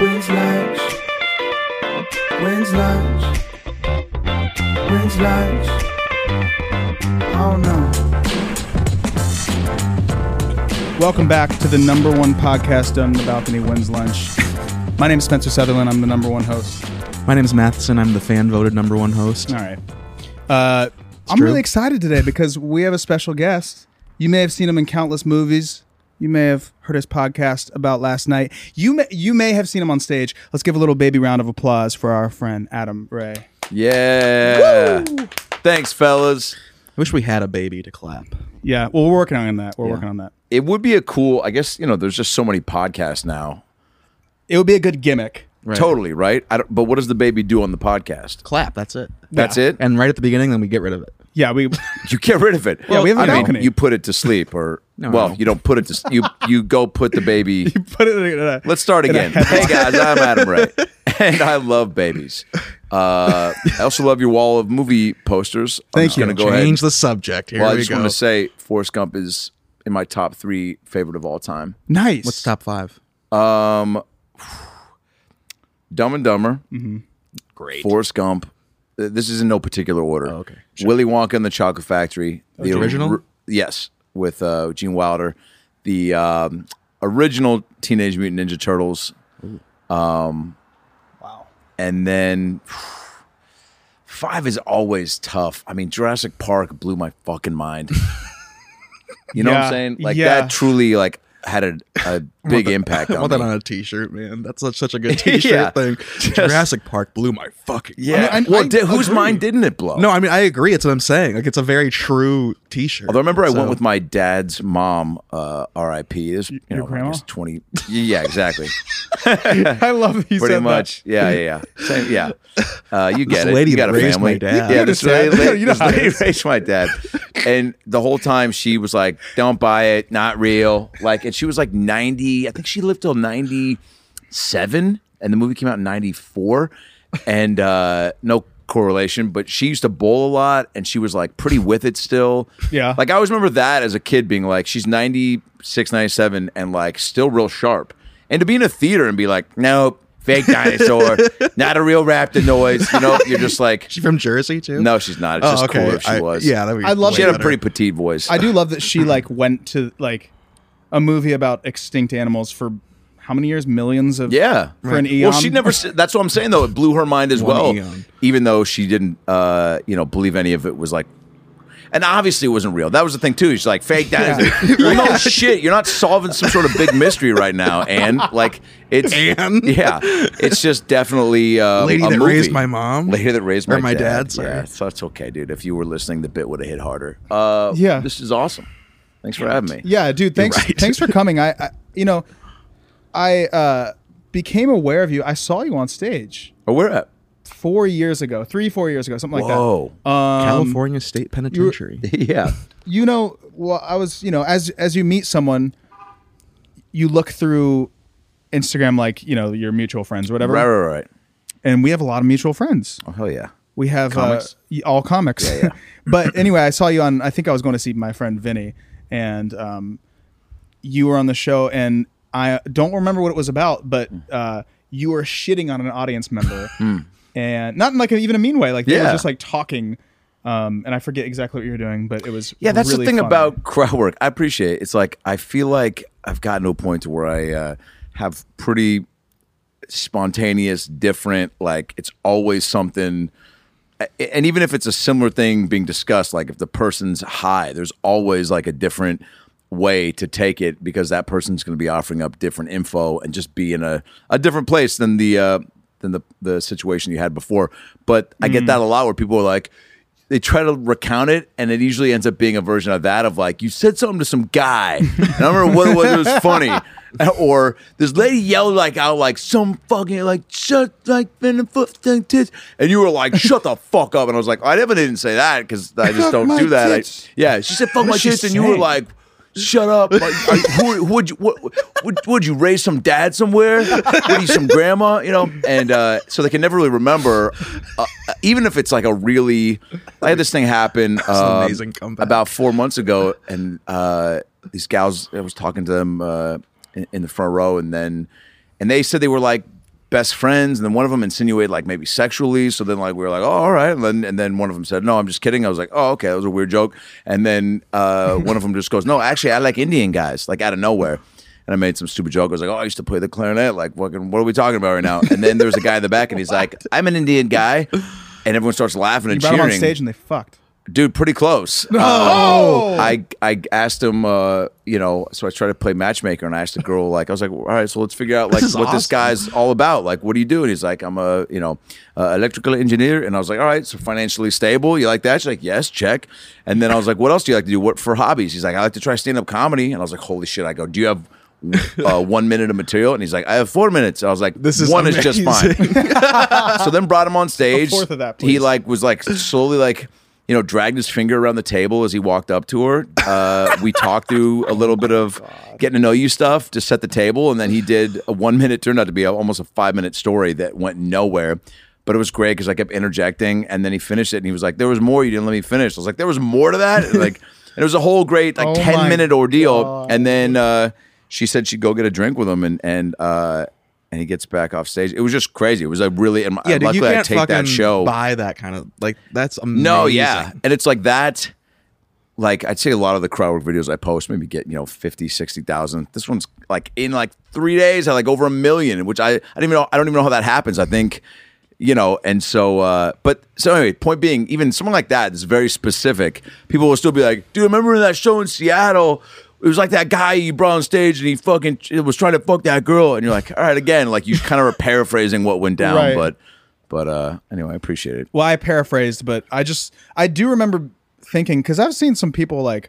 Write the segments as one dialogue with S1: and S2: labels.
S1: When's lunch? When's lunch? When's lunch? I don't know.
S2: Welcome back to the number one podcast done on the balcony wins lunch. My name is Spencer Sutherland. I'm the number one host.
S3: My name's Matheson. I'm the fan voted number one host.
S2: All right. Uh, I'm
S3: true.
S2: really excited today because we have a special guest. You may have seen him in countless movies. You may have heard his podcast about last night. You may, you may have seen him on stage. Let's give a little baby round of applause for our friend Adam Ray.
S4: Yeah. Thanks, fellas.
S3: I wish we had a baby to clap.
S2: Yeah, well, we're working on that. We're working on that.
S4: It would be a cool, I guess, you know, there's just so many podcasts now.
S2: It would be a good gimmick.
S3: Right.
S4: Totally, right? I don't, but what does the baby do on the podcast?
S3: Clap. That's it.
S4: That's it?
S3: And right at the beginning, then we get rid of it.
S2: Yeah, we.
S4: You get rid of it.
S2: Yeah, we have a
S4: I
S2: balcony.
S4: mean, you put it to sleep or
S3: No,
S4: well,
S3: no.
S4: you don't put it to s- you you go put the baby
S2: put it in a-
S4: Let's start again. Hey guys, I'm Adam Ray, and I love babies. Uh, I also love your wall of movie posters. I'm
S2: Thank
S4: just
S2: you.
S4: Gonna go
S3: Change
S4: ahead.
S3: the subject. Here
S4: Well, I
S3: we
S4: just
S3: go.
S4: want to say, Forrest Gump is in my top three favorite of all time.
S2: nice.
S3: What's top five?
S4: Dumb and Dumber,
S3: Great.
S4: Forrest Gump. Th- This is in no particular order.
S3: Oh, okay.
S4: Willy Wonka and the Chocolate Factory. The
S3: original?
S4: yes, with uh, Gene Wilder. The um, original Teenage Mutant Ninja Turtles. Um,
S2: Wow.
S4: And then five is always tough. I mean, Jurassic Park blew my fucking mind. you know what
S2: Yeah.
S4: I'm saying? Like
S2: Yeah.
S4: that truly like had a, a big impact
S3: I
S4: on
S3: want that
S4: me.
S3: on a T-shirt, man. That's such, such a good T-shirt thing. Jurassic Park blew my fucking.
S4: yeah.
S2: I mean, I-
S4: well,
S2: I
S4: di- whose
S2: agree.
S4: mind didn't it blow?
S3: No, I mean I agree. It's what I'm saying. Like it's a very true T-shirt.
S4: Although I remember I
S3: So-
S4: went with my dad's mom, uh, R.I.P. This, you know,
S2: grandma?
S4: I guess twenty. Yeah, exactly.
S2: I love that you
S4: Pretty
S2: said
S4: much. Yeah, yeah, yeah. Same, yeah. Uh, you get it.
S3: lady
S4: you got a
S3: raised
S4: family.
S3: my dad.
S4: Yeah,
S3: You
S4: this
S2: understand.
S4: lady,
S2: You know
S4: this
S2: how it
S4: lady
S2: is.
S4: raised my dad, and the whole time she was like, "Don't buy it. Not real." Like, and she was like ninety. I think she lived till ninety seven, and the movie came out in ninety four, and uh, no correlation but she used to bowl a lot and she was like pretty with it still
S2: Yeah.
S4: like I always remember that as a kid being like, she's 96, 97, and like still real sharp. And to be in a theater and be like, nope, fake dinosaur, not a real raptor noise. You know, you're just like,
S3: She from Jersey too?
S4: no, she's not. It's
S3: Oh,
S4: just
S3: okay.
S4: cool if she
S3: I-
S4: was.
S3: yeah, that'd be
S2: I love
S3: way
S4: she had a
S3: better.
S4: pretty petite voice.
S2: I do love that she like went to like a movie about extinct animals for how many years? Millions of
S4: yeah.
S2: for an eon.
S4: Well, she never, s- that's what I'm saying though. It blew her mind as
S3: One
S4: well,
S3: eon.
S4: even though she didn't, uh, you know, believe any of it was like, and obviously it wasn't real. That was the thing too. She's like fake dinosaur. Well, no shit. You're not solving some sort of big mystery right now, and like it's
S3: Anne?
S4: yeah, it's just definitely um,
S3: Lady
S4: a
S3: that
S4: movie.
S3: raised my mom?
S4: Lady that raised my
S3: Or my dad, sorry.
S4: yeah, so it's okay, dude. If you were listening, the bit would have hit harder. Uh,
S2: Yeah.
S4: this is awesome. Thanks for having me.
S2: Yeah, dude. Thanks.
S3: right.
S2: Thanks for coming. I, I you know, I uh, became aware of you. I saw you on stage
S4: Oh, we're at
S2: four years ago, three, four years ago, something like
S4: Whoa.
S2: that. Um,
S3: California State Penitentiary.
S4: yeah.
S2: you know, well, I was, you know, as as you meet someone, you look through Instagram, like you know, your mutual friends, or whatever.
S4: Right, right, right.
S2: And we have a lot of mutual friends.
S4: Oh hell yeah.
S2: We have
S4: Comics?
S2: Uh, y- all comics. but anyway, I saw you on. I think I was going to see my friend Vinny, and um, you were on the show, and I don't remember what it was about, but
S4: Hmm.
S2: uh, you were shitting on an audience member, and not in like a, even a mean way. Like they were
S4: Yeah.
S2: just like talking. Um, and I forget exactly what you were doing, but it was
S4: Yeah, that's
S2: really
S4: the thing
S2: funny.
S4: about crowd work. I appreciate it. It's like I feel like I've gotten to a point to where I uh, have pretty spontaneous, different. Like it's always something, a- and even if it's a similar thing being discussed, like if the person's high, there's always like a different way to take it because that person's going to be offering up different info and just be in a, a different place than the uh, than the the situation you had before. But I get that a lot where people are like they try to recount it, and it usually ends up being a version of that of like you said something to some guy, and I don't remember what it was. It was funny, or this lady yelled like out like some fucking like shut like fin and foot thing tits, and you were like shut the fuck up, and I was like I definitely didn't say that because I just
S2: Fuck
S4: don't
S2: my
S4: do that. I-
S2: tits.
S4: yeah, she said fuck
S2: What
S4: my
S2: is she
S4: tits, and you were
S2: saying?
S4: like. Shut up! Like, are, who, who would you? What, would, would you raise some dad somewhere? Would you some grandma? You know, and uh, so they can never really remember. Uh, even if it's like a really, I had this thing happen. um,
S3: amazing comeback.
S4: About four months ago, and uh, these gals, I was talking to them uh, in, in the front row, and then, and they said they were like best friends, and then one of them insinuated like maybe sexually. So then like we were like, oh, all right. And then, and then one of them said, no, I'm just kidding. I was like, oh, okay, that was a weird joke. And then uh, one of them just goes, no, actually, I like Indian guys, like out of nowhere. And I made some stupid joke. I was like, oh, I used to play the clarinet. Like, fucking, what are we talking about right now? And then there's a guy in the back, and he's like, I'm an Indian guy. And everyone starts laughing
S2: You
S4: and
S2: brought him on
S4: cheering
S2: stage and they fucked.
S4: dude pretty close oh i i asked him uh you know so i tried to play matchmaker and i asked the girl like i was like all right so let's figure out like
S3: This is
S4: what
S3: awesome.
S4: this guy's all about like what do you do and he's like i'm a you know uh, electrical engineer and i was like all right so financially stable you like that she's like yes check and then i was like what else do you like to do what for hobbies he's like i like to try stand-up comedy and i was like holy shit i go do you have uh, one minute of material and he's like i have four minutes i was like
S3: This is
S4: one is just fine
S3: amazing.
S4: so then brought him on stage.
S2: A fourth of that,
S4: he
S2: please.
S4: like was like slowly like you know dragged his finger around the table as he walked up to her. Uh, we talked through a little bit of getting to know you stuff to set the table, and then he did a one minute turned out to be a- almost a five minute story that went nowhere. But it was great because I kept interjecting, and then he finished it, and he was like, "There was more. You didn't let me finish." I was like, "There was more to that." And, like, and it was a whole great like
S2: Oh
S4: ten
S2: my
S4: minute ordeal, and then uh, she said she'd go get a drink with him, and and uh, and he gets back off stage. It was just crazy. It was a really and
S3: Yeah,
S4: yeah,
S3: dude, you
S4: luckily I
S3: can't
S4: take
S3: fucking
S4: that show.
S3: buy that kind of like that's amazing.
S4: no, yeah, and it's like that. Like I'd say a lot of the crowd work videos I post maybe get you know 50, 60,000. This one's like in like three days had like over a million, which I I don't even know I don't even know how that happens. I think you know, and so uh but so anyway, point being, even someone like that is very specific. People will still be like, dude, remember that show in Seattle? It was like that guy you brought on stage and he fucking it was trying to fuck that girl, and you're like, all right, again, like you kind of are paraphrasing what went down,
S2: Right.
S4: but but uh anyway, I appreciate it.
S2: Well, I paraphrased, but I just I do remember thinking because I've seen some people like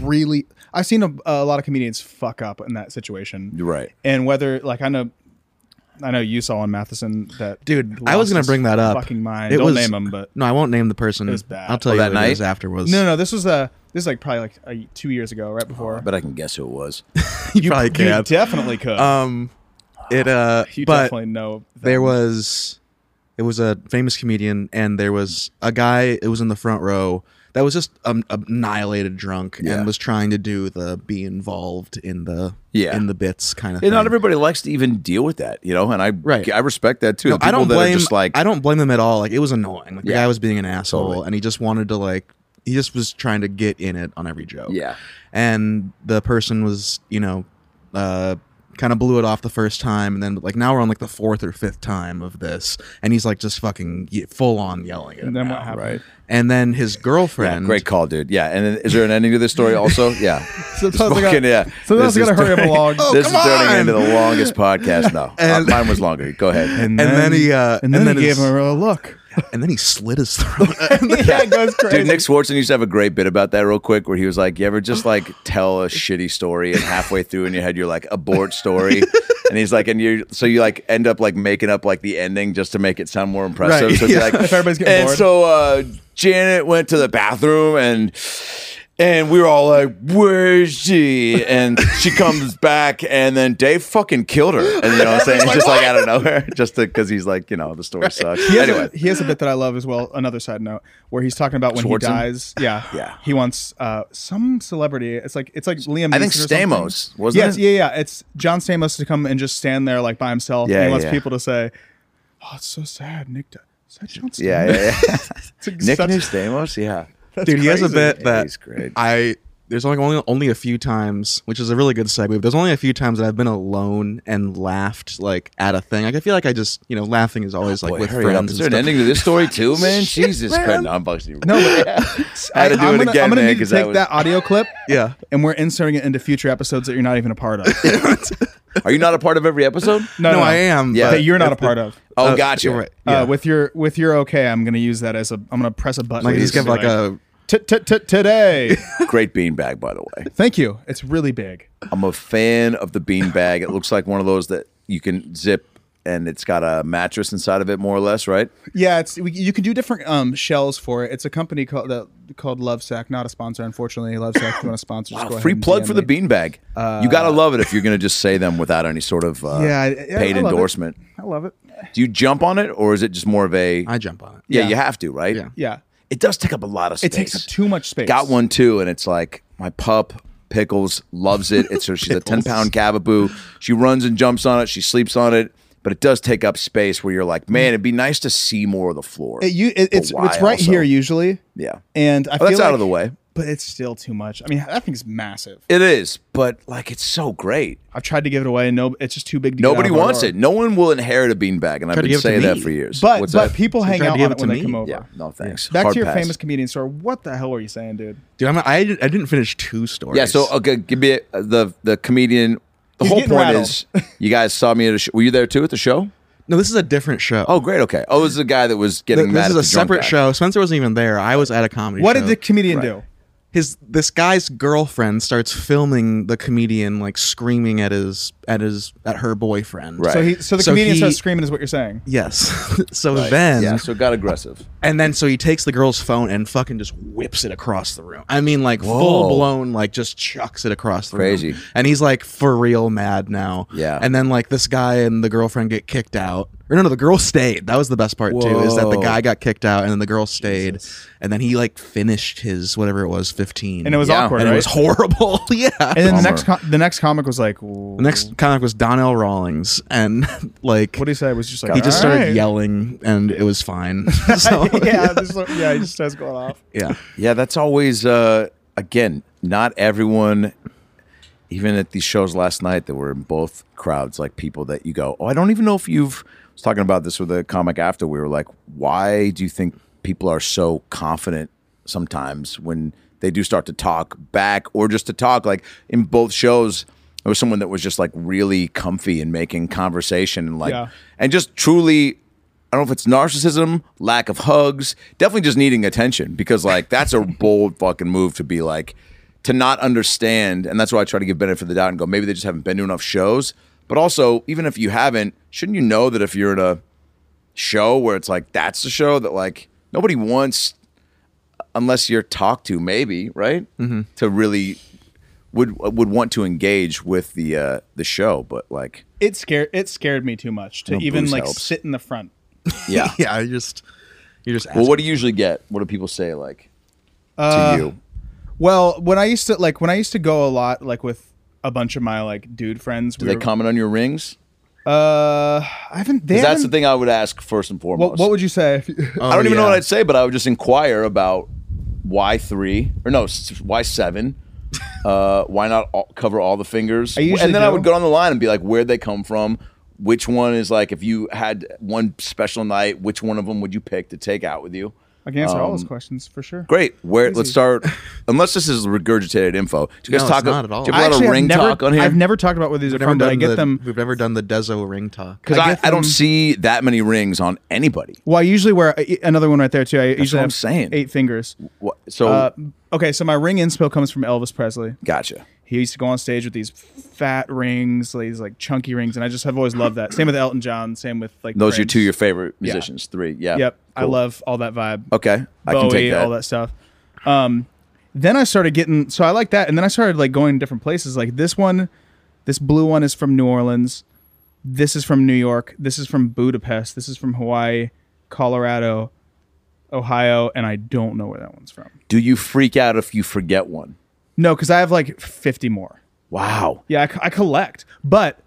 S2: really. I've seen a, a lot of comedians fuck up in that situation.
S4: You're right.
S2: And whether like I know, I know you saw in Matheson that
S3: dude. I
S2: lost
S3: was gonna
S2: his
S3: bring that up.
S2: Fucking mind.
S3: It
S2: Don't
S3: was-
S2: name him, but
S3: no, I won't name the person. It
S2: was bad.
S3: I'll tell
S4: Oh,
S3: you
S4: that
S3: that night
S4: night?
S3: afterwards.
S2: no, no. This was uh this is like probably like a, two years ago, right before.
S4: But I can guess who it was.
S3: you probably
S2: you
S3: can't.
S2: definitely could.
S3: Um, it uh,
S2: you
S3: but
S2: definitely know.
S3: there was it was a famous comedian and there was a guy it was in the front row that was just um, annihilated drunk
S4: Yeah.
S3: and was trying to do the be involved in the
S4: Yeah.
S3: in the bits kind of
S4: Yeah,
S3: thing.
S4: not everybody likes to even deal with that, you know, and I
S3: Right.
S4: I respect that too.
S3: No,
S4: The
S3: I
S4: people
S3: don't
S4: that are
S3: blame
S4: just like
S3: I don't blame them at all. Like it was annoying. Like the
S4: Yeah.
S3: guy was being an asshole
S4: Totally.
S3: and he just wanted to like he just was trying to get in it on every joke.
S4: Yeah.
S3: And the person was, you know, uh kind of blew it off the first time and then like now we're on like the fourth or fifth time of this and he's like just fucking ye- full on yelling at him
S2: And then
S3: now.
S2: what happened?
S4: right.
S3: And then his
S4: Yeah,
S3: girlfriend
S4: great call, dude. Yeah, and then, is there an ending to this story also? Yeah.
S2: Sometimes
S4: Just
S2: I got-
S4: fucking, yeah.
S2: sometimes I
S4: This
S2: gotta
S4: is
S2: hurry up
S4: turning-
S2: along. Oh,
S4: this
S3: come
S4: is turning
S3: on!
S4: into the longest podcast now.
S3: And-
S4: Mine was longer. Go ahead.
S3: and
S2: and
S3: then he, uh,
S2: and then,
S3: and then
S2: he
S3: his-
S2: gave him a look.
S3: and then he slit his throat.
S2: yeah, it goes crazy.
S4: Dude, Nick Swartzen used to have a great bit about that real quick where he was like, You ever just like tell a shitty story and halfway through in your head you're like abort story? and he's like, and you so you like end up like making up like the ending just to make it sound more impressive.
S2: Right,
S4: So it's
S2: yeah.
S4: like
S2: If everybody's getting
S4: And
S2: bored.
S4: so uh Janet went to the bathroom and and we were all like, "Where's she?" And she comes back, and then Dave fucking killed her. And you know what I'm saying? just like out of nowhere, just because he's like, you know, the story sucks.
S2: He has,
S4: Anyway,
S2: a, he has a bit that I love as well. Another side note where he's talking about when
S4: Swartzen?
S2: he dies. Yeah,
S4: Yeah.
S2: He wants uh, some celebrity. It's like it's like Liam.
S4: I think
S2: Neeson or something.
S4: Stamos, wasn't
S2: Yes,
S4: it?
S2: yeah, yeah. It's John Stamos to come and just stand there like by himself.
S4: Yeah,
S2: and he wants
S4: yeah.
S2: people to say, "Oh, it's so sad, Nick." Died. Is that John Stamos?
S4: yeah, yeah, yeah.
S2: It's like
S4: Nick
S2: such-
S4: Stamos, yeah.
S3: dude, he has a
S2: crazy.
S3: bit
S4: Yeah,
S3: that
S4: he's great.
S3: I there's only, only only a few times, which is a really good segue. But there's only a few times that I've been alone and laughed like at a thing. Like I feel like I just you know laughing is always like
S4: Boy,
S3: with
S4: hurry
S3: friends.
S4: up.
S3: and
S4: Is there an
S3: stuff.
S4: ending to this story too, man? Jesus Christ. No, I'm boxing you. No, I had to do
S2: I'm
S4: it
S2: gonna,
S4: again,
S2: I'm gonna
S4: man,
S2: need to
S4: 'cause that
S2: take
S4: was-
S2: that audio clip.
S3: Yeah.
S2: and we're inserting it into future episodes that you're not even a part of.
S4: Are you not a part of every episode?
S2: No,
S3: No, I am.
S4: Yeah.
S3: Yeah,
S2: That you're not a part of.
S4: Oh,
S3: Uh,
S4: gotcha.
S3: you're right.
S2: Uh,
S3: Yeah.
S2: with your with your okay, I'm gonna use that as a. I'm gonna press a button.
S3: like
S2: to
S3: just give
S2: be
S3: like a
S2: "T- t- t- today.
S4: Great beanbag, by the way.
S2: Thank you. It's really big.
S4: I'm a fan of the beanbag. It looks like one of those that you can zip and it's got a mattress inside of it, more or less, right?
S2: Yeah, it's we, you can do different um, shells for it. It's a company called that called Lovesack, not a sponsor, unfortunately. Lovesack, if you want to sponsor? just go ahead
S4: Free
S2: and
S4: plug
S2: DM
S4: for the
S2: me.
S4: beanbag.
S3: Uh,
S4: you got to love it if you're going to just say them without any sort of uh,
S2: Yeah, I- I-
S4: paid
S2: I love it.
S4: endorsement.
S2: I love it.
S4: Do you jump on it or is it just more of a?
S3: I jump on it.
S4: yeah,
S2: Yeah.
S4: you have to, right?
S3: Yeah.
S2: Yeah,
S4: It does take up a lot of space.
S2: it takes up too much space.
S4: got one too, and it's like my pup Pickles loves it. It's her. She's a ten pound cavapoo. She runs and jumps on it. She sleeps on it. but it does take up space where you're like, man, it'd be nice to see more of the floor.
S2: Mm. It, you, it,
S4: for a
S2: it's it's
S4: while,
S2: right
S4: so-
S2: here usually,
S4: Yeah.
S2: and I
S4: Oh,
S2: feel
S4: that's out of
S2: like-
S4: the way.
S2: But it's still too much. I mean, that thing's massive.
S4: It is, but like it's so great.
S2: I've tried to give it away, and no, it's just too big. to get
S4: Nobody
S2: out of our
S4: wants
S2: door.
S4: it. No one will inherit a beanbag, and I've
S3: to
S4: been
S3: give it to
S4: saying that
S3: me.
S4: for years.
S2: But
S4: What's
S2: but
S4: that?
S2: people hang
S3: tried to
S2: out
S3: give
S2: on
S3: it
S2: it
S3: to
S2: when they
S3: me.
S2: come over.
S4: Yeah. No thanks.
S2: Back
S4: Hard
S2: to your
S4: pass.
S2: famous comedian store. What the hell were you saying, dude?
S3: Dude, I'm, I I didn't finish two stories.
S4: Yeah. So okay, give me uh, the the comedian. The
S2: He's
S4: whole
S2: getting
S4: point
S2: rattled.
S4: is, you guys saw me at a show. Were you there too at the show?
S3: no, this is a different show.
S4: Oh, great. Okay. Oh, it was the guy that was
S3: Th-
S4: getting mad
S3: this
S4: at
S3: is
S4: the
S3: a
S4: drunk
S3: separate
S4: guy.
S3: show. Spencer wasn't even there. I was at a comedy.
S2: What
S3: show.
S2: did the comedian do?
S3: his this guy's girlfriend starts filming the comedian like screaming at his at his at her boyfriend.
S4: Right.
S2: So he so the
S3: So
S2: comedian
S3: he-
S2: starts screaming is what you're saying.
S3: Yes. so then
S4: yeah. So it got aggressive.
S3: and then so he takes the girl's phone and fucking just whips it across the room. I mean like full blown like just chucks it across the room.
S4: Crazy.
S3: And he's like for real mad now.
S4: Yeah.
S3: And then like this guy and the girlfriend get kicked out. Or no, no, the girl stayed. That was the best part too, is that the
S4: Whoa.
S3: guy got kicked out and then the girl stayed. And then he like finished his whatever it was, fifteen.
S2: And it was
S4: Yeah.
S2: awkward,
S3: and
S2: right?
S3: it was horrible. yeah.
S2: and then the
S4: Bummer.
S2: next com- the next comic was like, "What
S3: The next comic was Donnell Rawlings, and like
S2: do you say?" It was just like
S3: he just
S2: "All
S3: started
S2: right."
S3: yelling, and it was fine. So,
S2: yeah, this is- yeah, he just starts going off.
S3: yeah.
S4: Yeah, that's always uh, again. Not everyone, even at these shows last night that were in both crowds, like people that you go, oh, I don't even know if you've. I was talking about this with a comic after. We were like, why do you think people are so confident sometimes when they do start to talk back or just to talk? Like in both shows, there was someone that was just like really comfy and making conversation and like
S2: Yeah.
S4: and just truly I don't know if it's narcissism, lack of hugs, definitely just needing attention because like that's a bold fucking move to be like to not understand, and that's why I try to give benefit of the doubt and go maybe they just haven't been to enough shows. But also, even if you haven't, shouldn't you know that if you're in a show where it's like that's the show that like nobody wants unless you're talked to maybe right to really would would want to engage with the uh the show but like
S2: It scared it scared me too much to
S4: No
S2: even
S4: booze
S2: like
S4: helps.
S2: sit in the front.
S4: yeah
S3: Yeah, I just you're just asking.
S4: well what do you usually get what do people say like to
S2: Uh,
S4: you
S2: Well, when I used to like when I used to go a lot like with a bunch of my like dude friends,
S4: Do they comment on your rings?
S2: Uh, I haven't. They
S4: 'Cause that's the
S2: haven't-
S4: thing I would ask first and foremost.
S2: What, what would you say? If you,
S3: Oh,
S4: I don't even know
S3: yeah.
S4: what I'd say, but I would just inquire about why three or no, s- why seven? uh, why not all, cover all the fingers?
S2: I usually
S4: and then I
S2: do.
S4: would go down the line and be like, where'd they come from? Which one is like, if you had one special night, which one of them would you pick to take out with you?
S2: I can answer all those questions for sure.
S4: Great. Where? Let's
S2: Easy.
S4: start. Unless this is regurgitated info. Do you
S3: No,
S4: guys
S3: it's
S4: talk? a-
S3: not at all.
S4: Do you
S2: I
S4: have a lot
S2: actually
S4: of
S2: have
S4: ring
S2: never,
S4: talk on here?
S2: I've never talked about where these are
S3: We've never
S2: from, but I
S3: done
S2: get
S3: the-
S2: them.
S3: We've never done the Dezo ring talk.
S4: Because I,
S2: get
S4: I don't
S2: them-
S4: see that many rings on anybody.
S2: Well, I usually wear I- another one right there too. I usually
S4: what I'm
S2: have
S4: saying.
S2: eight fingers.
S4: What, so,
S2: Uh, okay, so my ring inspo comes from Elvis Presley.
S4: gotcha.
S2: He used to go on stage with these fat rings, these like chunky rings, and I just have always loved that. Same with Elton John. Same with like
S4: Those are
S2: Prince.
S4: two of your favorite musicians. Three, yeah.
S2: Yep, I
S4: Cool.
S2: love all that vibe.
S4: Okay, I
S2: Bowie,
S4: can take that.
S2: all that stuff. Um, then I started getting so I like that, and then I started like going to different places. Like this one, this blue one is from New Orleans. This is from New York. This is from Budapest. This is from Hawaii, Colorado, Ohio, and I don't know where that one's from.
S4: Do you freak out if you forget one?
S2: No, because I have like fifty more.
S4: Wow.
S2: Yeah, I, co- I collect, but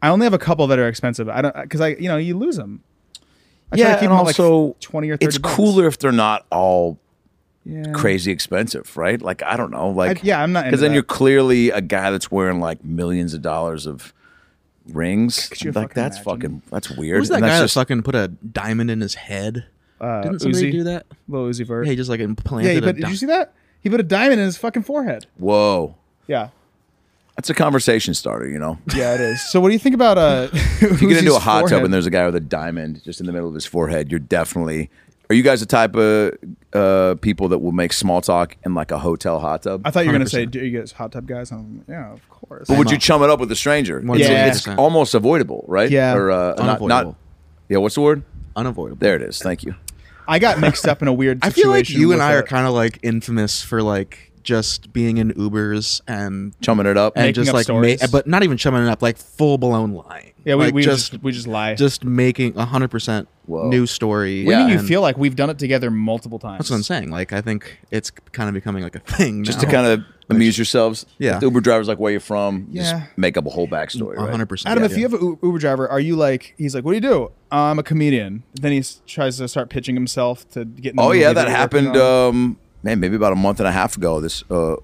S2: I only have a couple that are expensive. I don't because I you know you lose them. I try to keep
S4: and
S2: them at, like,
S4: also
S2: 20 or
S4: It's
S2: 30 bucks.
S4: cooler if they're not all
S2: Yeah.
S4: crazy expensive, right? Like I don't know, like
S2: I- yeah, I'm not into
S4: because then
S2: that.
S4: you're clearly a guy that's wearing like millions of dollars of rings.
S2: you
S4: like
S2: fucking
S4: that's
S2: imagine?
S4: fucking that's weird.
S3: Who's that
S4: And
S3: guy
S4: that's
S3: that
S4: just-
S3: fucking put a diamond in his head?
S2: Uh,
S3: Didn't somebody
S2: Uzi.
S3: do that?
S2: Little Uzi Vert.
S3: Yeah, he just like implanted
S2: yeah, he
S3: a
S2: put, did
S3: di-
S2: you see that? He put a diamond in his fucking forehead.
S4: whoa.
S2: Yeah.
S4: That's a conversation starter, you know.
S2: Yeah, it is. So what do you think about uh
S4: If you get into a hot tub and there's a guy with a diamond just in the middle of his forehead, you're definitely. Are you guys the type of uh, people that will make small talk in like a hotel hot tub?
S2: I thought you were gonna say,
S3: 100%.
S2: do you get hot tub guys? I'm, yeah, of course.
S4: But would you chum it up with a stranger?
S3: One
S4: It's-
S2: hundred
S4: It's
S3: percent.
S4: almost avoidable, right?
S2: Yeah.
S4: Or uh, not, not.
S3: Unavoidable.
S4: Yeah. What's the word?
S3: Unavoidable.
S4: There it is. Thank you.
S2: I got mixed up in a weird
S3: I
S2: situation.
S3: feel like you and
S2: with
S3: I
S2: a-
S3: are kind of like infamous for like just being in Ubers and
S4: chumming it up.
S3: and
S2: Making
S3: just
S2: up
S3: like
S2: stories.
S3: but not even chumming it up, like full blown lying.
S2: Yeah, we,
S3: Like,
S2: we
S3: just
S2: just, we just lie.
S3: just making a hundred percent
S4: Whoa.
S3: new story.
S2: What do you mean you
S3: and
S2: feel like we've done it together multiple times?
S3: That's what I'm saying. Like I think it's kind of becoming like a thing.
S4: just to kind of amuse yourselves.
S3: Yeah.
S4: If the Uber driver's like, where you from?
S2: Yeah.
S4: Just make up a whole backstory. Right?
S3: hundred percent.
S2: Adam, if you have an U- Uber driver, are you like he's like, what do you do? I'm a comedian. Then he s- tries to start pitching himself to get. In the
S4: Oh yeah,
S2: movie
S4: that
S2: we're
S4: happened.
S2: working on.
S4: Um, man, maybe about a month and a half ago. This uh,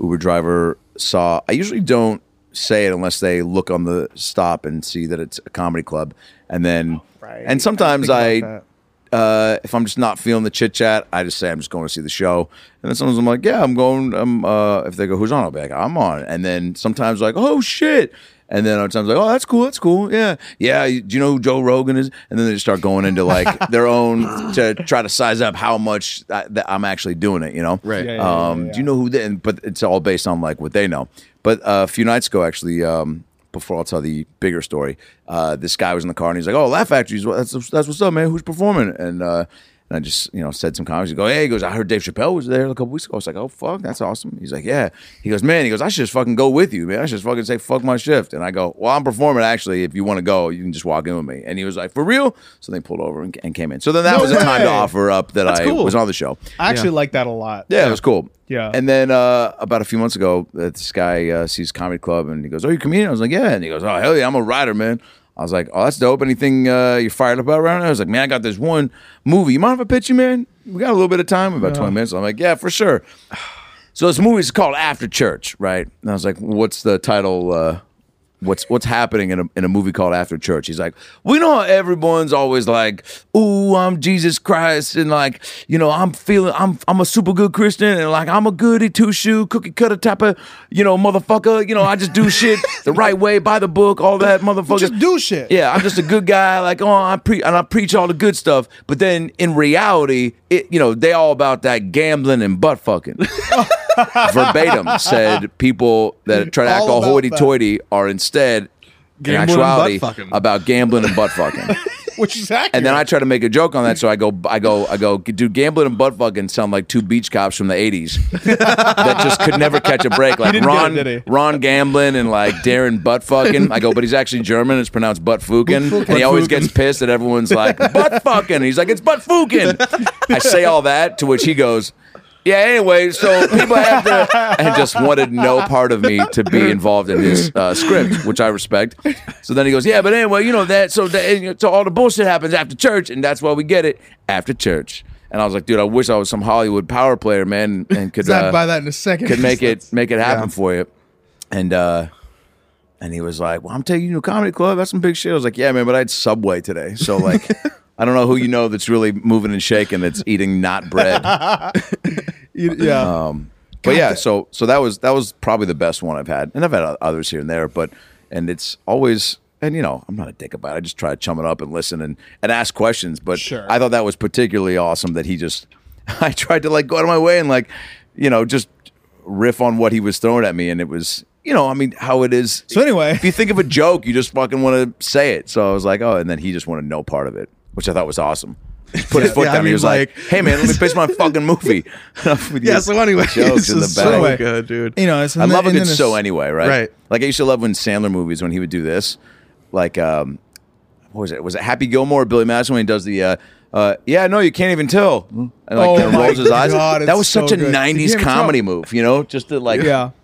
S4: Uber driver saw. I usually don't say it unless they look on the stop and see that it's a comedy club, and then
S2: Oh, right. I
S4: and sometimes
S2: think
S4: I.
S2: about
S4: Uh, if I'm just not feeling the chit chat, I just say I'm just going to see the show. And then sometimes I'm like, yeah, I'm going. Um, uh, if they go, who's on? I'll be like, I'm on. And then sometimes like, oh shit. And then other times like, oh, that's cool, that's cool, yeah, yeah. you- Do you know who Joe Rogan is? And then they just start going into like their own to try to size up how much I, that I'm actually doing it. You know,
S3: Right.
S2: Yeah, yeah, yeah,
S4: um,
S2: yeah,
S4: Do you know who? They, and, but it's all based on like what they know. But uh, a few nights ago, actually, um, before I'll tell the bigger story, uh, this guy was in the car and he's like, "Oh, Laugh Factory's that's that's what's up, man. Who's performing?" And uh, and I just you know said some comments. He go, "Hey," he goes, "I heard Dave Chappelle was there a couple weeks ago." I was like, "Oh fuck, that's awesome." He's like, "Yeah." He goes, "Man," he goes, "I should just fucking go with you, man. I should just fucking say fuck my shift." And I go, "Well, I'm performing actually. If you want to go, you can just walk in with me." And he was like, "For real?" So they pulled over and, and came in. So then that
S2: No
S4: was a time to
S2: way.
S4: offer up that I
S2: cool.
S4: was on the show.
S2: I actually like that a lot.
S4: Yeah, it was cool.
S2: Yeah.
S4: And then uh, about a few months ago, uh, this guy uh, sees Comedy Club and he goes, "Oh, you a comedian?" I was like, "Yeah." And he goes, "Oh, hell yeah, I'm a writer, man." I was like, "Oh, that's dope. Anything uh, you're fired up about right now?" I was like, "Man, I got this one movie. You mind if I pitch you, man? We got a little bit of time, about 20 minutes." I'm like, "Yeah, for sure." So this movie is called After Church, right? And I was like, "What's the title?" Uh, What's what's happening in a, in a movie called After Church? He's like, we know how everyone's always like, "Ooh, I'm Jesus Christ," and like, you know, I'm feeling, I'm I'm a super good Christian, and like, I'm a goody two shoe, cookie cutter type of, you know, motherfucker. You know, I just do shit the right way, by the book, all that motherfucker.
S2: Just do shit.
S4: Yeah, I'm just a good guy. Like, oh, I pre and I preach all the good stuff. But then in reality, it you know they all about that gambling and butt fucking. Verbatim said people that try to act
S2: All
S4: all
S2: about
S4: hoity-toity are instead
S3: Gambling and
S4: in actuality
S3: butt-fucking.
S4: about gambling and butt fucking.
S2: Which is accurate.
S4: And then I try to make a joke on that, so I go, I go, I go. Do gambling and butt fucking sound like two beach cops from the '80s that just could never catch a break? Like
S2: didn't get
S4: Ron,
S2: it, did he?
S4: Ron Gamblin and like Darren butt fucking. I go, but he's actually German. It's pronounced butt fucking, and he always gets pissed that everyone's like butt fucking. He's like, it's butt fucking. I say all that to which he goes. Yeah. Anyway, so people have to, and just wanted no part of me to be involved in his uh, script, which I respect. So then he goes, "Yeah, but anyway, you know that. So that, and, you know, so all the bullshit happens after church, and that's why we get it after church." And I was like, "Dude, I wish I was some Hollywood power player, man, and could
S2: I'd
S4: uh,
S2: buy that in a second.
S4: could make it make it happen for you." And uh, and he was like, "Well, I'm taking you to a comedy club. That's some big shit." I was like, "Yeah, man, but I had Subway today, so like." I don't know who you know that's really moving and shaking that's eating not bread.
S2: You- yeah.
S4: Oh. But yeah, so so that was that was probably the best one I've had, and I've had o- others here and there, but and it's always and you know I'm not a dick about it. I just try to chum it up and listen and and ask questions. But
S2: Sure.
S4: I thought that was particularly awesome that he just I tried to like go out of my way and like you know just riff on what he was throwing at me, and it was you know I mean how it is.
S2: So anyway.
S4: if you think of a joke, you just fucking want to say it. So I was like, oh, and then he just wanted no part of it, which I thought was awesome. Put his
S3: Yeah,
S4: foot
S3: yeah, I
S4: down. he
S3: mean,
S4: was like,
S3: like-
S4: "Hey man, let me pitch my fucking movie."
S3: yeah. So anyway,
S4: jokes
S3: this
S4: in the
S3: is
S4: back.
S3: so
S2: Anyway.
S3: good, dude.
S2: you know, it's,
S4: I love a
S2: and
S4: good
S2: then
S4: so
S2: it's-
S4: anyway, right?
S3: Right.
S4: Like I used to love when Sandler movies when he would do this, like um, what was it? Was it Happy Gilmore or Billy Madison when he does the? Uh, uh, yeah, no, you can't even tell. And like
S2: Oh
S4: kinda
S2: my
S4: rolls his eyes.
S2: God,
S4: that
S2: it's
S4: was such
S2: so
S4: a
S2: good.
S4: '90s
S2: You can't even
S4: comedy move, you know, just to like,
S2: Yeah.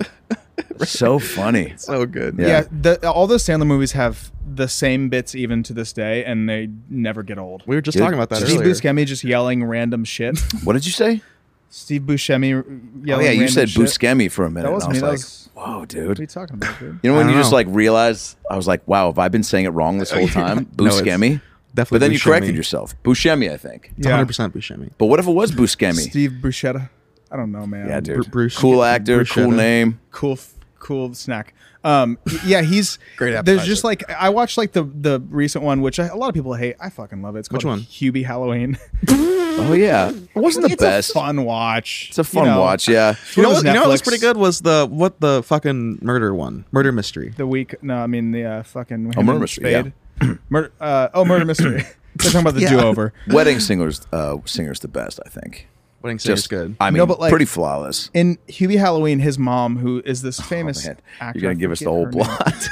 S4: so funny.
S3: So good.
S4: Yeah.
S2: Yeah. The, all those Sandler movies have the same bits even to this day, and they never get old.
S3: We were just
S4: Dude,
S3: talking about that
S2: Steve
S3: earlier.
S2: Buscemi just yelling random shit.
S4: What did you say?
S2: Steve Buscemi
S4: Oh,
S2: yelling.
S4: yeah, you
S2: random
S4: said
S2: shit.
S4: Buscemi for a minute. and
S2: That was
S4: I
S2: me.
S4: was
S2: That
S4: like,
S2: was-
S4: whoa,
S2: What are you
S4: dude.
S2: talking about, dude?
S4: You know when
S3: I
S4: you
S3: don't
S4: just
S3: know.
S4: like realize I was like, wow, have I been saying it wrong this whole time?
S3: No, it's
S4: Buscemi.
S3: definitely
S4: But then you
S3: Buscemi.
S4: corrected yourself. Buscemi, I think.
S3: It's 100% Buscemi.
S4: But what if it was Buscemi?
S2: Steve Bruschetta. I don't know, man.
S4: Yeah, dude.
S3: Br- Bruce-
S4: cool actor, cool
S3: Bruschetta.
S4: name.
S2: Cool, f- cool snack. Um, y- yeah, he's
S3: Great
S2: There's
S3: appetizer.
S2: just like I watched like the the recent one, which I, a lot of people hate. I fucking love it. It's called
S3: Which one?
S2: Hubie Halloween.
S4: Oh yeah, it wasn't the
S2: it's
S4: best.
S2: a fun watch.
S4: it's a fun watch. Yeah,
S3: You know, what, you know what was
S2: Netflix.
S3: pretty good was the what the fucking murder one, murder mystery.
S2: The week. No, I mean the uh, fucking. him
S4: Oh, Murder
S2: and
S4: Mystery, yeah.
S2: Spade. murder. Uh, oh, murder mystery. They're talking about the
S3: Yeah.
S2: do over.
S4: Wedding Singers, uh, Singers the best, I think.
S3: Wedding Singer's
S4: Just
S3: good.
S4: I mean,
S2: No, but, like-
S4: pretty flawless.
S2: In Hubie Halloween, his mom, who is this famous
S4: Oh, Man,
S2: actor,
S4: you're gonna
S2: I
S4: give us the
S2: forget
S4: whole
S2: her name.
S4: plot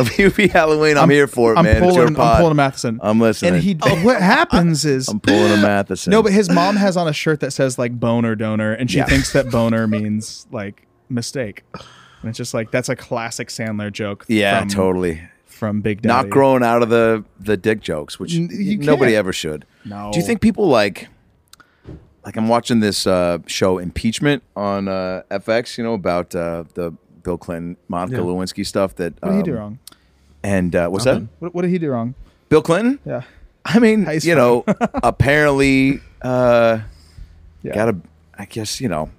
S4: of Hubie Halloween. I'm, here for it,
S2: I'm
S4: man.
S2: Pulling,
S4: it's your pod.
S2: I'm pulling a Matheson.
S4: I'm listening.
S2: And he, what happens is,
S4: I'm pulling a Matheson.
S2: no, but his mom has on a shirt that says like boner donor, and she
S4: Yeah.
S2: thinks that boner means like mistake. And it's just like, that's a classic Sandler joke.
S4: yeah,
S2: from-
S4: totally.
S2: From Big Daddy.
S4: Not growing out of the the dick jokes, which
S2: N- you
S4: nobody
S2: can't.
S4: ever should.
S2: No.
S4: Do you think people like like I'm watching this uh, show Impeachment on uh, FX? You know about uh, the Bill Clinton, Monica Lewinsky stuff. That
S2: What did he
S4: um,
S2: do wrong?
S4: And uh, what's
S3: Nothing.
S2: What, what did he do wrong?
S4: that? Bill Clinton.
S2: Yeah.
S4: I mean,
S2: He's
S4: you know, apparently, uh,
S2: Yeah.
S4: gotta. I guess you know.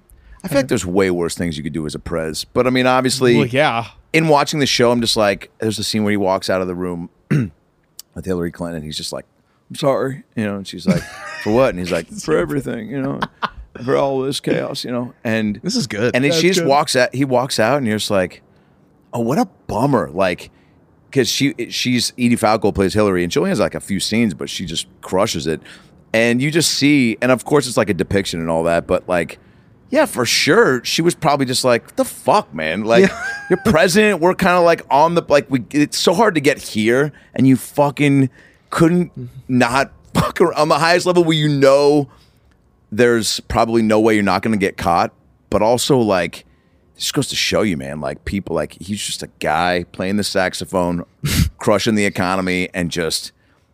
S4: I feel like there's way worse things you could do as a prez, but I mean, obviously,
S2: Well, yeah.
S4: in watching the show, I'm just like, there's a scene where he walks out of the room with Hillary Clinton, and he's just like, "I'm sorry," you know, and she's like, "For what?" And he's like, "For everything," you know, for all this chaos, you know, and
S3: This is good.
S4: and then
S2: That's
S4: she just
S2: good.
S4: walks out. He walks out, and you're just like, "Oh, what a bummer!" Like, because she she's Edie Falco plays Hillary, and she only has like a few scenes, but she just crushes it. And you just see, and of course, it's like a depiction and all that, but like, yeah, for sure, she was probably just like, "What "The fuck, man! Like, you're president. We're kind of like on the like we. It's so hard to get here, and you fucking couldn't
S2: Mm-hmm.
S4: not fuck around on the highest level where you know." there's probably no way you're not going to get caught. But also, like, it just goes to show you, man. Like, people, like, he's just a guy playing the saxophone, crushing the economy, and just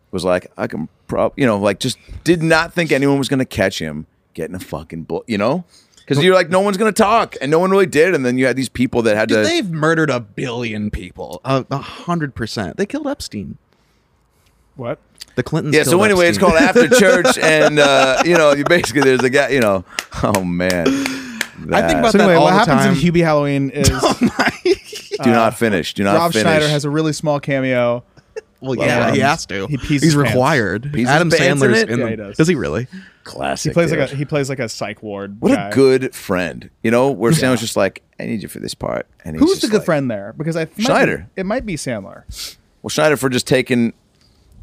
S4: was like, I can probably, you know, like, just did not think anyone was going to catch him getting a fucking bull, you know? Because you're like, no one's going to talk, and no one really did. And then you had these people that had
S3: Dude,
S4: to.
S3: they've murdered a billion people. A a hundred percent. They killed Epstein.
S2: What?
S3: The Clintons.
S4: yeah, so
S3: killed
S4: anyway, it's
S3: Epstein.
S4: called After Church, and, uh, you know, you basically, there's a guy, you know, oh, man.
S3: I think about
S2: So
S3: that
S2: anyway,
S3: all
S2: what
S3: the
S2: happens
S3: time.
S2: in Hubie Halloween is
S3: Oh
S4: Do not finish. Do not
S2: Rob
S4: finish.
S2: Schneider has a really small cameo.
S3: well, yeah,
S2: um,
S3: he has to.
S2: he pees his
S3: He's
S2: pants.
S3: required.
S4: Pees his
S3: Adam
S4: pants in
S3: Sandler's
S4: it?
S3: in
S2: Yeah,
S3: the-
S2: he does.
S3: does he really?
S4: Classic.
S2: He plays like
S4: dude.
S2: a he plays like a psych ward.
S4: What
S2: guy.
S4: a good friend. You know, where Sam was just like, I need you for this part. And he's
S2: Who's
S4: just
S2: the good
S4: like-
S2: friend there? Because I might
S4: Schneider.
S2: Be, it might be Sandler.
S4: Well, Schneider for just taking.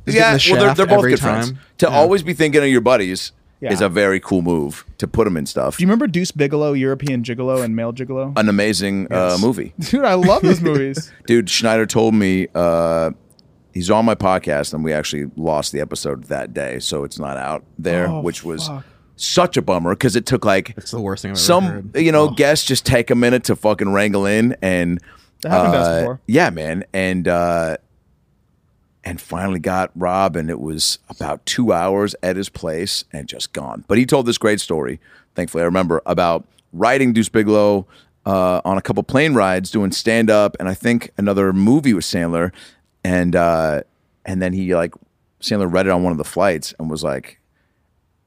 S3: He's
S4: yeah,
S3: getting the
S4: well, they're,
S3: shaft
S4: they're both
S3: every
S4: good friends.
S3: time.
S4: To
S3: Yeah.
S4: always be thinking of your buddies
S2: Yeah.
S4: is a very cool move to put them in stuff.
S2: Do you remember Deuce Bigelow, European Gigolo, and Male Gigolo?
S4: An amazing uh, movie.
S2: Dude, I love those movies.
S4: Dude, Schneider told me uh, he's on my podcast, and we actually lost the episode that day, so it's not out there,
S2: Oh,
S4: which was
S2: fuck.
S4: such a bummer because it took like
S3: It's the worst thing I've ever
S4: some
S3: heard.
S4: you know guests just take a minute to fucking wrangle in and
S2: That happened to us
S4: uh,
S2: before.
S4: yeah man and uh and finally got rob and it was about two hours at his place and just gone but he told this great story thankfully i remember about riding deuce bigelow uh, on a couple plane rides doing stand up and i think another movie with sandler and uh and then he like sandler read it on one of the flights and was like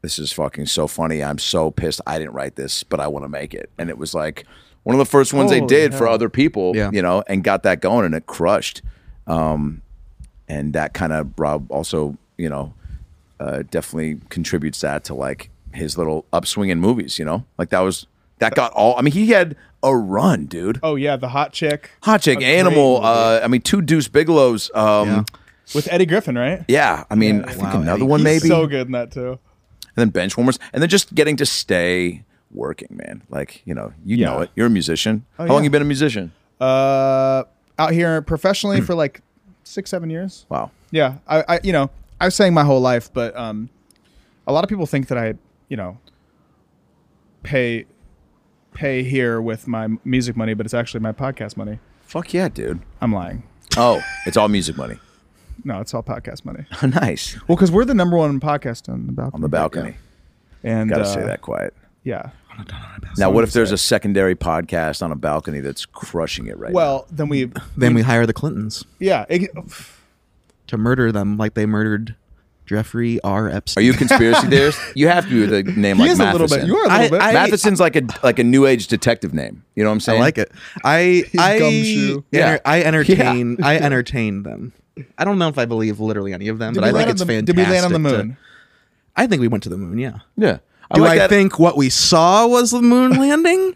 S4: this is fucking so funny. I'm so pissed. I didn't write this, but I want to make it. And it was like one of the first ones they
S2: Holy
S4: did for
S2: hell.
S4: other people,
S3: Yeah.
S4: you know, and got that going and it crushed. Um, and that kind of Rob also, you know, uh, definitely contributes that to like his little upswing in movies, you know, like that was that got all. I mean, he had a run, dude.
S2: Oh yeah, the hot chick
S4: Hot chick,
S2: A great
S4: animal.
S2: movie.
S4: Uh, I mean, two Deuce Bigelow's. Um, yeah.
S3: Yeah.
S2: with Eddie Griffin, right?
S4: I mean, I think
S3: Wow,
S4: another
S3: Eddie,
S4: one
S2: He's
S4: maybe
S2: so good in that too.
S4: and then bench warmers, and then just getting to stay working, man. Like you know, you know
S2: Yeah. Oh,
S4: it. You're a musician. How long
S2: yeah.
S4: you been a musician?
S2: Uh, out here professionally for like six, seven years.
S4: Wow.
S2: Yeah, I, I you know I was saying my whole life, but um, a lot of people think that I you know pay pay here with my music money, but it's actually my podcast money.
S4: Fuck yeah, dude.
S2: I'm lying.
S4: Oh, it's all music money.
S2: No, it's all podcast money.
S4: nice.
S2: Well, because we're the number one podcast on the balcony.
S4: On the balcony.
S2: And
S4: Gotta
S2: uh,
S4: say that quiet.
S2: Yeah.
S4: Now, what if there's a secondary podcast on a balcony that's crushing it right
S2: Well, then we.
S3: Then we hire the Clintons
S2: Yeah. It,
S3: to murder them like they murdered Jeffrey R.
S4: now?
S3: Epstein.
S4: Are you a conspiracy theorist? You have to with a name
S2: he
S4: like
S2: is a little
S4: Matheson.
S2: bit. You are a little bit.
S3: I-
S4: Matheson's like a like a new age detective name. You know what I'm
S3: I
S4: saying?
S3: like it. I I
S2: gumshoe.
S4: Yeah.
S3: yeah. I entertain I entertain them. I don't know if I believe literally any of them,
S2: Did
S3: but I
S2: we land
S3: think
S2: on
S3: it's
S2: the-
S3: fantastic.
S2: Did we land on the
S3: to-
S2: moon?
S3: I think we went to the moon. Yeah.
S4: Yeah. I
S3: Do
S4: like
S3: I
S4: that.
S3: think what we saw was the moon landing?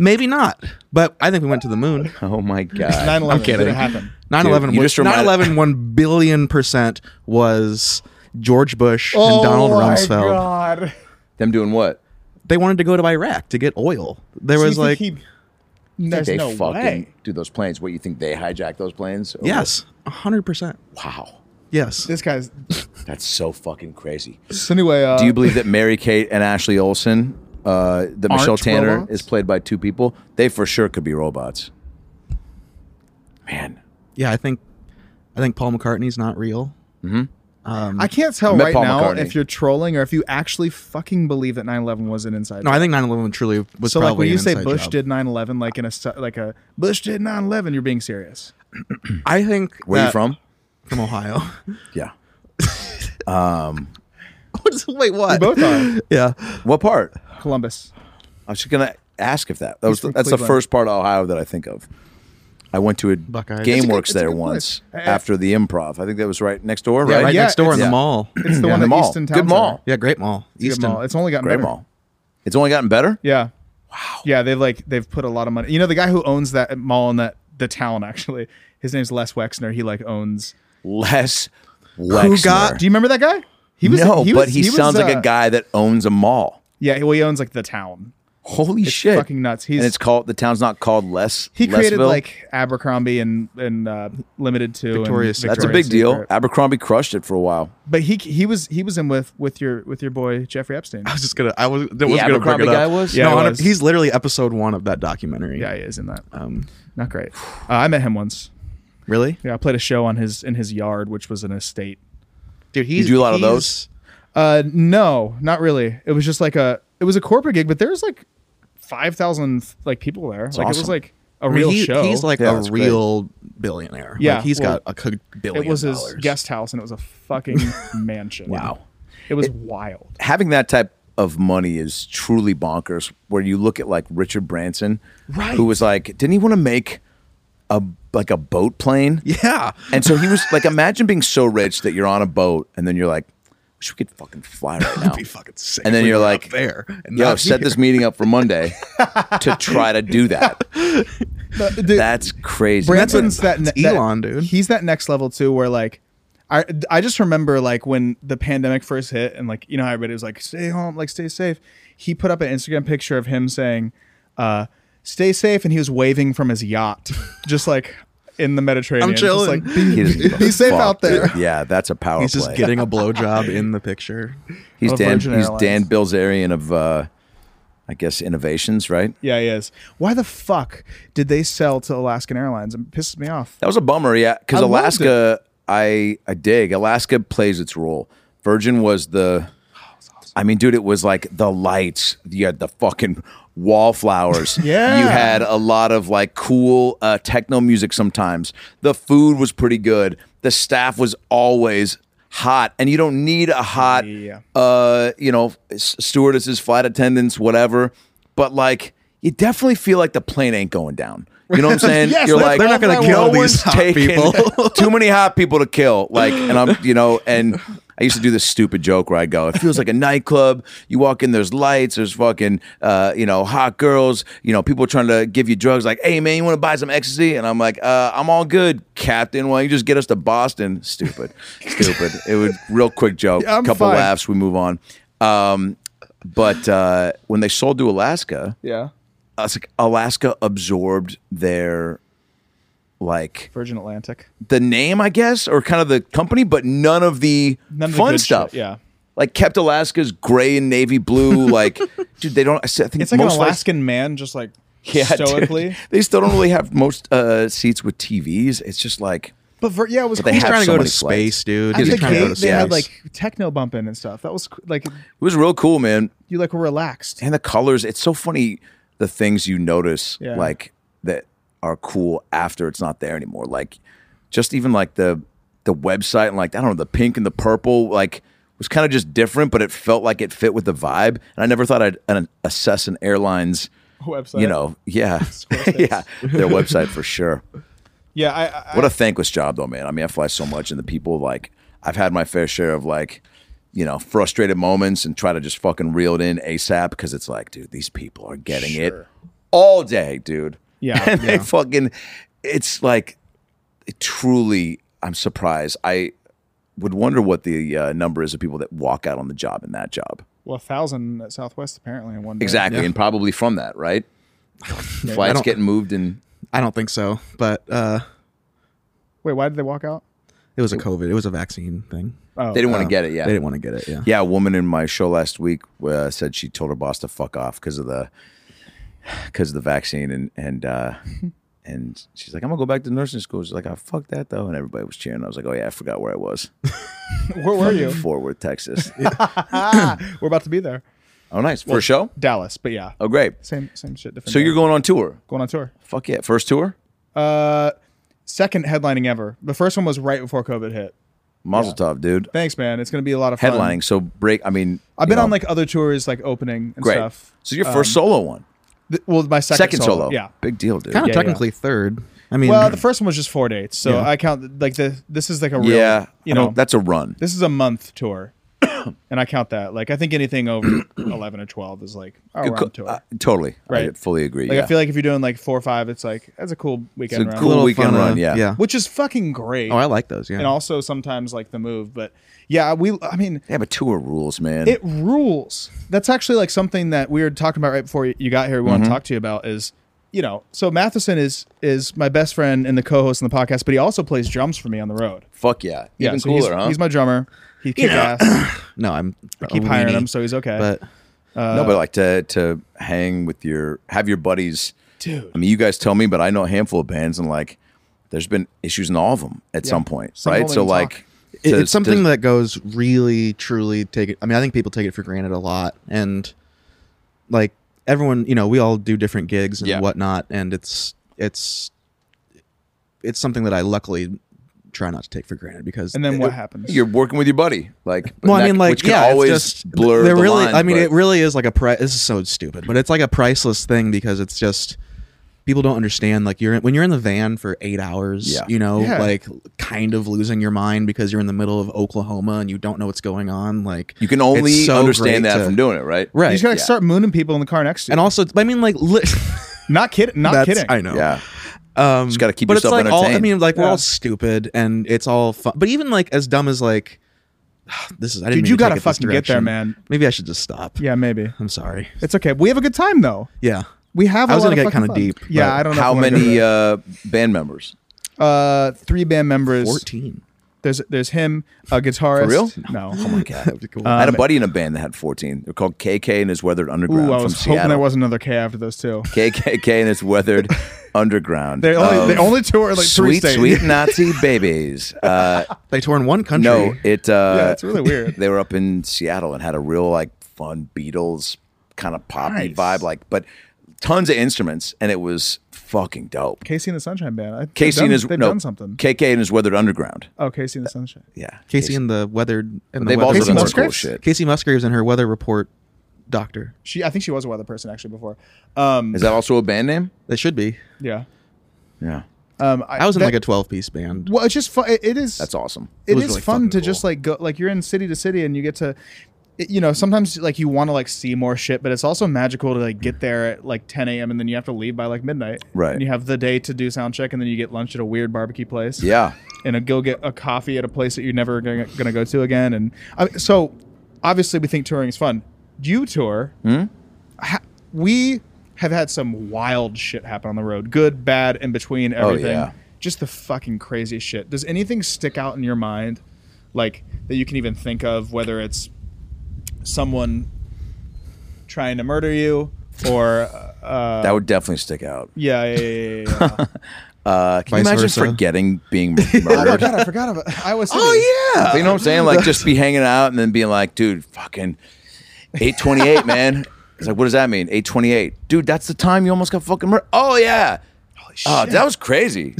S3: Maybe not, but I think we went to the moon.
S4: Oh my god.
S2: 9 11
S3: kidding.
S2: didn't happen.
S3: 9/11
S4: you
S3: was
S4: just reminded-
S3: 9/11 1 billion percent was George Bush and
S2: Oh
S3: Donald
S2: my
S3: Rumsfeld.
S2: God.
S4: Them doing what?
S3: they wanted to go to Iraq to get oil. There
S2: So you
S3: was
S2: think
S3: like
S2: he- there's
S4: they
S2: no
S4: fucking
S2: way.
S4: do those planes. What you think they hijack those planes? Or-
S3: yes, hundred percent.
S4: Wow.
S3: Yes,
S2: This guy's.
S4: That's so fucking crazy.
S2: So anyway, uh,
S4: Do you believe that Mary Kate and Ashley Olsen, uh, that Michelle Tanner
S2: robots?
S4: is played by two people? They for sure could be robots. Man,
S3: yeah. I think I think Paul McCartney's not real.
S2: I can't tell
S4: I met
S2: right
S4: Paul
S2: now
S4: McCartney.
S2: if you're trolling or if you actually fucking believe that 9/11 was an inside.
S3: No, I think 9/11 truly was
S2: so
S3: probably
S2: like when
S3: an
S2: you say
S3: inside
S2: Bush
S3: job.
S2: did 9/11, like in a su- like a Bush did 9/11, you're being serious.
S3: I think
S4: where
S3: that-
S4: you from?
S3: From Ohio.
S4: Yeah.
S3: What is- Wait,
S4: Uh,
S3: what?
S2: Both are
S3: Yeah,
S4: What part?
S2: Columbus.
S4: I was just gonna ask if that. That was
S2: from
S4: that's the
S2: Cleveland.
S4: first part of Ohio that I think of. I went to a
S3: Buckeye. It's a
S2: good-
S4: GameWorks
S2: it's a
S4: there
S2: good
S4: once
S2: place. Uh,
S4: after the improv. I think that was right next door,
S3: yeah,
S4: right?
S3: right,
S2: yeah,
S3: next door in
S4: it's-
S3: the mall.
S2: It's the
S3: yeah.
S2: one
S4: the
S2: at
S4: mall.
S2: Easton
S4: Good
S2: Town. Center.
S4: mall.
S3: Yeah, great mall.
S2: It's a good
S3: Easton.
S2: mall. It's only gotten
S4: Great
S2: better.
S4: mall. It's only gotten better.
S2: Yeah. Wow. Yeah, they've like they've put a lot of money. You know, the guy who owns that mall and that the town actually, his name's Les Wexner. He like owns.
S4: Les Wexner.
S3: got-
S2: Do you remember that guy? He
S4: no,
S2: he
S4: but he,
S2: was,
S4: sounds like
S2: uh,
S4: a guy that owns a mall.
S2: Yeah, well, he owns like the town.
S4: Holy shit!
S2: fucking nuts. He's-
S4: and it's called the town's not called Les.
S2: He created
S4: Lesville.
S2: like Abercrombie and and uh, Limited to and
S3: Victoria's Secret.
S4: that's a big
S2: Victoria's
S4: deal.
S2: Secret.
S4: Abercrombie crushed it for a while.
S2: But he he was he was in with with your with your boy Jeffrey Epstein.
S3: I was just gonna. I was. That
S4: The
S3: was gonna bring
S4: Abercrombie
S3: it up.
S4: guy was?
S2: Yeah,
S3: no,
S2: he
S3: hon-
S2: was.
S3: he's literally episode one of that documentary.
S2: Yeah, he is in that.
S3: Um,
S2: Not great. Uh, I met him once.
S3: really,
S2: Yeah, I played a show on his in his yard, which was an estate.
S3: dude. He's,
S4: do a lot of
S3: he's-
S4: those?
S2: Uh, no, not really. It was just like a it was a corporate gig, but there was like five thousand like people there. like it was
S4: awesome.
S2: like a
S3: I mean,
S2: real
S3: he-
S2: show.
S3: He's like
S4: Yeah,
S3: a
S4: that's great.
S3: real billionaire.
S2: Yeah,
S3: like, he's
S2: well,
S3: got a co- billion.
S2: it was his
S3: dollars.
S2: guest house, and it was a fucking mansion.
S4: Wow.
S2: it was wild.
S4: having that type of money is truly bonkers. Where you look at like Richard Branson,
S3: Right.
S4: who was like, didn't he want to make a like a boat plane?
S3: Yeah,
S4: And so he was like, imagine being so rich that you're on a boat and then you're like, wish we could fucking fly right now.
S3: That'd be fucking sick.
S4: and then
S3: if we
S4: you're
S3: were
S4: like,
S3: up there. And
S4: Yo,
S3: not
S4: set
S3: here.
S4: this meeting up for Monday to try to do that. That's crazy.
S2: Branson's that,
S3: It's
S2: that-
S3: Elon, dude.
S2: He's that next level too, where like. I, I just remember like when the pandemic first hit and like you know how everybody was like stay home like stay safe he put up an instagram picture of him saying uh stay safe and he was waving from his yacht just like in the mediterranean just,
S3: chilling.
S2: like, be,
S4: He doesn't give a
S2: be safe
S4: fuck,
S2: out there
S4: dude. Yeah, that's a power
S3: He's
S4: play.
S3: just getting a blowjob in the picture.
S4: he's
S2: of
S4: Dan.
S2: Virgin
S4: He's Dan
S2: Airlines.
S4: Bilzerian of, uh, I guess, innovations. Right.
S2: yeah he is why the fuck did they sell to alaskan airlines it pisses me off
S4: That was a bummer, yeah. Because
S2: I loved
S4: Alaska, I I dig. Alaska plays its role. Virgin was the. I mean, dude, it was like the lights. You had the fucking wallflowers.
S2: Yeah.
S4: You had a lot of like cool uh, techno music sometimes. The food was pretty good. The staff was always hot. And you don't need a hot,
S2: Yeah.
S4: uh, you know, s- stewardesses, flight attendants, whatever. But like, you definitely feel like the plane ain't going down. You know what I'm saying?
S2: Yes,
S4: You're like,
S2: that's They're not gonna all I
S3: kill
S4: no
S3: want. these
S4: one's
S3: hot
S4: taking
S3: people.
S4: too many hot people to kill. Like, and I'm, you know, and I used to do this stupid joke where I go, it feels like a nightclub. You walk in, there's lights, there's fucking, uh, you know, hot girls, you know, people trying to give you drugs. Like, hey man, you want to buy some ecstasy? And I'm like, uh, I'm all good, Captain. Why don't you just get us to Boston? Stupid, stupid. It was real quick joke,
S2: Yeah, I'm
S4: couple
S2: fine.
S4: laughs, we move on. Um, but uh, when they sold to Alaska,
S2: yeah
S4: Alas- uh, Alaska absorbed their like
S2: virgin atlantic
S4: the name, I guess, or kind of the company, but none of the
S2: None of the
S4: fun
S2: good
S4: stuff.
S2: shit, yeah.
S4: Like kept Alaska's gray and navy blue. Like, dude, they don't. I s- I think
S2: it's like
S4: most
S2: an
S4: flights-
S2: alaskan man just like
S4: yeah, dude.
S2: stoically
S4: they still don't really have most uh, seats with TVs. It's just like
S2: but vir- yeah it was
S4: But they
S2: cool.
S3: He's
S4: have
S3: trying to
S4: so
S3: go to
S4: many flights.
S3: space, dude.
S2: At
S4: He's
S2: the
S3: He's trying to go
S2: gate,
S3: to
S2: they had
S3: space.
S2: like techno bumping and stuff. That was c- like
S4: it was real cool, man.
S2: you like were relaxed.
S4: And the colors. It's so funny the things you notice
S2: Yeah.
S4: like that are cool after it's not there anymore. Like just even like the the website and like I don't know the pink and the purple like was kind of just different, but it felt like it fit with the vibe. And I never thought I'd an, assess an airline's
S2: Website.
S4: you know yeah
S2: Squarespace.
S4: yeah their website for sure.
S2: Yeah, I, I,
S4: What a thankless job, though, man. I mean, I fly so much, and the people like I've had my fair share of like, you know, frustrated moments, and try to just fucking reel it in asap because it's like, dude, these people are getting it all day, dude.
S2: Yeah,
S4: and they fucking, it's like, it truly, I'm surprised. I would wonder what the uh, number is of people that walk out on the job in that job.
S2: well, a thousand at Southwest apparently in one day.
S4: Exactly, and probably from that, right? Flights
S3: don't-
S4: getting moved and
S3: I don't think so, but uh,
S2: Wait, why did they walk out?
S3: it was a COVID. It was a vaccine thing.
S2: Oh,
S4: they didn't want
S3: Um,
S4: to get it. Yeah,
S3: they didn't want to get it. Yeah,
S4: Yeah, a woman in my show last week uh, said she told her boss to fuck off because of the because of the vaccine, and and uh, and she's like, I'm gonna go back to nursing school. She's like, I fucked that though, and everybody was cheering. I was like, Oh yeah, I forgot where I was.
S2: where were you?
S4: Fort Worth, Texas.
S2: We're about to be there.
S4: oh nice, for a show.
S2: Dallas, but yeah,
S4: Oh great.
S2: same same shit. Different.
S4: So
S2: day.
S4: you're going on tour?
S2: going on tour.
S4: Fuck yeah, first tour.
S2: Uh, second headlining ever. The first one was right before COVID hit.
S4: Mazel tov, dude.
S2: Thanks, man. It's gonna be a lot of fun.
S4: Headlining. So break. I mean,
S2: I've
S4: you
S2: been
S4: know,
S2: on like other tours, like opening and
S4: great.
S2: stuff.
S4: So your first solo one,
S2: Th- well, my second,
S4: second solo.
S2: Yeah.
S4: big deal, dude.
S3: kind of
S2: yeah.
S3: technically third. I mean,
S2: Well, the first one was just four dates, so
S3: Yeah.
S2: I count like the this is like a real,
S4: yeah, I
S2: you know,
S4: don't- that's a run.
S2: this is a month tour, and I count that. Like I think anything over eleven or twelve is like oh, we're on tour.
S4: Uh, totally, I
S2: Right.
S4: fully agree.
S2: like
S4: yeah.
S2: I feel like if you're doing like four or five, it's like that's a cool weekend.
S4: a
S2: round.
S4: cool weekend
S3: fun, uh,
S4: run, yeah.
S3: yeah.
S2: which is fucking great.
S3: Oh, I like those. Yeah,
S2: and also sometimes like the move, but yeah, we. I mean,
S4: Yeah, but tour rules, man.
S2: it rules. That's actually like something that we were talking about right before you got here. We want to talk to you about is you know so Matheson is is my best friend and the co-host on the podcast, but he also plays drums for me on the road.
S4: Fuck yeah.
S2: Yeah,
S4: Even
S2: so
S4: cooler,
S2: he's,
S4: huh?
S2: he's my drummer. He kicks ass.
S3: no, I'm I
S2: Keep hiring him, so he's okay.
S3: but Uh,
S4: no, but like to to hang with your have your buddies.
S2: Dude.
S4: I mean, you guys tell me, but I know a handful of bands, and like, there's been issues in all of them at some point,
S2: Some
S4: right?
S2: won't
S4: So
S2: even
S4: like,
S2: talk.
S3: it-
S4: to-
S3: it's something
S4: to-
S3: that goes really, truly take it. I mean, I think people take it for granted a lot, and like everyone, you know, we all do different gigs and
S4: Yeah.
S3: whatnot, and it's it's it's something that I luckily try not to take for granted because
S2: and then what
S3: it-
S2: happens?
S4: you're working with your buddy. Like,
S3: Well, I
S4: that-
S3: mean, like,
S4: which can
S3: yeah,
S4: always
S3: it's just
S4: blur.
S3: They're
S4: the
S3: really,
S4: line,
S3: I mean,
S4: but-
S3: it really is like a price. This is so stupid, but it's like a priceless thing because it's just people don't understand. Like you're when you're in the van for eight hours,
S4: Yeah.
S3: you know,
S2: Yeah.
S3: like kind of losing your mind because you're in the middle of Oklahoma and you don't know what's going on. Like
S4: you can
S3: it's
S4: only
S3: so
S4: understand
S3: great
S4: that
S3: to-
S4: from doing it, right?
S2: you
S3: right.
S2: just gotta like,
S4: yeah.
S2: start mooning people in the car next to you.
S3: and also, I mean, like, li-
S2: not kidding. Not
S3: that's-
S2: kidding.
S3: I know.
S4: Yeah.
S3: Um,
S4: Just gotta keep
S3: but
S4: yourself
S3: it's like all, I
S4: entertained.
S3: mean, like we're
S2: Yeah.
S3: all stupid and it's all fun. But even like as dumb as like this is. I didn't
S2: Dude,
S3: mean to
S2: you
S3: take
S2: gotta
S3: it this
S2: fucking get there,
S3: direction.
S2: man.
S3: Maybe I should just stop.
S2: Yeah, maybe.
S3: I'm sorry.
S2: It's okay. We have a good time though.
S3: Yeah.
S2: We have. I
S3: I was
S2: lot
S3: gonna get
S2: of fucking
S3: kinda
S2: fun.
S3: deep,
S2: Yeah,
S3: but-
S2: I don't know
S4: How
S2: if I wanna go
S4: many
S2: there.
S4: uh, band members?
S2: Uh, three band members.
S3: 14.
S2: There's there's him, a guitarist.
S4: For real?
S2: No. Oh
S3: That'd be cool.
S4: I had a buddy in a band that had 14. They're called KK and his Weathered Underground
S2: Um, Ooh, I
S4: from
S2: was
S4: Seattle.
S2: hoping there was another K after those two.
S4: KKK and its Weathered Underground.
S2: They only
S4: of
S2: they only tour like three
S4: Oh. sweet,
S2: states.
S4: sweet Nazi babies. Uh,
S3: they tour in one country.
S4: no, it. Uh,
S2: Yeah, it's really weird.
S4: They were up in Seattle and had a real like fun Beatles kind of poppy
S2: Nice.
S4: vibe, like but tons of instruments, and it was fucking dope.
S2: Casey and the Sunshine Band. I, they've
S4: Casey
S2: done,
S4: and his
S2: they've
S4: no,
S2: done something.
S4: KK and his Weathered Underground.
S2: Oh, Casey and the Sunshine.
S4: Yeah,
S3: Casey and the weathered. And
S4: They've
S3: the weather
S4: also
S2: Casey
S4: done some
S3: report.
S4: cool
S2: Musgraves?
S4: shit.
S3: Casey Musgraves and her weather report doctor.
S2: She, I think she was a weather person actually before. Um,
S4: Is that also a band name?
S3: They should be.
S2: yeah.
S4: Yeah,
S2: Um, I,
S3: I was in
S2: that-
S3: like a 12 piece band.
S2: Well, it's just fun. It, it is.
S4: that's awesome.
S2: It
S3: was
S2: is
S3: really
S2: fun
S3: fucking
S2: to just
S3: cool.
S2: like go like you're in city to city and you get to it- you know sometimes like you want to like see more shit but it's also magical to like get there at like 10 a.m and then you have to leave by like midnight
S4: Right.
S2: and you have the day to do sound check and then you get lunch at a weird barbecue place
S4: Yeah,
S2: and a, go get a coffee at a place that you're never gonna, gonna go to again and I, so obviously we think touring is fun you tour ha- we have had some wild shit happen on the road good bad in between everything
S4: yeah.
S2: just the fucking craziest shit does anything stick out in your mind like that you can even think of whether it's someone trying to murder you or uh,
S4: that would definitely stick out.
S2: yeah yeah yeah, yeah, yeah, yeah.
S4: Uh, can you
S3: Vice
S4: imagine
S3: versa.
S4: forgetting being
S2: oh my
S4: murdered?
S2: god i forgot about i was
S4: Oh yeah. you know what I'm saying? Like just be hanging out and then being like, dude, fucking 828, man. It's like, what does that mean? 828. Dude, that's the time you almost got fucking murdered. Oh yeah. Oh, that was crazy.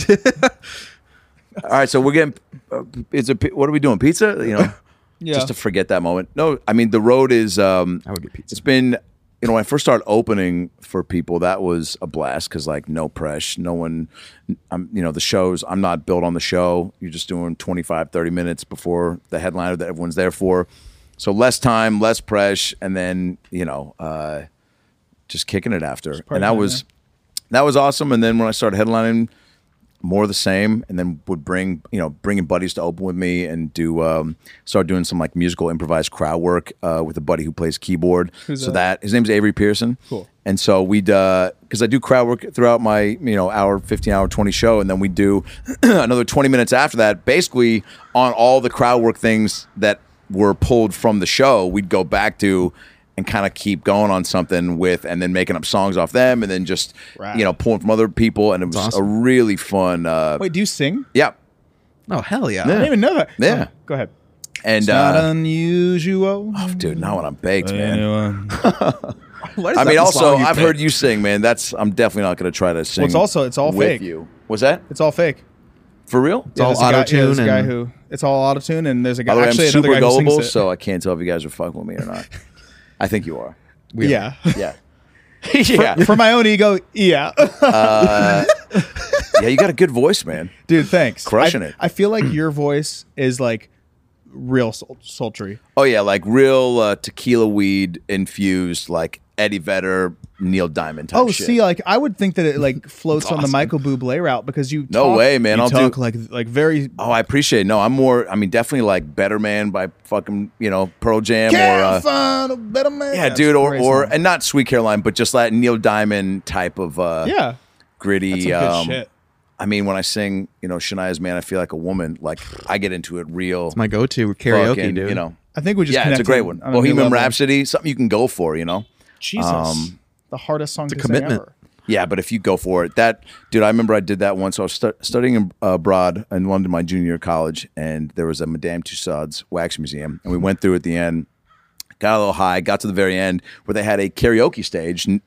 S4: All right, so we're getting uh, it's a pi- what are we doing? Pizza, you know,
S2: yeah.
S4: just to forget that moment. No, I mean the road is um
S3: I would get pizza.
S4: it's been you know when i first started opening for people that was a blast because like no press no one i'm you know the shows i'm not built on the show you're just doing 25 30 minutes before the headliner that everyone's there for so less time less press and then you know uh just kicking it after and that
S2: partying,
S4: was that was awesome and then when i started headlining more of the same, and then would bring you know bringing buddies to open with me and do um, start doing some like musical improvised crowd work uh, with a buddy who plays keyboard. so that? his name's Avery Pearson.
S2: Cool.
S4: And so we'd because I do crowd work throughout my you know hour, fifteen hour, twenty show, and then we do another twenty minutes after that, basically on all the crowd work things that were pulled from the show. We'd go back to and kind of keep going on something with, and then making up songs off them, and then just
S2: Rad.
S4: you know pulling from other people, and it was a really fun. Uh,
S2: Wait, do you sing?
S4: yeah,
S3: Oh hell yeah!
S2: I didn't even know that.
S4: Yeah.
S2: Oh, go ahead.
S4: and
S2: Not
S4: uh,
S2: unusual.
S4: dude, now when I'm baked, man.
S2: Anyone.
S3: What is
S4: I
S3: that
S4: mean,
S3: song
S4: also,
S3: you
S4: I've
S3: pick?
S4: heard you sing, man. That's I'm definitely not going to try to sing.
S2: also- it's all
S4: with
S2: fake.
S4: You was that
S2: It's all fake.
S4: for real?
S3: all
S2: There's a guy-
S3: auto-tune
S2: yeah, there's a guy
S3: and-
S2: who it's all auto tune, and there's a guy
S4: By the way, I'm
S2: actually another
S4: super
S2: guy who
S4: gullible,
S2: sings it.
S4: so I can't tell if you guys are fucking with me or not. I think you are.
S3: We are.
S2: yeah,
S4: Yeah. yeah.
S2: for my own ego, yeah,
S4: uh, yeah, you got a good voice, man.
S2: dude, thanks,
S4: Crushing
S2: I-
S4: it.
S2: I feel like your voice is like real sul- sultry.
S4: Oh yeah, like real uh, tequila weed infused, like Eddie Vedder, Neil Diamond type
S2: Oh,
S4: shit.
S2: see, like I would think that it like floats on the
S3: awesome.
S2: Michael Bublé route because you
S4: No
S2: talk-
S4: way, man,
S2: You
S4: I'll do-
S2: talk like like very
S4: Oh, I appreciate. it. No, I'm more. I mean, definitely like Better Man by fucking you know Pearl Jam or uh,
S2: can't find a better man.
S4: yeah,
S2: That's
S4: dude,
S2: a
S4: or
S2: great
S4: or
S2: song.
S4: and not Sweet Caroline, but just that Neil Diamond type of uh,
S2: yeah, that's
S4: gritty.
S2: some good
S4: um,
S2: shit.
S4: I mean, when I sing, you know, Shania's "Man," I feel like a woman. Like I get into it real
S3: my go-to karaoke,
S4: fucking,
S3: dude.
S4: You know,
S2: I think we just
S4: yeah, it's a
S2: connected
S4: great one.
S2: on a new
S4: Bohemian
S2: level.
S4: Rhapsody, something you can go for, you know.
S2: Jesus,
S4: Um,
S2: the hardest song to
S3: commitment.
S2: sing ever.
S4: Yeah, but if you go for it, that dude, I remember I did that once. I was stu- studying in- abroad in London, my junior year of college, and there was a Madame Tussauds wax museum, and we went through at the end, got a little high, got to the very end where they had a karaoke stage. n-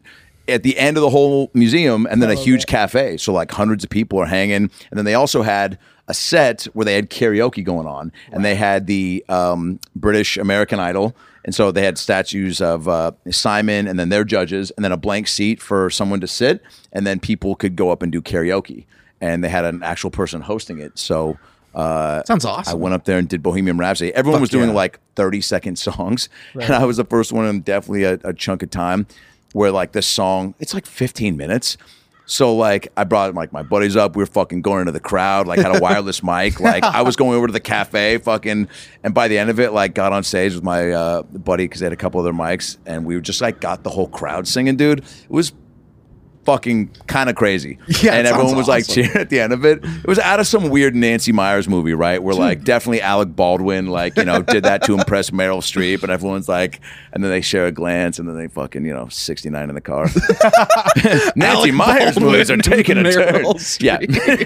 S4: At the end of the whole museum, and then a huge cafe. So, like, hundreds of people are hanging. And then they also had a set where they had karaoke going on, and they had the um, British American Idol, and so they had statues of uh, Simon and then their judges, and then a blank seat for someone to sit, and then people could go up and do karaoke, and they had an actual person hosting it. So uh,
S3: Sounds
S4: I
S3: awesome.
S4: went up there and did Bohemian Rhapsody. Everyone was doing
S3: yeah.
S4: like 30 second songs, and I was the first one in definitely a, a chunk of time where like this song, it's like 15 minutes. So like I brought like my buddies up, we were fucking going into the crowd, like had a wireless mic, like I was going over to the cafe, fucking, and by the end of it, like got on stage with my uh, buddy because they had a couple other mics, and we just like got the whole crowd singing, dude. It was fucking kind of crazy.
S3: Yeah,
S4: and
S3: it
S4: everyone
S3: sounds
S4: was like
S3: awesome.
S4: cheering at the end of it. It was out of some weird Nancy Myers movie, right? Where like definitely Alec Baldwin, like, you know, did that to impress Meryl Streep, and everyone's like, and then they share a glance, and then they fucking, you know, 69 in the car. Nancy
S3: Alec
S4: Myers
S3: Baldwin
S4: movies are
S3: and
S4: taking a turn.
S3: Meryl
S4: Yeah.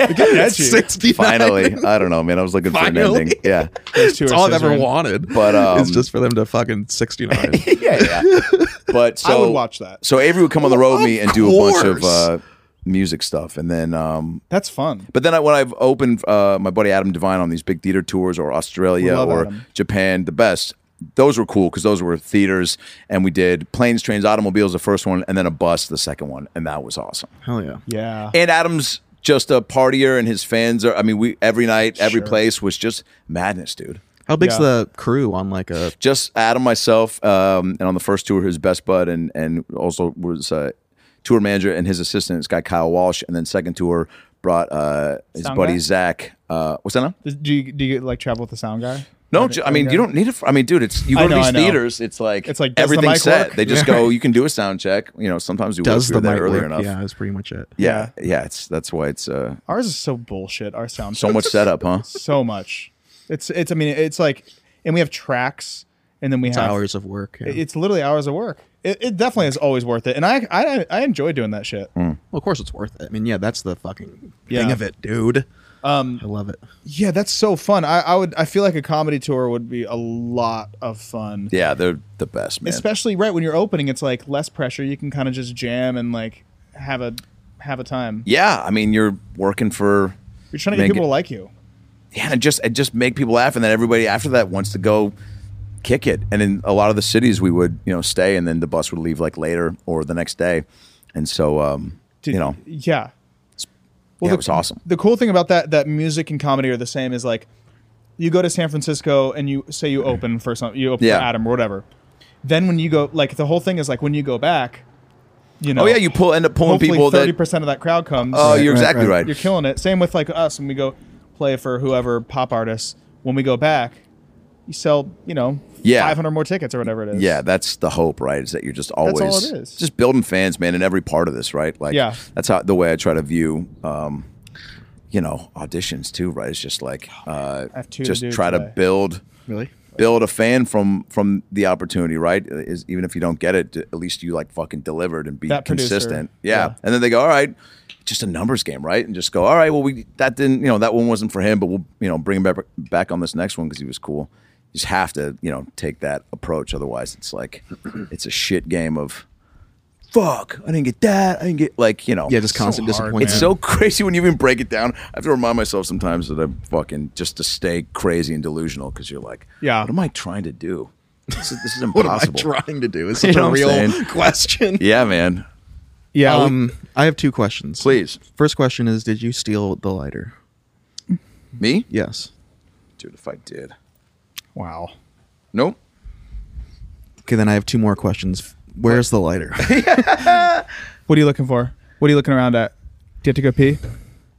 S2: That's you.
S3: Sixty-nine.
S4: Finally. I don't know, man. I was looking for
S3: Finally.
S4: an ending. Yeah.
S3: it's all I've ever
S2: Scissoring.
S3: wanted.
S4: But,
S3: it's
S4: um,
S3: just for them to fucking sixty-nine.
S4: yeah, yeah. But so
S2: I would watch that.
S4: So Avery would come on the road with me
S3: Of
S4: and do a bunch of
S3: course.
S4: uh, music stuff, and then um,
S2: That's fun.
S4: But then I, when I've opened uh, my buddy Adam Devine on these big theater tours or Australia
S2: We love
S4: or
S2: Adam.
S4: Japan, the best. Those were cool because those were theaters, and we did planes, trains, automobiles, the first one, and then a bus, the second one, and that was awesome.
S3: Hell yeah.
S2: Yeah.
S4: And Adam's just a partier, and his fans are. I mean, we every night, every
S2: Sure.
S4: place was just madness, dude.
S3: How big's
S2: Yeah.
S3: the crew on like a?
S4: Just Adam, myself, um, and on the first tour, his best bud, and and also was uh, tour manager and his assistant, this guy Kyle Walsh, and then second tour brought uh, his
S2: Sound
S4: buddy
S2: guy?
S4: Zach. Uh, what's that now?
S2: Do you do you like travel with the sound guy?
S4: No,
S2: Or
S4: ju-
S2: the-
S4: I mean
S2: or
S4: you
S2: the-
S4: don't need it. For, I mean, dude, it's you
S2: I
S4: go to
S2: know,
S4: these
S2: I know.
S4: theathers. It's like
S2: It's like, does the
S4: everything's
S2: mic
S4: set.
S2: work?
S4: They just go. You can do a sound check. You know, sometimes you
S3: Does
S4: will
S3: the
S4: that
S3: mic
S4: earlier
S3: work?
S4: enough.
S3: Yeah,
S4: Yeah.
S3: that's pretty much it.
S4: yeah, It's that's why it's uh,
S2: Ours is so bullshit. Our sound
S4: so much setup, huh?
S2: so much. It's it's. I mean, it's like, and we have tracks, and then we
S3: It's
S2: have
S3: hours of work. Yeah.
S2: It's literally hours of work. It, it definitely is always worth it, and I I, I enjoy doing that shit.
S4: Mm.
S3: well, of course it's worth it. I mean, yeah, that's the fucking thing
S2: Yeah.
S3: of it, dude. Um, I love it.
S2: Yeah, that's so fun. I, I would I feel like a comedy tour would be a lot of fun.
S4: Yeah, they're the best, man.
S2: Especially right when you're opening, it's like less pressure. You can kind of just jam and like have a have a time.
S4: yeah, I mean, you're working for
S2: You're trying to get
S4: Make
S2: people
S4: it-
S2: to like you.
S4: yeah, and just and just make people laugh, and then everybody after that wants to go kick it. And in a lot of the cities, we would you know stay, and then the bus would leave like later or the next day, and so um,
S2: Dude,
S4: you know,
S2: Yeah.
S4: yeah,
S2: Well, the-
S4: it was awesome.
S2: The cool thing about that that music and comedy are the same is like you go to San Francisco and you say you open for some you open
S4: Yeah.
S2: for Adam or whatever. Then when you go like the whole thing is like when you go back, you know.
S4: Oh yeah, you pull end up pulling
S2: hopefully
S4: people
S2: thirty
S4: that.
S2: percent of that crowd comes.
S4: Oh,
S3: Right,
S4: you're
S3: right,
S4: exactly
S3: right.
S4: right.
S2: you're killing it. Same with like us when we go play for whoever pop artists. When we go back, you sell you know
S4: Yeah.
S2: 500 more tickets or whatever it is.
S4: Yeah, that's the hope, right? Is that you're just always
S2: all it is.
S4: just building fans, man, in every part of this, right? Like,
S2: Yeah.
S4: that's how the way I try to view, um, you know, auditions too, right? It's just like, uh,
S2: Oh, I have two to
S4: just
S2: do
S4: try to
S2: today.
S4: build,
S3: Really?
S4: build a fan from from the opportunity, right? Is even if you don't get it, at least you like fucking delivered and be
S2: That producer,
S4: consistent. Yeah.
S2: yeah.
S4: and then they go, all right. Just a numbers game, right? And just go, all right. Well, we that didn't, you know, that one wasn't for him, but we'll, you know, bring him back back on this next one because he was cool. You just have to, you know, take that approach. Otherwise, it's like, it's a shit game of, fuck, I didn't get that. I didn't get like, you know,
S3: Yeah, just constant
S2: hard,
S3: disappointment.
S4: it's so crazy when you even break it down. I have to remind myself sometimes that I'm fucking just to stay crazy and delusional because you're like,
S2: Yeah.
S4: what am I trying to do? This is, this is
S3: What
S4: impossible.
S3: am I trying to do? It's such
S4: You know
S3: a
S4: what
S3: real
S4: I'm saying?
S3: question.
S4: yeah, man.
S2: Yeah. we-
S3: Um, I have two questions.
S4: Please,
S3: First question is, did you steal the lighter?
S4: me,
S3: Yes.
S4: dude. If I did,
S2: wow.
S4: nope.
S3: Okay, then I have two more questions. Where's the lighter?
S2: What are you looking for? What are you looking around at? Do you have to go pee?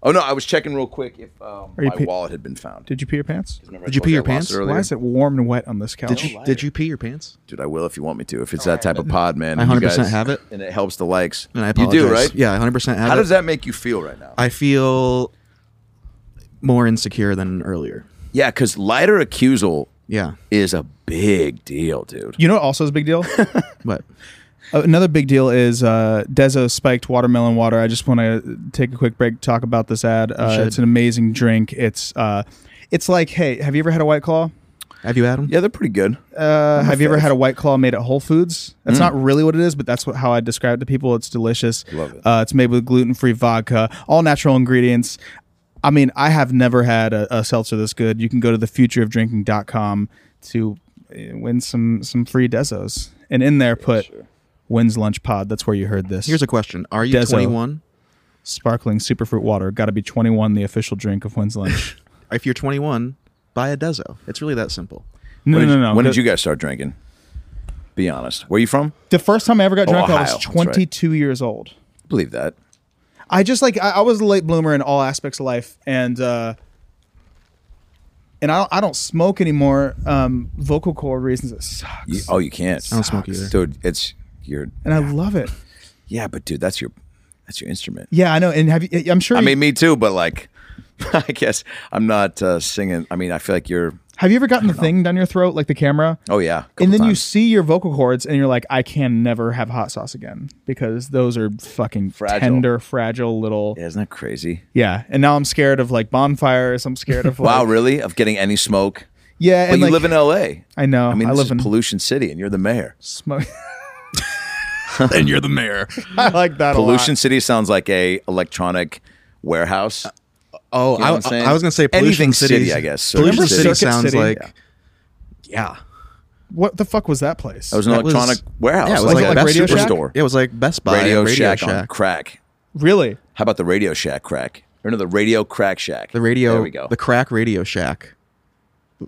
S4: Oh no, I was checking real quick if um,
S2: Are you
S4: my
S2: pe-
S4: wallet had been found.
S2: Did you pee your pants?
S4: Remember I
S3: Did you
S4: told
S3: pee your
S4: I lost
S3: pants?
S4: it earlier?
S2: Why is it warm and wet on this couch?
S3: did you did you pee your pants?
S4: Dude, I will if you want me to. If it's that type of pod, man,
S3: I
S4: you
S3: 100%
S4: guys-
S3: have it.
S4: and it helps the likes.
S3: And I apologize.
S4: You do, right?
S3: Yeah, I 100% have
S4: How
S3: it.
S4: does that make you feel right now?
S3: I feel more insecure than earlier.
S4: yeah, because lighter accusal
S3: Yeah.
S4: is a big deal, dude.
S2: You know what also is a big deal? Uh,
S3: But
S2: Another big deal is uh, Dezo spiked watermelon water. I just want to take a quick break to talk about this ad. Uh,
S3: should.
S2: it's an amazing drink. It's uh, it's like, hey, have you ever had a White Claw?
S3: have you, Adam?
S4: Yeah, they're pretty good.
S2: Uh, have you ever had a White Claw made at Whole Foods? That's not really what it is, but that's what, how I describe it to people. It's delicious.
S4: Mm. Love it.
S2: Uh, it's made with gluten-free vodka, all natural ingredients. I mean, I have never had a, a seltzer this good. You can go to thefutureofdrinking.com to uh, win some some free Dezos. And in there, put wins lunch pod. That's where you heard this.
S3: Here's a question. Are you
S2: Dezo.
S3: 21?
S2: sparkling superfruit water. Got to be 21, the official drink of wins lunch.
S3: If you're 21, buy a Dezo. It's really that simple.
S2: No,
S4: when
S2: no,
S4: did,
S2: no, no.
S4: When
S2: the,
S4: did you guys start drinking? Be honest. Where you from?
S2: The first time I ever got drunk, I
S4: Ohio,
S2: was
S4: that's right.
S2: 22 years old.
S4: Believe that.
S2: I just like I, I was a late bloomer in all aspects of life, and uh, and I don't, I don't smoke anymore. Um, vocal cord reasons it sucks,
S4: You, oh, you can't.
S3: I don't smoke either.
S4: Dude, it's your
S2: and I love it.
S4: yeah, but dude, that's your that's your instrument.
S2: Yeah, I know. And have you? I'm sure.
S4: I
S2: you-
S4: mean, me too, but like, I guess I'm not uh, singing. I mean, I feel like you're.
S2: have you ever gotten the thing down your throat, like the camera?
S4: Oh yeah. a couple
S2: and then you
S4: times.
S2: see your vocal cords, and you're like, I can never have hot sauce again because those are fucking
S4: Fragile.
S2: tender, fragile little.
S4: Yeah, isn't that crazy?
S2: Yeah, and now I'm scared of like bonfires. I'm scared of like,
S4: Wow, really? Of getting any smoke?
S2: Yeah,
S4: But
S2: and
S4: you
S2: like,
S4: live in L.A.
S2: I know.
S4: I mean,
S2: I
S4: this
S2: live
S4: is
S2: in
S4: pollution city, and you're the mayor.
S2: smoke.
S3: and you're the mayor.
S2: I like that
S4: Pollution
S2: A lot.
S4: city sounds like a electronic warehouse.
S3: Oh,
S4: You know
S3: I,
S4: what I'm saying?
S3: I was going to say Pollution
S4: Anything
S3: City,
S4: city, I guess.
S3: Pollution
S4: Circuit
S3: City
S2: City.
S3: sounds
S2: Circuit City.
S3: like, yeah.
S2: What the fuck was that place?
S4: That was an
S3: That was-
S4: electronic warehouse.
S3: Yeah, it was like,
S4: a
S2: like Radio Shack?
S4: superstore.
S3: Yeah, it was like Best Buy.
S4: Radio,
S3: and
S4: Shack, on crack.
S2: really
S4: How about the Radio Shack crack? Or no, the Radio Crack Shack.
S3: The radio.
S4: There we go.
S3: The crack Radio Shack.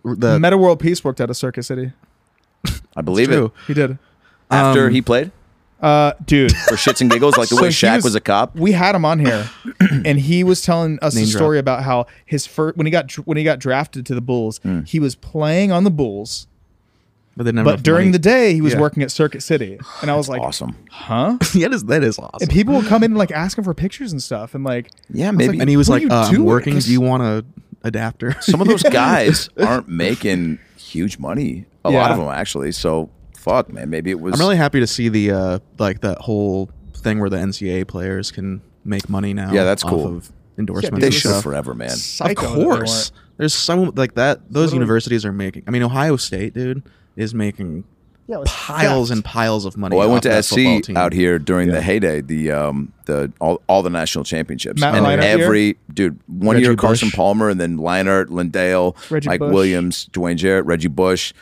S3: The,
S2: Meta World Peace worked out of Circus City.
S4: I believe
S3: true.
S4: it.
S2: He did.
S4: After
S3: Um,
S4: he played
S2: Uh, dude.
S4: for shits and giggles, like the way
S2: So he
S4: Shaq was, a cop.
S2: We had him on here, and he was telling us a
S3: Name drop.
S2: story about how his first when he got when he got drafted to the Bulls,
S3: Mm.
S2: he was playing on the Bulls,
S3: but, they never
S2: but
S3: have
S2: during
S3: money.
S2: the day he was
S3: Yeah.
S2: working at Circuit City, and I was like,
S4: Awesome.
S2: huh?
S3: yeah, that is, that is awesome.
S2: And people would come in and like ask him for pictures and stuff, and like,
S4: Yeah,
S2: I was
S4: maybe.
S3: and he was
S2: "What
S3: like,
S2: are you
S3: uh, "I'm
S2: doing?"
S3: working. Do you want a adapter?"
S4: Some of those guys aren't making huge money. A lot of
S2: Yeah.
S4: them actually. So fuck, man. Maybe it was.
S3: I'm really happy to see the uh, like that whole thing where the NCAA players can make money now.
S4: Yeah, that's
S3: off
S4: cool.
S3: Of endorsements.
S4: they
S3: and
S4: should
S3: stuff.
S4: forever, man.
S2: Psycho
S3: Of
S2: that they
S3: course,
S2: weren't.
S3: there's some like that. Those
S2: Literally.
S3: universities are making. I mean, Ohio State, dude, is making
S2: Yeah, it was
S3: piles
S2: theft.
S3: and piles of money.
S4: Well, Oh, I
S3: off
S4: went to
S3: that football
S4: SC
S3: team.
S4: out here during the heyday, the um, the all, all the national championships,
S2: Matt
S4: and
S2: Leinart
S4: every dude one
S3: Reggie
S4: year Carson
S3: Bush.
S4: Palmer, and then Leinart, Lindale,
S2: Reggie
S4: Mike
S2: Bush.
S4: Williams, Dwayne Jarrett, Reggie Bush,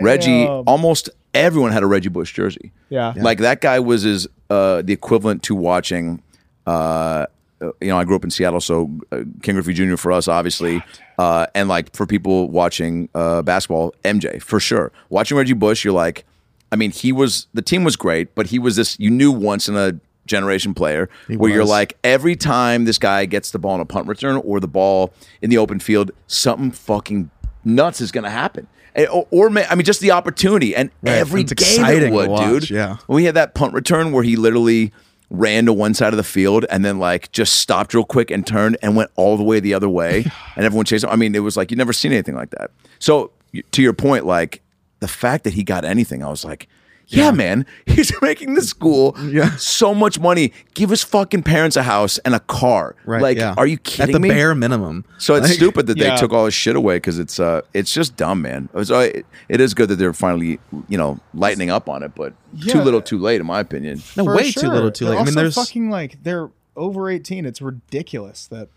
S4: Reggie.
S2: Damn.
S4: Almost everyone had a Reggie Bush jersey.
S2: Yeah. Yeah.
S4: like that guy was his uh, the equivalent to watching. Uh, uh, you know, I grew up in Seattle, so uh, King Griffey Jr. for us, obviously, uh, and like for people watching uh, basketball, MJ for sure. Watching Reggie Bush, you're like, I mean, he was the team was great, but he was this. You knew once in a generation player where you're
S3: was.
S4: like every time this guy gets the ball in a punt return or the ball in the open field, something fucking nuts is going to happen. And- Or, or ma- I mean, just the opportunity and every
S3: It's
S4: game it
S3: exciting to
S4: would,
S3: watch,
S4: dude.
S3: yeah.
S4: When we had that punt return where he literally ran to one side of the field and then like just stopped real quick and turned and went all the way the other way and everyone chased him. I mean, it was like you'd never seen anything like that. So y- to your point, like the fact that he got anything, I was like, yeah, man, he's making the school
S3: Yeah.
S4: so much money. Give his fucking parents a house and a car.
S3: Right.
S4: like,
S3: yeah.
S4: are you kidding
S3: At the
S4: me?
S3: bare minimum.
S4: So it's
S3: Like,
S4: stupid that
S2: yeah.
S4: they took all his shit away because it's uh it's just dumb, man. So it, it is good that they're finally you know lightening up on it, but
S2: Yeah.
S4: too little, too late, in my opinion.
S3: No,
S2: For
S3: way too
S2: sure.
S3: little, too
S2: They're
S3: late. I mean,
S2: also
S3: there's
S2: fucking like they're over eighteen. It's ridiculous that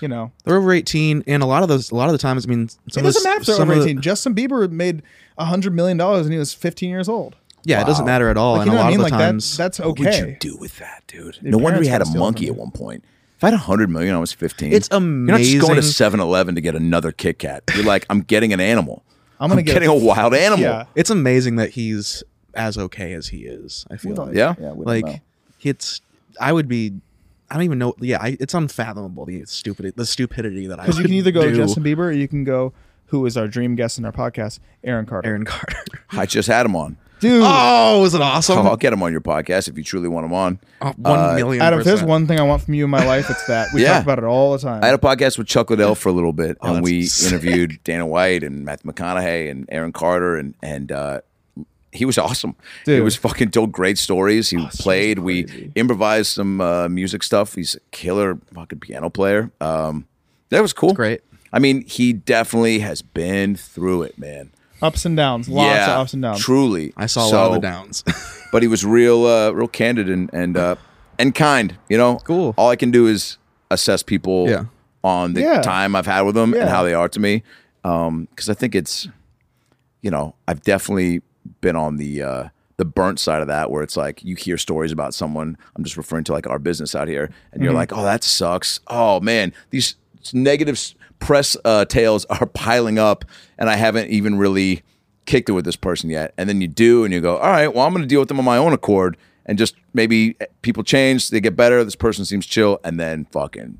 S2: you know
S3: they're over 18, and a lot of those, a lot of the times, I mean, some
S2: it
S3: of
S2: doesn't
S3: the-
S2: matter if they're
S3: some
S2: over
S3: of the-
S2: eighteen. Justin Bieber made hundred million dollars and he was fifteen years old.
S3: yeah, it doesn't matter at all.
S2: Like,
S3: and
S2: you know
S3: a lot
S2: what I mean?
S3: of
S2: Like
S3: the
S2: that-
S3: times,
S2: that's okay.
S4: What would you do with that, dude? no wonder he
S2: parents
S4: had
S2: gotta
S4: a
S2: steal
S4: monkey
S2: from
S4: at
S2: you.
S4: one point. If I had a hundred million, I was fifteen.
S3: It's
S4: You're not just going to
S3: amazing.
S4: 7-Eleven to get another Kit Kat. You're like, I'm getting an animal.
S2: I'm gonna get-
S4: getting a wild animal.
S2: Yeah.
S3: it's amazing that he's as okay as he is. I feel like.
S4: Yeah?
S2: yeah, we don't
S3: like
S2: know.
S3: it's I would be I don't even know yeah I, it's unfathomable the stupid the stupidity that I
S2: Because you can
S3: would
S2: either go
S3: do.
S2: Justin Bieber or you can go who is our dream guest in our podcast, Aaron Carter.
S3: Aaron Carter
S4: I just had him on.
S2: Dude,
S3: oh is it awesome
S2: Um,
S4: Oh, I'll get him on your podcast if you truly want him on.
S3: Oh,
S4: Uh,
S3: one million
S2: Adam, if there's
S3: percent.
S2: one thing I want from you in my life, it's that. We
S4: Yeah.
S2: talk about it all the time.
S4: I had a podcast with Chuck Liddell for a little bit, and
S3: Oh, that's
S4: we
S3: sick.
S4: interviewed Dana White and Matthew McConaughey and Aaron Carter, and and uh, he was awesome. He
S2: Dude.
S4: was fucking told great stories.
S3: Oh,
S4: He played. We improvised some uh, music stuff. He's a killer fucking piano player. Um, that was cool.
S3: great.
S4: I mean, he definitely has been through it, man.
S2: ups and downs, lots
S4: yeah,
S2: of ups and downs.
S4: Truly,
S3: I saw a lot of the
S4: So-
S3: downs
S4: but he was real uh, real candid and and uh, and kind. You know,
S3: Cool.
S4: All I can do is assess people
S3: Yeah.
S4: on the
S2: Yeah.
S4: time I've had with them
S2: Yeah.
S4: and how they are to me, because I think it's, you know, I've definitely been on the. Uh, the burnt side of that, where it's like you hear stories about someone. I'm just referring to like our business out here, and you're like, "Oh, that sucks. Oh man, these negative s- press uh, tales are piling up, and I haven't even really kicked it with this person yet. And then you do, and you go, all right, well, I'm going to deal with them on my own accord. And just maybe eh, people change, they get better. This person seems chill. And then fucking,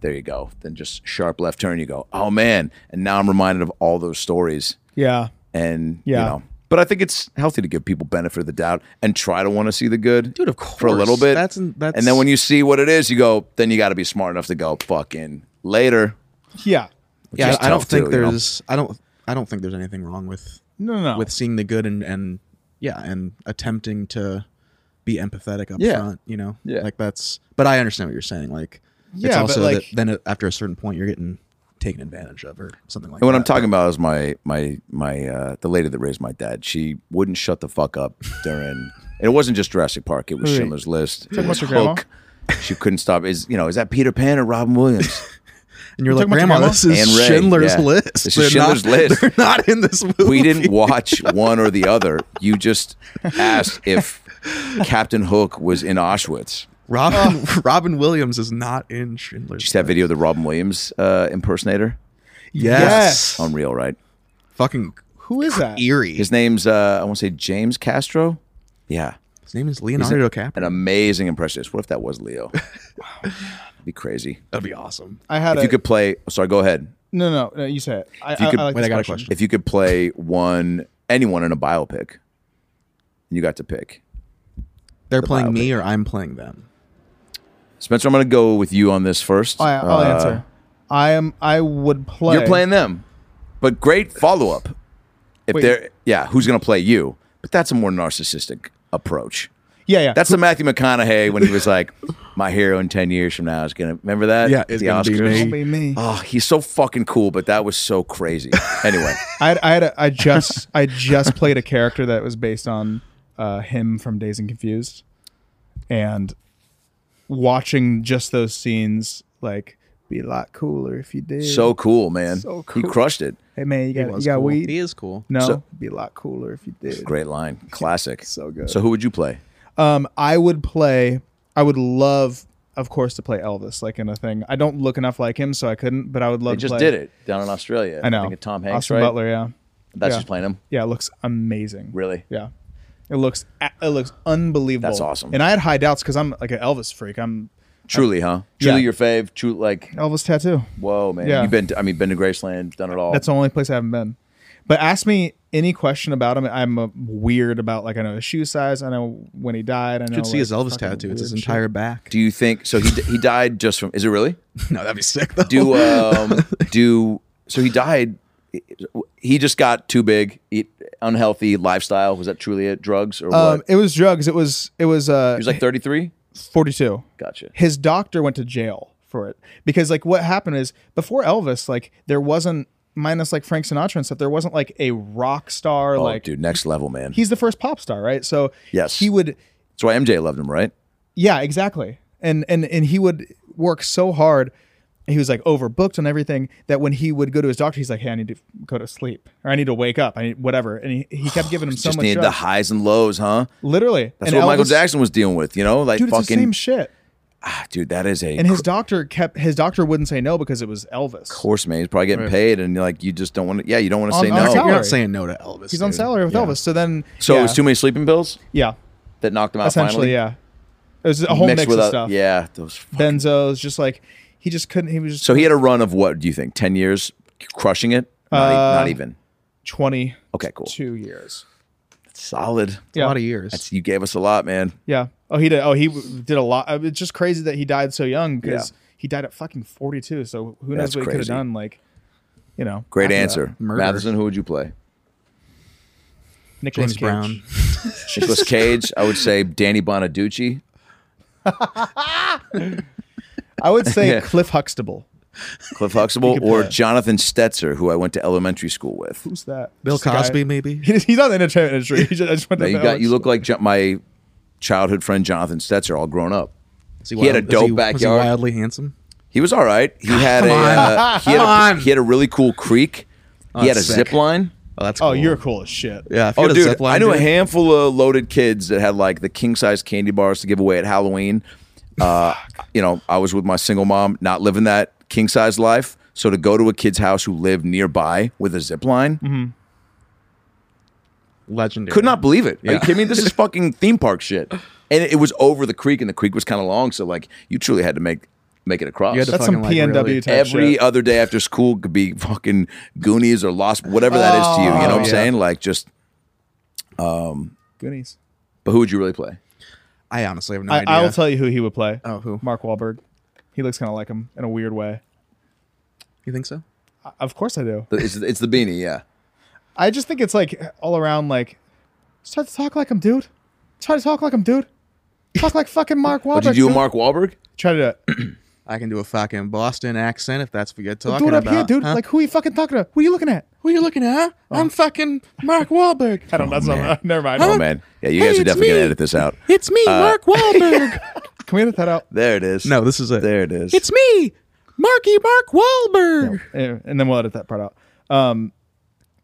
S4: there you go. Then just sharp left turn, you go, oh man. And now I'm reminded of all those stories.
S2: Yeah.
S4: And,
S2: Yeah.
S4: you know, but I think it's healthy to give people benefit of the doubt and try to want to see the good.
S3: Dude, of
S4: For a little
S3: course.
S4: bit.
S3: That's- that's-
S4: and then when you see what it is, you go, then you got to be smart enough to go, fucking later.
S2: Yeah.
S3: yeah
S4: is
S3: I don't
S4: tough,
S3: think
S4: too, you know?
S3: there's I don't I don't think there's anything wrong with
S2: No, no, no.
S3: with seeing the good and and yeah and attempting to be empathetic up
S4: Yeah.
S3: front you know
S4: Yeah.
S3: like that's but I understand what you're saying like it's
S2: Yeah, but
S3: also
S2: like-
S3: that then after a certain point you're getting taken advantage of or something like
S4: And what
S3: that
S4: I'm talking about is my my my uh, the lady that raised my dad. She wouldn't shut the fuck up during. and it wasn't just Jurassic Park. It was
S2: Wait.
S4: Schindler's List. It was
S2: about your grandma?
S4: Hook. She couldn't stop. Is you know is that Peter Pan or Robin Williams?
S3: And you're like,
S2: talking about your
S3: Grandma,
S2: mama?
S3: this is
S4: And Ray,
S3: Schindler's
S4: yeah.
S3: List.
S4: This is
S3: They're
S4: Schindler's
S3: not,
S4: List.
S3: They're not in this movie.
S4: We didn't watch one or the other. You just asked if Captain Hook was in Auschwitz.
S3: Robin
S2: Oh.
S3: Robin Williams is not in Schindler's.
S4: Just that video of the Robin Williams uh, impersonator.
S3: Yes.
S4: Unreal, right?
S3: Fucking
S2: Who is that?
S3: eerie. His,
S4: His name's uh, I want to say James Castro. Yeah,
S3: name is Leonardo DiCaprio.
S4: an amazing impressionist. What if that was Leo? Be crazy.
S3: That'd be awesome.
S2: I had
S4: if
S2: a.
S4: you could play oh, sorry go ahead
S2: no, no, no. You say it. I,
S4: you
S2: I,
S4: could-
S2: I like
S3: Wait,
S2: this
S3: I got a
S2: question.
S3: question.
S4: if you could play one anyone in a biopic and you got to pick
S3: They're playing
S4: biopic.
S3: me or I'm playing them.
S4: spencer i'm going to go with you on this first
S2: I, Oh, I'll
S4: Uh,
S2: answer. I am. I would play.
S4: you're playing them but great follow-up if
S2: Wait.
S4: they're yeah who's going to play you but that's a more narcissistic approach
S2: Yeah, yeah.
S4: that's the matthew mcconaughey when he was like my hero in 10 years from now is going to remember that
S3: Yeah, it's
S4: the
S3: gonna be
S4: oscars
S3: me.
S2: Don't be me.
S4: oh he's so fucking cool but that was so crazy anyway
S2: I had, I had a, I just I just played a character that was based on uh, him from Days and Confused, and watching just those scenes like be a lot cooler if you did.
S4: so cool man
S2: So
S4: he
S2: cool.
S4: crushed it
S2: hey man, you got you got
S3: cool.
S2: weed?
S3: He is cool.
S2: no,
S4: So-
S2: be a lot cooler if you did.
S4: Great line. Classic.
S2: So good.
S4: So who would you play?
S2: Um, I would play. I would love, of course, to play Elvis like in a thing. I don't look enough like him, so I couldn't. But I would love.
S4: They just
S2: to play.
S4: did it down in Australia.
S2: I know.
S4: think of Tom Hanks,
S2: Austin
S4: right?
S2: Butler, yeah,
S4: That's
S2: yeah.
S4: just playing him.
S2: yeah, it looks amazing.
S4: Really?
S2: Yeah. It looks a- it looks unbelievable.
S4: That's awesome.
S2: And I had high doubts because I'm like an Elvis freak. I'm
S4: Truly, huh?
S2: Yeah.
S4: Truly, your fave. True, like
S2: Elvis tattoo.
S4: whoa, man.
S2: Yeah.
S4: You've been. To, I mean, been to Graceland, done it all.
S2: That's the only place I haven't been. But ask me any question about him. I'm a weird about like I know his shoe size. I know when he died. I know
S3: should see
S2: like,
S3: his Elvis
S2: fucking
S3: tattoo. It's his
S2: weird shit.
S3: entire back.
S4: Do you think so? He d- he died just from. Is it really?
S3: no, that'd be sick though.
S4: Do
S2: Oh.
S4: um do so? He died. He just got too big. He, unhealthy lifestyle. Was that truly it? Drugs or what?
S2: Um, it was drugs. It was it was uh
S4: he was like 33.
S2: 42.
S4: Gotcha.
S2: His doctor went to jail for it because like what happened is before Elvis, like there wasn't minus like Frank Sinatra and stuff. There wasn't like a rock star.
S4: Oh,
S2: like
S4: dude, next level, man.
S2: he's the first pop star, right? So
S4: Yes.
S2: he would.
S4: That's why MJ loved him, right?
S2: Yeah, exactly. And and and he would work so hard. He was like overbooked and everything that when he would go to his doctor, he's like, "Hey, I need to go to sleep, or I need to wake up, I need whatever." And he, he kept giving him so
S4: just
S2: much.
S4: needed the
S2: drugs.
S4: highs and lows, huh?
S2: Literally,
S4: That's
S2: And
S4: what Michael
S2: Elvis-
S4: Jackson was dealing with, you know, like
S2: Dude, it's the
S4: fucking
S2: same shit.
S4: ah, dude. That is a
S2: And his
S4: cr-
S2: doctor kept his doctor wouldn't say no because it was Elvis.
S4: horse man. He's probably getting paid, and like you just don't want to. Yeah, you don't want to say
S2: on
S4: no.
S2: salary.
S3: You're not saying no to Elvis.
S2: He's on
S3: dude.
S2: salary with
S3: Yeah.
S2: Elvis. So then,
S4: So
S2: yeah,
S4: it was too Uh, many sleeping pills
S2: yeah,
S4: that knocked him out. finally?
S2: essentially, yeah. It was a whole mix
S4: with
S2: of
S4: a-
S2: stuff.
S4: Yeah, those. fu-
S2: benzos, just like he just couldn't. He was just
S4: So he had a run of what do you think? Ten years, crushing it. Not, e-
S2: Uh,
S4: not even.
S2: twenty
S4: Okay, cool.
S2: two years.
S4: Solid.
S2: Yeah,
S3: A lot of years.
S4: That's you gave us a lot, man.
S2: yeah. Oh, he did. Oh, he w- did a lot. I mean, It's just crazy that he died so young because
S4: Yeah.
S2: he died at fucking forty two. So who knows
S4: That's
S2: what he could have
S4: crazy.
S2: done? Like, you know,
S4: Great
S2: after
S4: answer,
S3: murder.
S4: Matheson. Who would you play?
S2: that. Nicholas
S3: James
S2: Cage.
S3: Brown.
S4: Nicholas Cage. I would say Danny Bonaducci.
S2: I would say Cliff Huxtable.
S4: Cliff Huxtable,
S2: could
S4: or
S2: play.
S4: Jonathan Stetzer, who I went to elementary school with.
S2: Who's that?
S3: Bill
S2: Just a guy-
S3: Cosby, maybe.
S2: He- He's on the entertainment industry. He just, I just went
S4: Now
S2: to
S4: you
S2: the
S4: got you
S2: Alex-
S4: look like Jo- my childhood friend Jonathan Stetzer, all grown up.
S3: Is
S4: He had a
S3: wild- is
S4: dope
S3: was
S4: backyard.
S3: he wildly handsome.
S4: He was all right. He had a uh, he had
S3: Come
S4: a,
S3: on.
S4: he had a really cool creek. he had a
S3: sick.
S4: zip line.
S3: Oh, that's.
S2: Oh,
S3: Cool.
S2: you're cool as shit.
S3: Yeah. If you
S4: Oh,
S3: had a
S4: dude,
S3: zip line,
S4: I knew a
S3: dude,
S4: handful of loaded kids that had like the king size candy bars to give away at Halloween. Uh, you know, I was with my single mom, not living that king size life. So to go to a kid's house who lived nearby with a zip line,
S3: Mm-hmm. Legendary.
S4: could not believe it. Are you
S3: Yeah.
S4: kidding me? This is fucking theme park shit. And it, it was over the creek, and the creek was kind of long, so like you truly had to make make it across.
S3: You had to
S2: That's some
S3: fucking, like,
S2: PNW
S3: really-
S2: type
S4: every
S2: shit.
S4: other day after school could be fucking Goonies or Lost, whatever that is to you. You know what I'm
S3: Oh, yeah.
S4: saying? Like just,
S2: Goonies.
S4: but who would you really play?
S3: I honestly have no
S2: I,
S3: idea.
S2: I'll tell you who he would play.
S3: Oh, who?
S2: Mark Wahlberg. He looks kind of like him in a weird way.
S3: you think so?
S2: I- Of course I do.
S4: The- It's, it's the beanie, yeah.
S2: I just think it's like all around like, just try to talk like him, dude. Try to talk like him, dude. Talk like fucking Mark
S4: Would
S2: Wahlberg.
S4: you do a
S2: dude.
S4: Mark Wahlberg?
S2: Try to do
S3: I can do a fucking Boston accent if that's what you're
S2: it,
S3: talking
S2: do it up
S3: about.
S2: here, dude.
S3: huh?
S2: Like who you fucking talking to? What are you looking at?
S3: who are you looking at? I'm fucking Mark Wahlberg.
S2: I don't. that's
S4: man.
S2: not. Never mind.
S4: Oh man, yeah, you guys
S3: Hey,
S4: are
S3: it's
S4: definitely
S3: me.
S4: gonna edit this out.
S3: It's me, Mark Wahlberg.
S2: Can we edit that out?
S4: There it is.
S3: Uh, no, this is it.
S4: there it is.
S3: It's me, Marky Mark Wahlberg.
S2: Eh, And then we'll edit that part out. Um,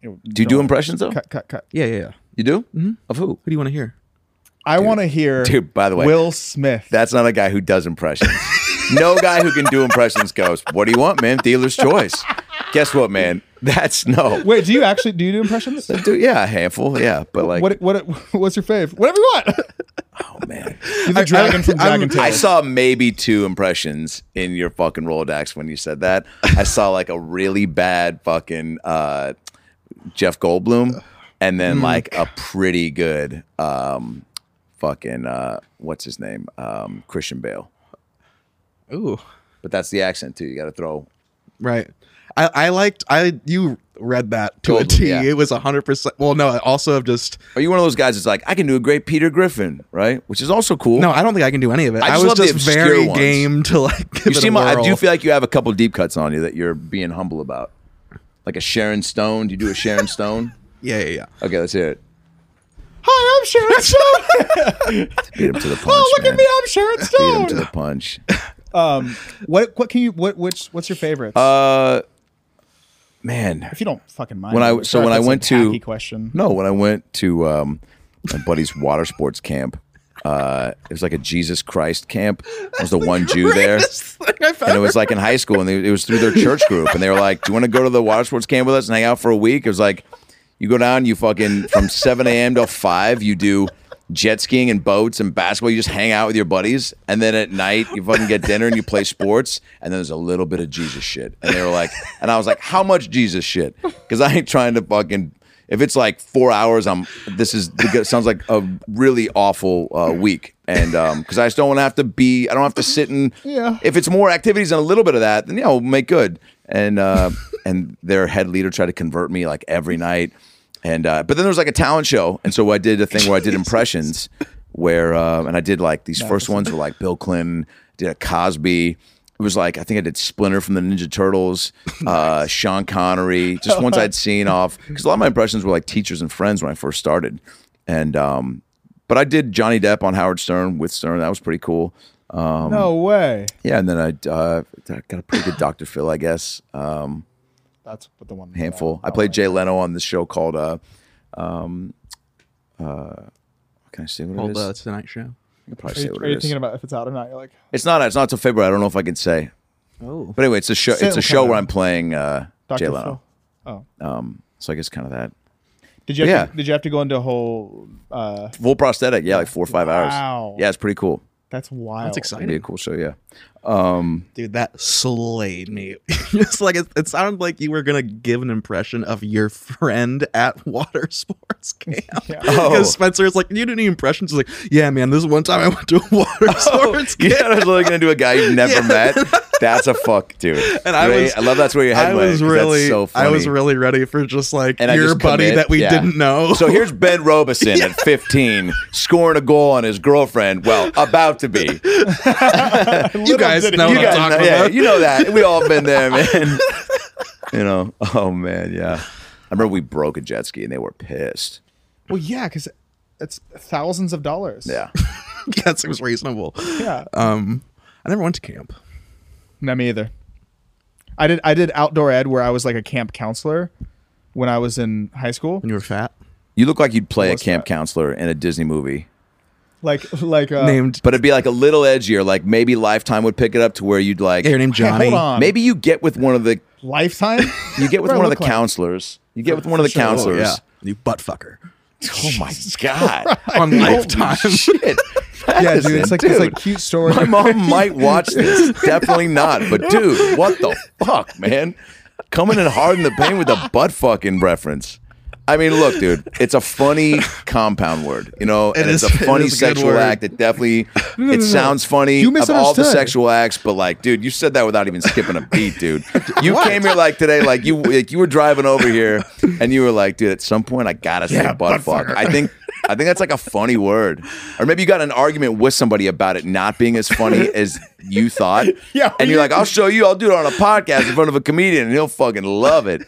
S4: do you do impressions though?
S2: cut, cut, cut.
S3: Yeah, yeah, yeah.
S4: You do? Mm-hmm. Of who?
S3: Who do you want to hear?
S2: I want to hear.
S4: Dude, by the way,
S2: Will Smith.
S4: That's not a guy who does impressions. no guy who can do impressions goes, What do you want, man? Dealer's choice. Guess what, man? That's no.
S2: Wait, do you actually do you do impressions?
S4: Dude, yeah, a handful. Yeah. But like,
S2: what what what's your fave? Whatever you want.
S4: oh, man.
S2: You're the dragon from Dragon Tales.
S4: I saw maybe two impressions in your fucking Rolodex when you said that. I saw like a really bad fucking uh, Jeff Goldblum and
S2: Mm.
S4: then like a pretty good um, fucking, uh, what's his name? Um, Christian Bale.
S3: Ooh,
S4: But that's the accent too. You got to throw
S3: right. I, I liked I you read that to a
S4: Totally,
S3: T.
S4: yeah.
S3: It was hundred percent. Well, no, I also have just
S4: Are you one of those guys that's like, I can do a great Peter Griffin, right? Which is also cool.
S3: no. I don't think I can do any of it.
S4: I
S3: I,
S4: just
S3: was
S4: love the
S3: just
S4: obscure
S3: very
S4: ones.
S3: game to like. Give
S4: you
S3: it a
S4: seem. like- I do
S3: whirl.
S4: feel like you have a couple deep cuts on you that you're being humble about, like a Sharon Stone. Do you do a Sharon Stone?
S3: Yeah, yeah, yeah.
S4: Okay, let's hear it.
S2: Hi, I'm Sharon Stone.
S4: Beat him to the punch.
S2: oh, look
S4: man.
S2: at me, I'm Sharon
S4: Beat him to
S2: Stone.
S4: the punch.
S2: Um, what what can you what which what's your favorite?
S4: Uh, man.
S2: if you don't fucking mind.
S4: when I-
S2: I'm
S4: so
S2: sorry
S4: when
S2: if
S4: I
S2: that's a
S4: went to-
S2: tacky question.
S4: No, when I went to um, my buddy's water sports camp, uh, it was like a Jesus Christ camp. I was the one Jew there.
S3: Greatest thing I've
S4: and it
S3: ever-
S4: was like in high school, and they, it was through their church group, and they were like, "Do you want to go to the water sports camp with us and hang out for a week?" It was like, You go down, you fucking from 7 a.m. till 5, you do jet skiing and boats and basketball. You just hang out with your buddies. And then at night, you fucking get dinner and you play sports. And then there's a little bit of Jesus shit. And they were like, and I was like, how much Jesus shit? Because I ain't trying to fucking. If it's like four hours, I'm. This is sounds like a really awful uh, week, and because I just don't want to have to be. I don't have to sit and.
S2: Yeah.
S4: If it's more activities and a little bit of that, then yeah, we'll make good. And uh, and their head leader tried to convert me like every night. And uh, but then there was like a talent show, and so I did a thing where I did impressions, where uh, and I did like these first ones were like Bill Clinton, did a Cosby. It was like I think I did Splinter from the Ninja Turtles, uh, Sean Connery, just ones I'd seen off because a lot of my impressions were like teachers and friends when I first started, and um, but I did Johnny Depp on Howard Stern with Stern. That was pretty cool. Um,
S2: No way.
S4: Yeah, and then I uh, got a pretty good Dr. Phil, I guess. Um,
S2: That's what the one.
S4: handful.
S3: Oh,
S4: I played Jay Leno on this show called uh, um, uh, can I say what
S3: Old
S4: it is?
S3: uh, Tonight Show.
S4: I can probably
S2: Are
S4: say
S2: you,
S4: what
S2: are
S4: it
S2: you
S4: is.
S2: thinking about if it's out or not? You're like,
S4: it's not. It's not till February. I don't know if I can say.
S3: Oh,
S4: But anyway, it's a show.
S2: Say it
S4: It's a
S2: will
S4: show
S2: come
S4: where
S2: out.
S4: I'm playing uh, Jay
S2: Dr.
S4: Leno.
S2: Phil. Oh,
S4: Um, so I guess kind of that
S2: did you? Have
S4: Yeah.
S2: to, did you have to go into a whole? Uh,
S4: full prosthetic. Yeah, like four or five
S2: Wow.
S4: hours. Yeah, it's pretty cool.
S2: that's wild.
S3: that's
S4: It'd be a
S3: exciting,
S4: cool show. Yeah.
S3: dude. That slayed me. Just like it, it sounded like you were gonna give an impression of your friend at water sports camp.
S2: Yeah.
S4: Oh.
S3: Because Spencer's like, you did any impressions? He's like, yeah, man. This one time I went to a water
S4: Oh,
S3: sports camp.
S4: Yeah, I was looking into a guy you've never met. That's a fuck, dude.
S3: And I
S4: Ray,
S3: was-
S4: I love that's where your head
S3: I
S4: went,
S3: was
S4: 'cause that's
S3: really,
S4: so funny.
S3: I was really ready for just like
S4: and I
S3: your
S4: just
S3: buddy
S4: commit.
S3: that we
S4: Yeah.
S3: didn't know.
S4: So here's Ben Robeson at 15 scoring a goal on his girlfriend. Well, about to be. You
S3: you guys know what I'm
S4: guys know,
S3: talking
S4: yeah,
S3: about.
S4: you know that. We all been there, man. you know. Oh man, yeah. I remember we broke a jet ski and they were pissed.
S2: Well, yeah, because it's thousands of dollars.
S4: Yeah.
S3: yeah, it seems reasonable.
S2: Yeah.
S3: Um, I never went to camp.
S2: Not me either. I did. I did outdoor ed where I was like a camp counselor when I was in high school.
S3: When you were fat,
S4: You look like you'd play a
S2: What's
S4: camp
S2: that?
S4: counselor in a Disney movie.
S2: Like like uh,
S3: named
S4: But it'd be like a little edgier, like maybe Lifetime would pick it up to where you'd like
S3: yeah, your name
S2: Hey,
S3: Johnny.
S2: hold on.
S4: maybe you get with one of the
S2: lifetime.
S4: you get with
S2: What do I
S4: one of the
S2: look like?
S4: counselors. You get with one of the
S3: Sure.
S4: counselors.
S3: Oh, yeah. You butt fucker.
S4: Oh my god!
S3: On
S4: Holy
S3: lifetime.
S4: shit.
S2: yeah, dude. It's like
S4: dude.
S2: it's like cute story.
S4: My mom might watch this. Definitely not. But dude, what the fuck, man? Coming in hard in the pain with a butt fucking reference. I mean, look, dude, it's a funny compound word, you know, and
S3: is-
S4: it's a
S3: it
S4: funny
S3: is a good
S4: sexual
S3: word.
S4: act. It definitely it sounds funny
S2: You
S4: of all the
S2: misunderstood.
S4: sexual acts, but like, dude, you said that without even skipping a beat, dude. You came here like today, like you like you were driving over here, and you were like, dude, at some point I gotta say butt fuck. I think I think that's like a funny word, or maybe you got in an argument with somebody about it not being as funny as you thought.
S2: Yeah,
S4: and you're like, I'll show you. I'll do it on a podcast in front of a comedian, and he'll fucking love it.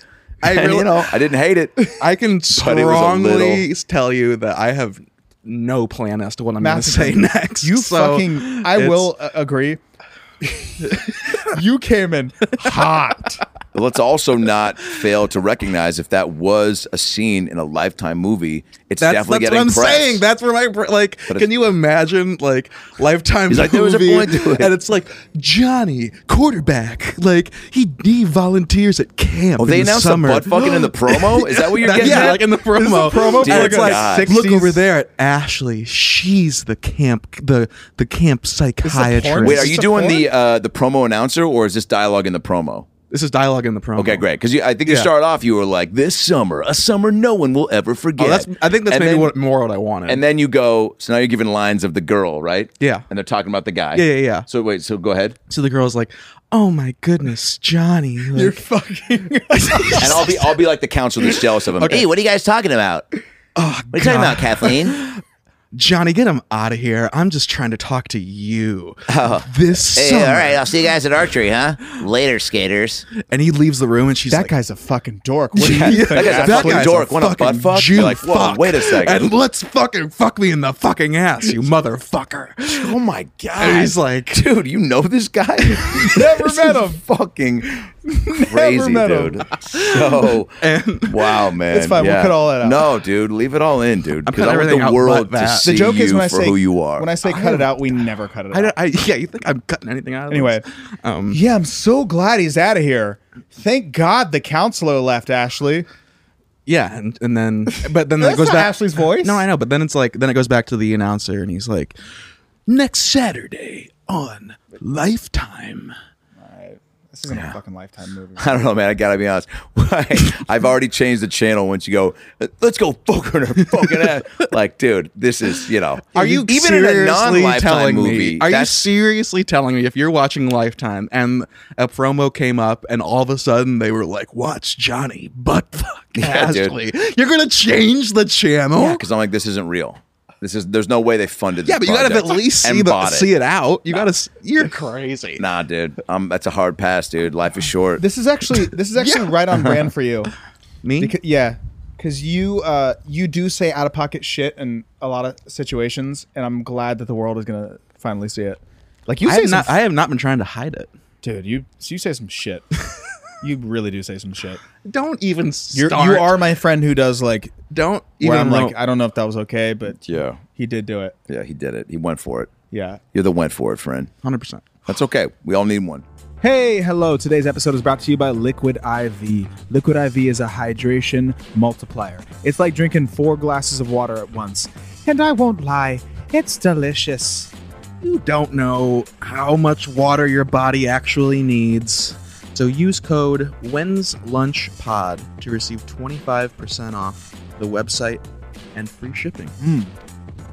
S3: I
S4: and,
S3: really-
S4: you know, I didn't hate it.
S3: I can
S4: But it was a
S3: strongly
S4: little-
S3: tell you that I have no plan as to what I'm going to
S2: Massive-
S3: say next.
S2: You
S3: so
S2: fucking. I
S3: it's-
S2: will uh, agree. you came in hot.
S4: But let's also not fail to recognize if that was a scene in a lifetime movie, it's
S3: That's,
S4: definitely
S3: that's what
S4: getting
S3: I'm
S4: press.
S3: saying. That's where my br- like.
S4: But
S3: Can
S4: it's-
S3: you imagine like lifetime
S4: He's like, "There was a
S3: movie,
S4: point to it."
S3: and it's like Johnny quarterback. Like he, he volunteers at camp.
S4: Oh, they
S3: in the
S4: announced
S3: summer.
S4: the butt fucking in the promo. Is that what you're
S3: That-
S4: getting?
S3: yeah,
S4: at?
S3: like in the promo.
S2: promo
S4: Dear
S3: and it's like,
S4: God.
S3: look
S2: 60s.
S3: over there at Ashley. She's the camp, the the camp psychiatrist.
S4: Wait,
S2: Is
S4: are
S2: this
S4: you
S2: a
S4: doing the
S2: porn?
S4: uh, the promo announcer or is this dialogue in the promo?
S3: This is dialogue in the promo.
S4: Okay, great. Because I think you
S3: Yeah.
S4: start off, you were like, "This summer, a summer no one will ever forget."
S3: Oh, that's. I think that's
S4: And
S3: maybe
S4: then-
S3: what more what I wanted.
S4: And then you go. So now you're giving lines of the girl, right?
S3: Yeah.
S4: And they're talking about the guy.
S3: Yeah, yeah, yeah.
S4: So wait. So go ahead.
S3: so the girl's like, "Oh my goodness, Johnny, like,
S2: You're fucking.
S4: And I'll be I'll be like the counselor that's jealous of him. Hey, what are you guys talking about?
S3: Oh,
S4: What are you talking about, Kathleen?
S3: Johnny, get him out of here. I'm just trying to talk to you
S4: Oh.
S3: this
S5: Hey,
S3: summer."
S5: all right, I'll see you guys at archery, huh? Later, skaters.
S3: And he leves the room, and she's
S2: That
S3: like,
S2: guy's a fucking dork. What do you
S3: Yeah,
S2: think?
S4: that guy's a fucking dork. Wanna butt fuck?
S3: Jew,
S4: You're like, whoa,
S3: fuck.
S4: wait a second.
S3: And let's fucking fuck me in the fucking ass, you motherfucker."
S4: oh my
S3: And
S4: god.
S3: he's like,
S4: Dude, you know this guy? Never met him. Fucking crazy,
S2: met him.
S4: dude. So wow, man.
S2: It's fine, we'll
S4: Yeah.
S2: cut all that out.
S4: No, dude, leave it all in, dude. Because
S3: cutting
S4: I want
S3: everything
S4: the
S3: out
S4: world
S3: but
S4: to
S3: that.
S4: see
S2: The joke
S4: you
S2: is when I
S4: for
S2: say
S4: who you are.
S2: When I say cut it out, we never cut it
S3: I,
S2: out.
S3: don't- I, "Yeah, you think I'm cutting anything out?" of
S2: Anyway,
S3: this? um,
S2: yeah, I'm so glad he's out of here. Thank God the counselor left, Ashley.
S3: yeah, and, and then but then it
S2: That's
S3: goes
S2: not
S3: back
S2: Ashley's voice.
S3: No, I know, but then it's like then it goes back to the announcer and he's like, next Saturday on Lifetime.
S2: This isn't a fucking lifetime movie.
S4: I don't know, man. I gotta be honest. I've already changed the channel once you go, let's go fucking her fucking ass. Like, dude, this is you know.
S3: Are you
S4: even in a
S3: seriously
S4: non-lifetime
S3: telling me-
S4: movie?
S3: Are you
S4: that's-
S3: seriously telling me if you're watching Lifetime and a promo came up and all of a sudden they were like, "Watch Johnny Butt Fuck
S4: Yeah, dude.
S3: Ashley," you're gonna change the channel?
S4: Yeah, because I'm like, this isn't real. This is there's no way they funded.
S3: Yeah,
S4: this
S3: but you gotta
S4: project
S3: at least
S4: and
S3: see the,
S4: bought it.
S3: see it out. You gotta. s- You're crazy.
S4: Nah, dude, um, that's a hard pass, dude. Life is short.
S2: This is actually this is actually right on brand for you.
S3: Me?
S2: Because, yeah, because you uh, you do say out of pocket shit in a lot of situations, and I'm glad that the world is gonna finally see it. Like you
S3: I
S2: say,
S3: have
S2: some,
S3: not. I have not been trying to hide it.
S2: dude, you you say some shit. you really do say some shit.
S3: Don't even
S2: You're,
S3: start.
S2: you are my friend who does like
S3: Don't even.
S2: where I'm
S3: ro-
S2: like I don't know if that was okay, but
S4: yeah,
S2: he did do it.
S4: yeah, he did it. He went for it.
S2: Yeah.
S4: You're the went for it friend.
S3: 100%.
S4: That's okay. We all need one.
S2: Hey, hello. Today's episode is brought to you by Liquid IV. Liquid IV is a hydration multiplier. It's like drinking four glasses of water at once. And I won't lie, it's delicious.
S3: You don't know how much water your body actually needs. So use code When's Lunch Pod to receive 25% off the website and free shipping.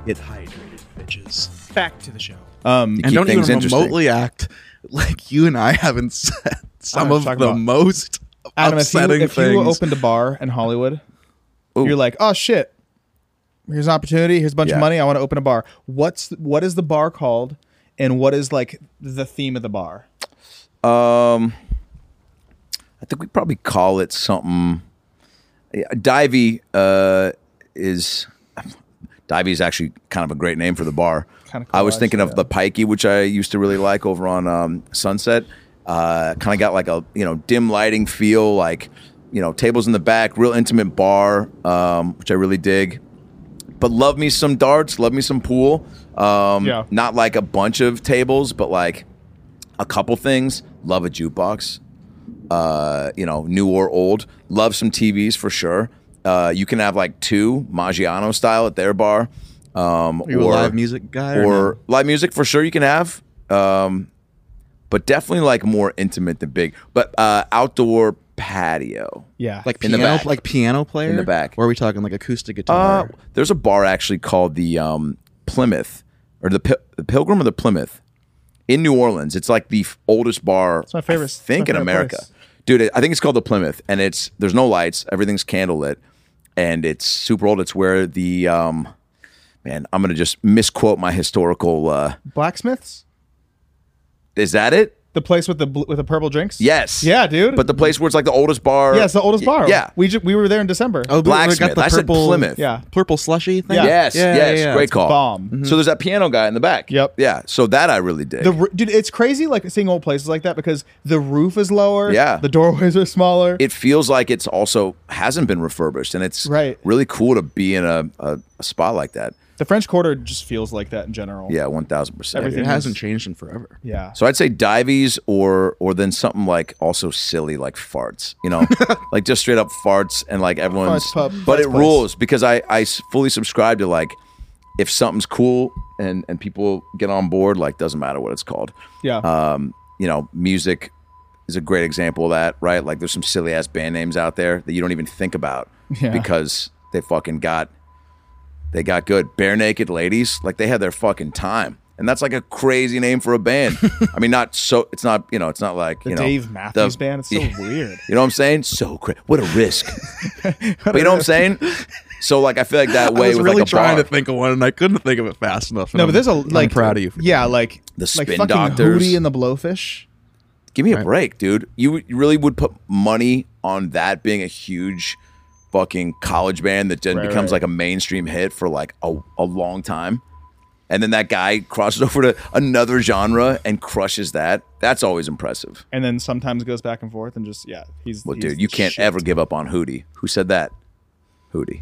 S3: Get hydrated, bitches.
S2: Back to the show.
S4: You
S3: and
S4: keep
S3: don't even
S4: things interesting.
S3: remotely act like you and I haven't said some
S2: know
S3: of
S2: what
S3: the
S2: you're talking about.
S3: most
S2: Adam, if you,
S3: upsetting
S2: if
S3: things.
S2: you opened a bar in Hollywood,
S4: Ooh.
S2: you're like, oh shit, here's an opportunity, here's a bunch
S4: Yeah.
S2: of money, I want to open a bar. What's what is the bar called, and what is like the theme of the bar?
S4: I think we probably call it something. Yeah, Divey uh, is Divey is actually kind of a great name for the bar.
S2: Kinda cool,
S4: I was thinking
S2: actually,
S4: of the Pikey, which I used to really like over on um, Sunset. Uh, kind of got like a you know dim lighting feel, like you know tables in the back, real intimate bar, um, which I really dig. But love me some darts, love me some pool. Um,
S2: Yeah.
S4: Not like a bunch of tables, but like a couple things. Love a jukebox uh, you know, new or old. Love some TVs for sure. Uh, you can have like two Maggiano style at their bar. Um,
S3: you a live music guy or
S4: or,
S3: no?
S4: live music for sure you can have. Um, but definitely like more intimate than big. But uh, outdoor patio.
S2: Yeah,
S3: like
S4: in the
S3: piano,
S4: back.
S3: like piano player
S4: In the back.
S3: Or are we talking like acoustic
S4: Uh,
S3: guitar?
S4: there's a bar actually called the um, Plymouth or the, Pil- the Pilgrim or the Plymouth in New Orleans. It's like the f- oldest bar. It's
S2: my favorite-
S4: I
S2: it's
S4: think
S2: my
S4: in
S2: favorite
S4: America,
S2: place.
S4: dude. it- I think it's called the Plymouth, and it's there's no lights. Everything's candlelit, and it's super old. It's where the um, man. I'm gonna just misquote my historical. Uh,
S2: blacksmiths,
S4: is that it?
S2: the place with the bl- with the purple drinks.
S4: Yes.
S2: Yeah, dude.
S4: But the place where it's like the oldest bar.
S2: yeah, it's the oldest bar.
S4: Yeah.
S2: we ju- we were there in December.
S3: Oh, we- we
S4: Blacksmith. I said Plymouth. Oh.
S2: yeah,
S3: purple slushy thing.
S2: Yeah.
S4: Yes.
S3: Uh, Yeah,
S4: yes.
S3: yeah, yeah.
S4: Great
S3: It's
S4: call.
S2: bomb.
S4: So there's that piano guy in the back.
S2: Yep.
S4: Yeah. So that I really dig.
S2: The r- dude, it's crazy like seeing old places like that because the roof is lower.
S4: Yeah.
S2: the doorways are smaller.
S4: it feels like it's also hasn't been refurbished and it's
S2: Right.
S4: really cool to be in a, a, a spot like that
S2: the French Quarter just feels like that in general.
S4: yeah 1000%
S2: Everything
S3: It hasn't
S2: is-
S3: changed in forever.
S2: yeah.
S4: so i'd say divies or or then something like also silly like farts you know like just straight up farts and like everyone's
S2: Farts pub,
S4: but
S2: farts
S4: it
S2: place.
S4: rules because i i s- fully subscribe to like if something's cool and and people get on board like doesn't matter what it's called
S2: Yeah.
S4: um, you know, music is a great example of that, right? Like there's some silly ass band names out there that you don't even think about
S2: Yeah.
S4: because they fucking got they got good. Bare naked ladies, like they had their fucking time. And that's like a crazy name for a band. I mean, not so. It's not you know. It's not like
S2: the
S4: you know
S2: Dave Matthews
S4: the-
S2: Band. It's so
S4: Yeah.
S2: weird.
S4: You know what I'm saying? So cra What a risk. but you know what I'm saying? So like, I feel like that way
S3: I was
S4: with
S3: really
S4: like a
S3: trying
S4: bar.
S3: to think of one, and I couldn't think of it fast enough.
S2: No, but there's a
S3: I'm
S2: like.
S3: proud of you. For
S2: Yeah, like
S4: The
S2: like
S4: Spin
S2: fucking
S4: Doctors.
S2: Hootie and the Blowfish.
S4: Give me a break, dude. You would- you really would put money on that being a huge fucking college band that then becomes like a mainstream hit for like a, a long time. And then that guy crosses over to another genre and crushes that. That's always impressive.
S2: And then sometimes goes back and forth and just yeah, he's
S4: Well,
S2: he's
S4: dude, you can't
S2: shit.
S4: ever give up on Hootie. Who said that? Hootie.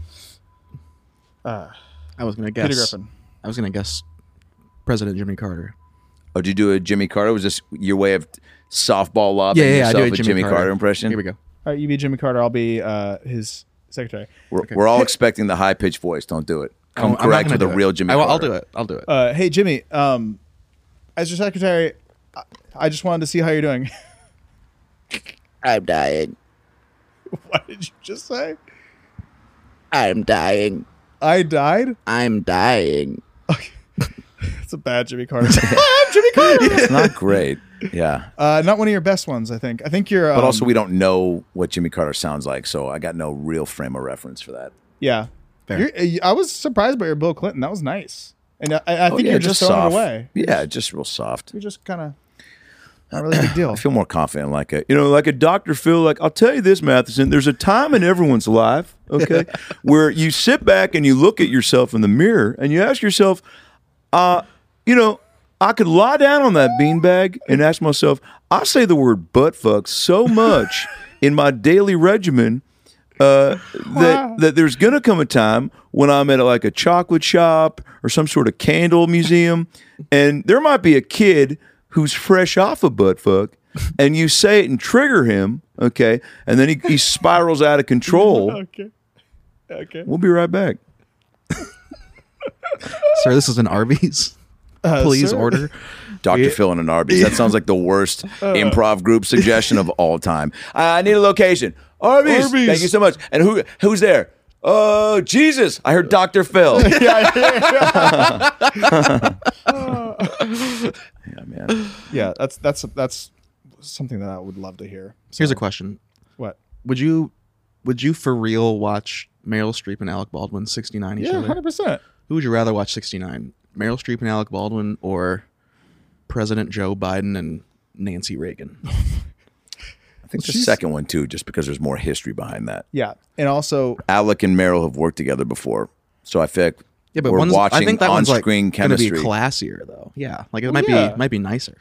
S3: I was gonna guess.
S2: Peter Griffin.
S3: I was gonna guess President Jimmy Carter.
S4: Oh, did you do a Jimmy Carter? Was this your way of softball lobbing yourself a Jimmy, Carter. impression?
S3: Here we go.
S2: All right, you be Jimmy Carter. I'll be uh, his secretary.
S4: We're, we're all expecting the high pitched voice. Don't do it. Come
S3: Oh, I'm not
S4: correct
S3: gonna
S4: with a
S3: do it.
S4: real Jimmy.
S3: I, will I'll
S4: Carter.
S3: do it. I'll do it.
S2: Uh, hey Jimmy, um, as your secretary, I, I just wanted to see how you're doing.
S5: I'm dying.
S2: what did you just say?
S5: I'm dying.
S2: I died.
S5: I'm dying.
S2: It's a bad Jimmy Carter. Ah, I'm Jimmy Carter.
S4: It's not great. Yeah.
S2: Uh, not one of your best ones, I think. I think you're. Um,
S4: But also, we don't know what Jimmy Carter sounds like, so I got no real frame of reference for that.
S2: yeah. You're, uh, I was surprised by your Bill Clinton. That was nice, and I, I I think
S4: Oh, yeah,
S2: you're just, throwing
S4: soft.
S2: it away.
S4: Yeah, just real soft.
S2: You're just kind of not really a big deal.
S4: I feel more confident, like a you know, like a Dr. Phil. Like I'll tell you this, Matheson. There's a time in everyone's life, okay, where you sit back and you look at yourself in the mirror and you ask yourself, uh, you know, I could lie down on that beanbag and ask myself. I say the word butt fuck so much in my daily regimen uh, that that there's gonna come a time when I'm at like a chocolate shop or some sort of candle museum, and there might be a kid who's fresh off a butt fuck, and you say it and trigger him, okay, and then he, he spirals out of control.
S2: okay. Okay.
S4: We'll be right back.
S3: Sir, this is an Arby's.
S2: Uh,
S3: Please
S2: sir,
S3: order.
S4: Dr. Phil and an Arby's. That sounds like the worst
S3: Uh.
S4: improv group suggestion of all time. I need a location. Arby's.
S2: Arby's.
S4: Thank you so much. And who who's there? Oh Jesus! I heard Dr. Phil. yeah, man.
S2: Yeah, that's that's that's something that I would love to hear.
S3: Here's a question.
S2: What?
S3: Would you would you for real watch Meryl Streep and Alec Baldwin 69 each
S2: Yeah,
S3: other?
S2: hundred percent.
S3: Who would you rather watch 69? Meryl Streep and Alec Baldwin or President Joe Biden and Nancy Reagan?
S4: I think the second one too, just because there's more history behind that.
S2: Yeah, and also
S4: Alec and Merrill have worked together before, so I think
S3: Yeah, but
S4: we're
S3: one's,
S4: watching
S3: I think that one's like
S4: on-screen
S3: going to be
S4: chemistry.
S3: classier though. Yeah, like it might
S2: yeah.
S3: be might be nicer.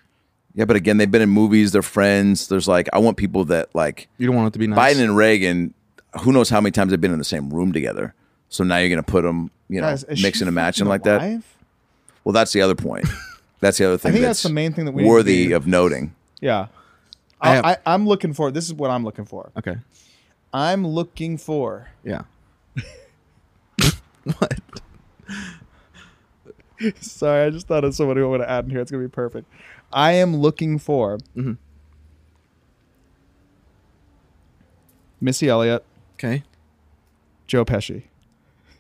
S4: yeah, but again, they've been in movies. They're friends. There's like, I want people that like
S3: You don't want it to be nice.
S4: Biden and Reagan, who knows how many times they've been in the same room together. So now you're going to put them, you know,
S2: guys, is she
S4: mixing and matching
S2: fucking
S4: like that.
S2: alive?
S4: Well, that's the other point. That's the other thing.
S2: think
S4: that's,
S2: that's the main thing that we need to
S4: worthy
S2: be-
S4: of noting.
S2: Yeah.
S3: I
S2: I
S3: have-
S2: I, I'm looking for. This is what I'm looking for.
S3: Okay.
S2: I'm looking for.
S3: Yeah. what?
S2: Sorry, I just thought of somebody I want to add in here. It's gonna be perfect. I am looking for Missy Elliott,
S3: Okay.
S2: Joe Pesci.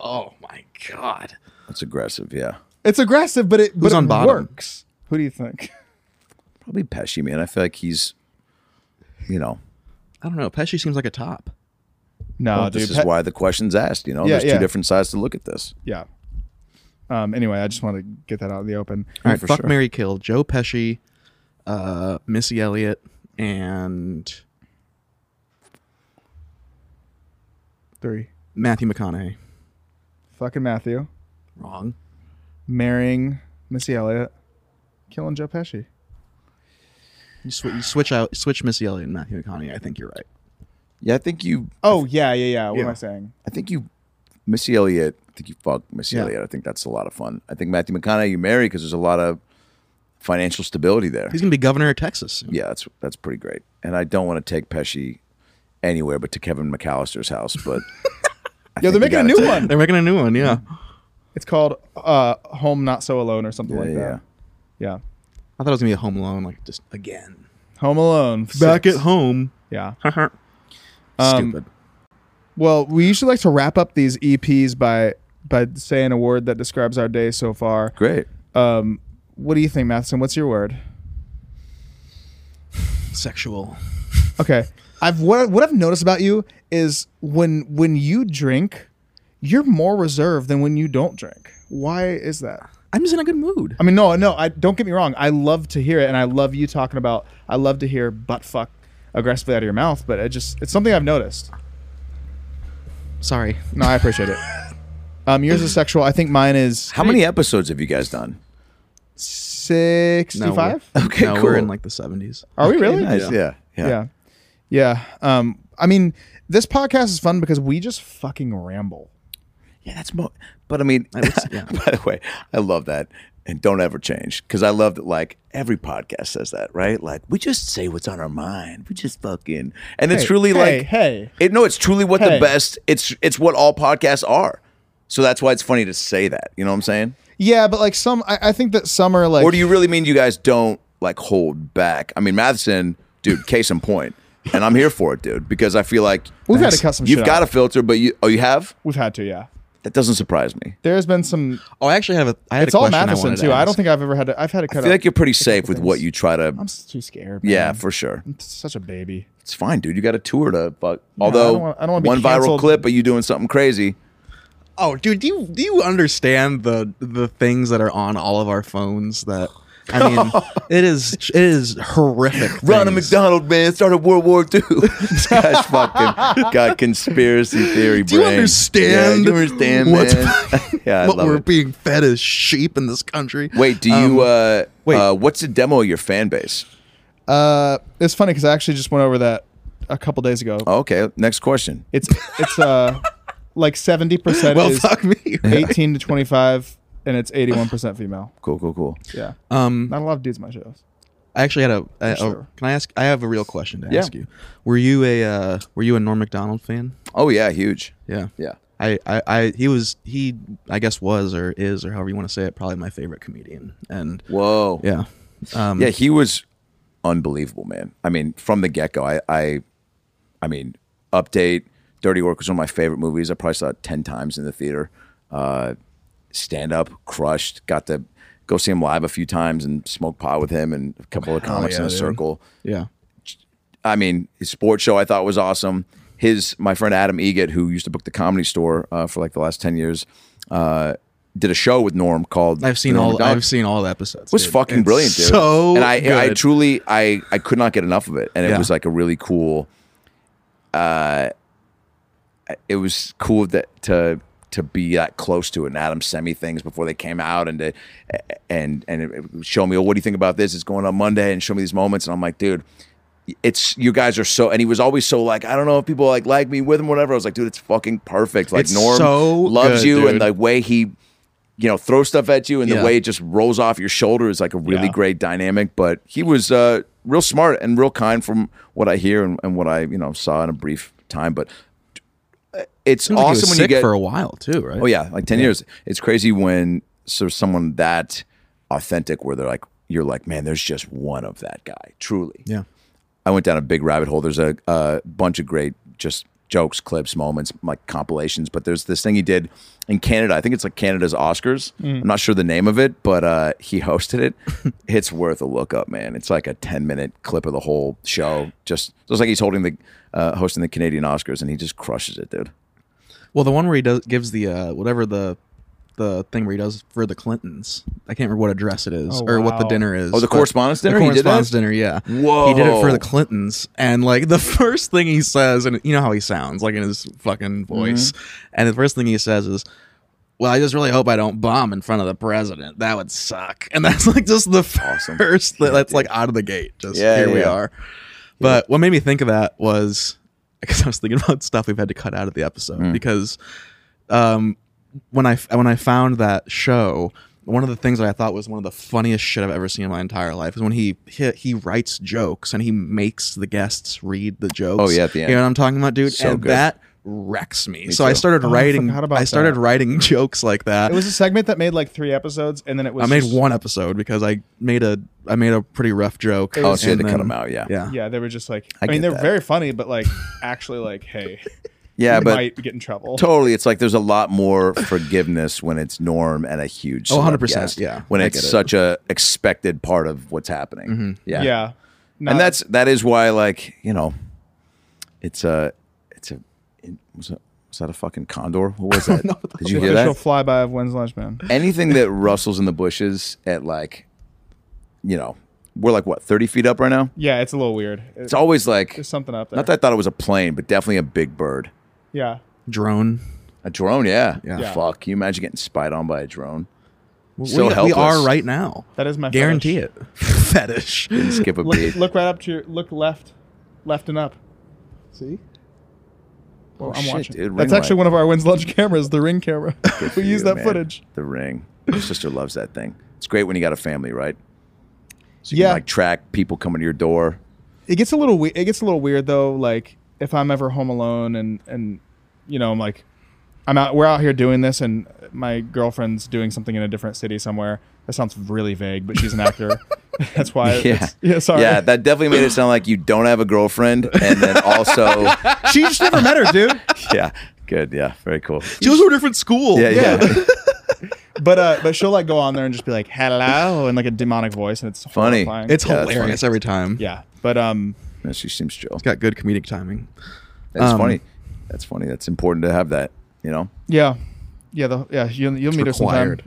S3: Oh my god.
S4: That's aggressive. Yeah.
S2: It's aggressive, but it but
S3: Who's
S2: it
S3: on bottom?
S2: works. Who do you think?
S4: Probably Pesci, man. I feel like he's, you know,
S3: I don't know. Pesci seems like a top.
S2: No,
S4: well, this is why the question's asked. You know,
S2: Yeah,
S4: there's
S2: yeah.
S4: two different sides to look at this.
S2: yeah. Um. Anyway, I just want to get that out in the open.
S3: All right,
S4: for
S3: fuck
S4: sure.
S3: Mary Kill, Joe Pesci, uh, Missy Elliott, and
S2: Three.
S3: Matthew McConaughey.
S2: Fucking Matthew
S3: Wrong.
S2: marrying Missy Elliott, killing Joe Pesci.
S3: You, sw- you switch out, switch Missy Elliott and Matthew McConaughey. I think you're right.
S4: Yeah, I think you,
S2: Oh yeah, yeah, yeah. What am
S3: Yeah.
S2: I saying?
S4: I think you, Missy Elliott. I think you fuck Missy
S2: Yeah.
S4: Elliott. I think that's a lot of fun. I think Matthew McConaughey you marry because there's a lot of financial stability there.
S3: He's gonna be governor of Texas.
S4: yeah, that's that's pretty great. And I don't want to take Pesci anywhere but to Kevin McAllister's house. But I
S2: Yo,
S4: think
S2: they're
S4: we
S2: making a
S4: gotta
S2: new
S4: take-
S2: one.
S3: They're making a new one. Yeah.
S2: It's called uh, Home Not So Alone or something
S4: Yeah,
S2: like
S4: yeah.
S2: that. Yeah.
S3: I thought it was gonna be a Home Alone, like just again.
S2: Home Alone.
S3: Back at
S2: six.
S3: home.
S2: Yeah. Um,
S3: Stupid.
S2: Well, we usually like to wrap up these EPs by by saying a word that describes our day so far.
S4: Great.
S2: Um, what do you think, Matheson? What's your word?
S3: Sexual.
S2: Okay. I've what what I've noticed about you is when when you drink, you're more reserved than when you don't drink. Why is that?
S3: I'm just in a good mood.
S2: I mean, no, no. I don't get me wrong. I love to hear it, and I love you talking about. I love to hear butt fuck aggressively out of your mouth, but it just it's something I've noticed.
S3: Sorry.
S2: No, I appreciate it. Um, yours is sexual. I think mine is
S4: How many episodes have you guys done?
S3: No, we're-
S2: sixty-five.
S4: Okay,
S3: no,
S4: cool.
S3: we're in like the 70s.
S2: Are we
S4: Okay,
S2: really?
S4: nice. Yeah. Yeah.
S2: Yeah. Yeah. Um, I mean, this podcast is fun because we just fucking ramble.
S4: Yeah, that's mo. But I mean, by the way, I love that, and don't ever change because I love that. Like every podcast says that, right? Like we just say what's on our mind. We just fucking, and it's
S2: Hey,
S4: really
S2: hey,
S4: like,
S2: hey.
S4: it, no, it's truly what
S2: Hey.
S4: the best. It's it's what all podcasts are. So that's why it's funny to say that. You know what I'm saying?
S2: Yeah, but like some, I, I think that some are like.
S4: Or do you really mean you guys don't like hold back? I mean, Matheson, dude, case in point, and I'm here for it, dude, because I feel like
S2: We've had to cut some
S4: You've
S2: shit
S4: got
S2: out.
S4: a filter, but you oh, you have.
S2: We've had to, yeah.
S4: That doesn't surprise me.
S2: There's been some.
S3: Oh, I actually have a. I had
S2: It's
S3: a
S2: all
S3: question I
S2: Matheson
S3: wanted to
S2: too. I don't
S3: ask.
S2: think I've ever had to. I've had to cut.
S4: I feel
S2: out-
S4: like you're pretty safe
S2: couple
S4: with what
S2: things.
S4: you try to.
S2: I'm s- too scared. Man.
S4: yeah, for sure.
S2: I'm such a baby.
S4: It's fine, dude. You got a tour to fuck.
S2: I
S4: Although
S2: don't wanna- I don't wanna be
S4: one viral
S2: canceled.
S4: clip, but you doing something crazy.
S3: Oh, dude, do you do you understand the the things that are on all of our phones? That I mean, it is it is horrific.
S4: Ronald
S3: things.
S4: McDonald, man, started World War II. this guy's fucking got conspiracy theory.
S3: Do you
S4: brain.
S3: understand
S4: Yeah, do you understand,
S3: what's-
S4: man? yeah, I
S3: what
S4: love
S3: we're
S4: it.
S3: being fed as sheep in this country. Um,
S4: Wait, do you? uh,
S3: wait.
S4: uh, what's the demo of your fan base?
S2: Uh, it's funny because I actually just went over that a couple days ago.
S4: Okay, next question.
S2: It's it's uh like seventy percent
S3: Well,
S2: is
S3: fuck me.
S2: eighteen to twenty five, and it's eighty one percent female.
S4: Cool, cool, cool.
S2: Yeah,
S3: Um,
S2: not a lot of dudes in my shows.
S3: I actually had a. a- a-
S2: sure.
S3: Can I ask? I have a real question to
S4: Yeah.
S3: ask you. Were you a uh, Were you a Norm Macdonald fan?
S4: Oh yeah, huge.
S3: Yeah.
S4: Yeah.
S3: I, I, I, he was, he, I guess was or is or however you want to say it, probably my favorite comedian. And
S4: Whoa.
S3: yeah, um,
S4: Yeah, he was unbelievable, man. I mean, from the get go, I, I, I mean, Update, Dirty Work was one of my favorite movies. I probably saw it ten times in the theater. Uh, stand up, crushed. Got to go see him live a few times and smoke pot with him and a couple of comics
S3: yeah,
S4: in a
S3: dude.
S4: circle.
S3: yeah.
S4: I mean, his sports show I thought was awesome. His my friend Adam Egett, who used to book the Comedy Store uh, for like the last ten years, uh, did a show with Norm called
S3: I've seen
S4: The Norm
S3: all,
S4: Macdonald
S3: I've seen all the episodes.
S4: was
S3: dude.
S4: fucking
S3: It's
S4: brilliant, dude.
S3: So
S4: and I, I
S3: good.
S4: truly, I, I could not get enough of it, and it
S3: Yeah.
S4: was like a really cool. Uh, it was cool that to to be that close to it. And Adam sent me things before they came out, and to, and and it show me, oh, what do you think about this? It's going on Monday, and show me these moments, and I'm like, dude. It's you guys are so, and he was always so like, I don't know if people like like me with him, whatever. I was like, dude, it's fucking perfect. Like
S3: It's
S4: Norm
S3: so
S4: loves
S3: good,
S4: you, and
S3: dude.
S4: the way he you know, throw stuff at you and
S3: Yeah.
S4: the way it just rolls off your shoulder is like a really
S2: Yeah.
S4: great dynamic. But he was uh, real smart and real kind from what I hear and, and what I, you know, saw in a brief time. But uh, it's
S3: Seems like he was
S4: awesome when you
S3: sick
S4: get
S3: for a while too, right?
S4: Oh yeah, like ten years. It's crazy when so someone that authentic where they're like you're like, man, there's just one of that guy, truly.
S3: Yeah.
S4: I went down a big rabbit hole. There's a, a bunch of great just jokes, clips, moments, like compilations. But there's this thing he did in Canada. I think it's like Canada's Oscars. I'm not sure the name of it, but uh, he hosted it. it's worth a look up, man. It's like a 10 minute clip of the whole show. Just looks like he's holding the uh, hosting the Canadian Oscars, and he just crushes it, dude.
S3: Well, the one where he does gives the uh, whatever the the thing where he does for the Clintons. I can't remember what address it is
S2: Oh,
S3: or what the
S2: wow.
S3: dinner is.
S4: Oh, the
S3: but-
S4: correspondence dinner?
S3: The
S4: He did that?
S3: correspondence dinner. Yeah. He did it for
S4: Whoa.
S3: the Clintons, and like the first thing he says, and you know how he sounds, like in his fucking
S2: Mm-hmm.
S3: voice, and the first thing he says is. Well, I just really hope I don't bomb in front of the president. That would suck. And that's like just the
S4: Awesome.
S3: first. That, that's like out of the gate. Just
S4: Yeah,
S3: here we
S4: yeah.
S3: are. But what made me think of that was because I was thinking about stuff we've had to cut out of the episode
S4: Mm.
S3: because um, when I when I found that show, one of the things that I thought was one of the funniest shit I've ever seen in my entire life is when he he, he writes jokes and he makes the guests read the jokes.
S4: Oh, yeah, at the end.
S3: You know what I'm talking about, dude?
S4: So
S3: and
S4: good.
S3: that wrecks me. so I
S4: too.
S3: started
S2: Oh, I
S3: writing I,
S2: forgot about
S3: started
S2: that.
S3: writing jokes like that.
S2: It was a segment that made like three episodes, and then it was.
S3: I made
S2: just-
S3: one episode because I made a I made a pretty rough joke.
S4: Oh, so you had
S3: and
S4: to cut
S3: then-
S4: him out, yeah.
S3: Yeah.
S2: Yeah, they were just like.
S4: I
S2: I,
S4: get
S2: mean, they're
S4: that.
S2: very funny, but like actually, like, hey,
S4: Yeah,
S2: you
S4: but
S2: might get in trouble.
S4: Totally. It's like there's a lot more forgiveness when it's norm and a huge
S3: Oh,
S4: celeb
S3: 100%,
S4: guest,
S3: yeah.
S4: When
S3: I
S4: it's
S3: get it. Mm-hmm.
S4: such a expected part of what's happening. Yeah.
S2: yeah,
S4: And that's that is why like, you know, it's a it's a it, was that was that a fucking condor? What was that? Did you
S2: the
S4: hear
S2: official
S4: that?
S2: flyby of When's Lunch, man.
S4: Anything that rustles in the bushes at like you know, we're like what, 30 feet up right now?
S2: Yeah, it's a little weird. It-
S4: It's always like
S2: there's something up there.
S4: not that I thought it was a plane, but definitely a big bird.
S2: Yeah.
S3: Drone.
S4: A drone, yeah.
S3: Yeah.
S2: Yeah.
S4: Fuck. Can you imagine getting spied on by a drone?
S3: We,
S4: So
S3: we are
S4: helpless.
S3: right now.
S2: That is my
S3: Guarantee it. Fetish.
S4: Skip a
S2: Look,
S4: beat.
S2: look right up to your look left, left and up. See? Well,
S4: Oh,
S2: I'm
S4: shit,
S2: watching.
S4: dude, ring
S2: That's actually
S4: light.
S2: one of our wins lunch cameras, the ring camera. we
S4: for
S2: use
S4: you,
S2: that
S4: man.
S2: footage.
S4: The ring. My sister loves that thing. It's great when you got a family, right? So you
S2: Yeah.
S4: can like track people coming to your door.
S2: It gets a little we- it gets a little weird though. Like if I'm ever home alone and and you know I'm like I'm out we're out here doing this and my girlfriend's doing something in a different city somewhere. That sounds really vague, but she's an actor. That's why.
S3: Uh,
S4: Yeah.
S2: it's- yeah. Sorry.
S4: Yeah, that definitely made it sound like you don't have a girlfriend. And then also,
S2: she just never met her, dude.
S4: yeah, good. Yeah, very cool.
S3: She was from a different school.
S4: Yeah, yeah.
S2: But uh, but she'll like go on there and just be like hello in like a demonic voice, and it's
S4: Funny.
S2: horrifying.
S3: It's
S4: Yeah, that's
S3: hilarious every time.
S2: yeah. But um,
S4: No, she seems chill.
S3: It's got good comedic timing.
S4: That's
S3: Um,
S4: funny. That's funny. That's important to have that, you know?
S2: yeah, yeah, the, yeah. You'll, you'll meet her sometime.
S3: Required.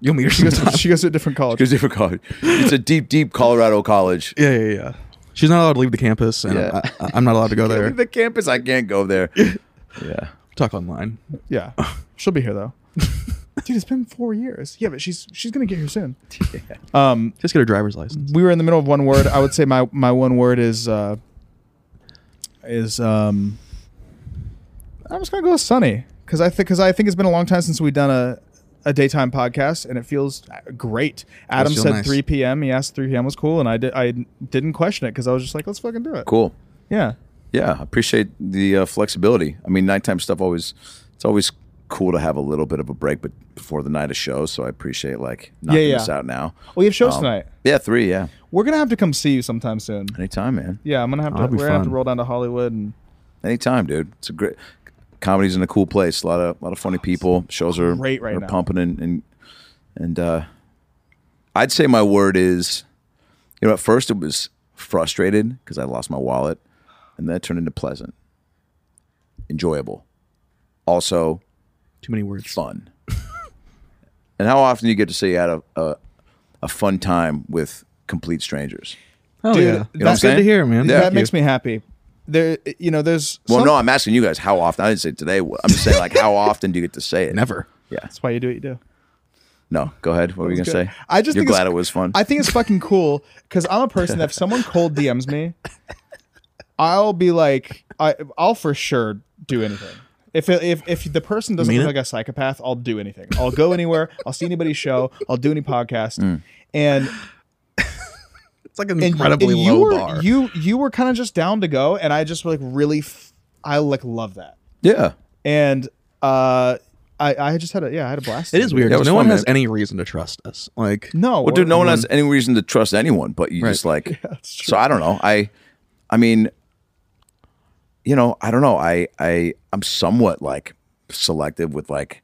S3: You'll meet her
S2: She goes,
S3: sometime.
S2: to, she goes to a different college.
S4: Because different college. It's a deep, deep Colorado college.
S3: yeah, yeah, yeah. She's not allowed to leave the campus, and
S4: Yeah.
S3: I, I- I'm not allowed to go there.
S4: The campus, I can't go there. Yeah.
S3: Talk online.
S2: Yeah, she'll be here though. Dude, it's been four years. Yeah, but she's she's gonna get here soon. Um,
S3: Just get her driver's license.
S2: we were in the middle of one word. I would say my my one word is uh is um. I'm just gonna go with sunny because I think because I think it's been a long time since we've done a a daytime podcast and it feels uh, great. Adam
S3: feel
S2: said
S3: nice.
S2: 3 p.m. He asked 3 p.m. was cool and I did I didn't question it because I was just like let's fucking do it.
S4: Cool.
S2: Yeah.
S4: Yeah, I appreciate the uh, flexibility. I mean, nighttime stuff always it's always cool to have a little bit of a break, but before the night of shows. So I appreciate like knocking
S2: yeah.
S4: this out now.
S2: Well, you have shows
S4: Um,
S2: tonight.
S4: Yeah, three. Yeah,
S2: We're gonna have to come see you sometime soon.
S4: anytime, man.
S2: Yeah, I'm gonna have to.
S3: that'd
S2: We're
S3: be
S2: gonna have to
S3: fun.
S2: roll down to Hollywood and
S4: Anytime, dude. It's a great comedy's in a cool place. A lot of lot of funny people. Shows are
S2: great right
S4: are
S2: now.
S4: pumping and and and uh, I'd say my word is, you know, at first it was frustrated because I lost my wallet, and that turned into pleasant, enjoyable, also
S3: Too many words.
S4: fun. and how often you get to say you had a, a a fun time with complete strangers?
S3: Oh
S2: Dude,
S3: yeah,
S2: You know what I'm
S3: that's good to
S4: saying?
S3: hear, man.
S4: Yeah.
S2: that makes me happy. There, you know, there's
S4: Well,
S2: some-
S4: no, I'm asking you guys how often. I didn't say today. I'm just saying like how often do you get to say it?
S3: never.
S4: Yeah.
S2: That's why you do what you do.
S4: No. Go ahead. What were you gonna
S2: It's good.
S4: say?
S2: I just
S4: you're
S2: think it's-
S4: glad it was fun.
S2: I think it's fucking cool because I'm a person that if someone cold DMs me, I'll be like, I, I'll for sure do anything. If, it, if if the person doesn't
S3: Mean
S2: look
S3: it?
S2: like a psychopath, I'll do anything. I'll go anywhere. I'll see anybody's show. I'll do any podcast. And
S3: It's like an
S2: and-
S3: incredibly
S2: and you
S3: low
S2: were,
S3: bar.
S2: You you were kind of just down to go, and I just like really, f- I like love that.
S4: yeah.
S2: And uh, I I just had a yeah I had a blast.
S3: it is weird. 'cause
S4: Yeah, it was
S3: no
S4: fun,
S3: one has
S4: man.
S3: any reason to trust us. Like,
S2: No,
S4: Well, dude, no one has
S2: Mm-hmm.
S4: any reason to trust anyone, but you
S3: Right.
S4: just like. so I don't know. I, I mean, you know, I don't know. I, I, I'm somewhat like selective with like,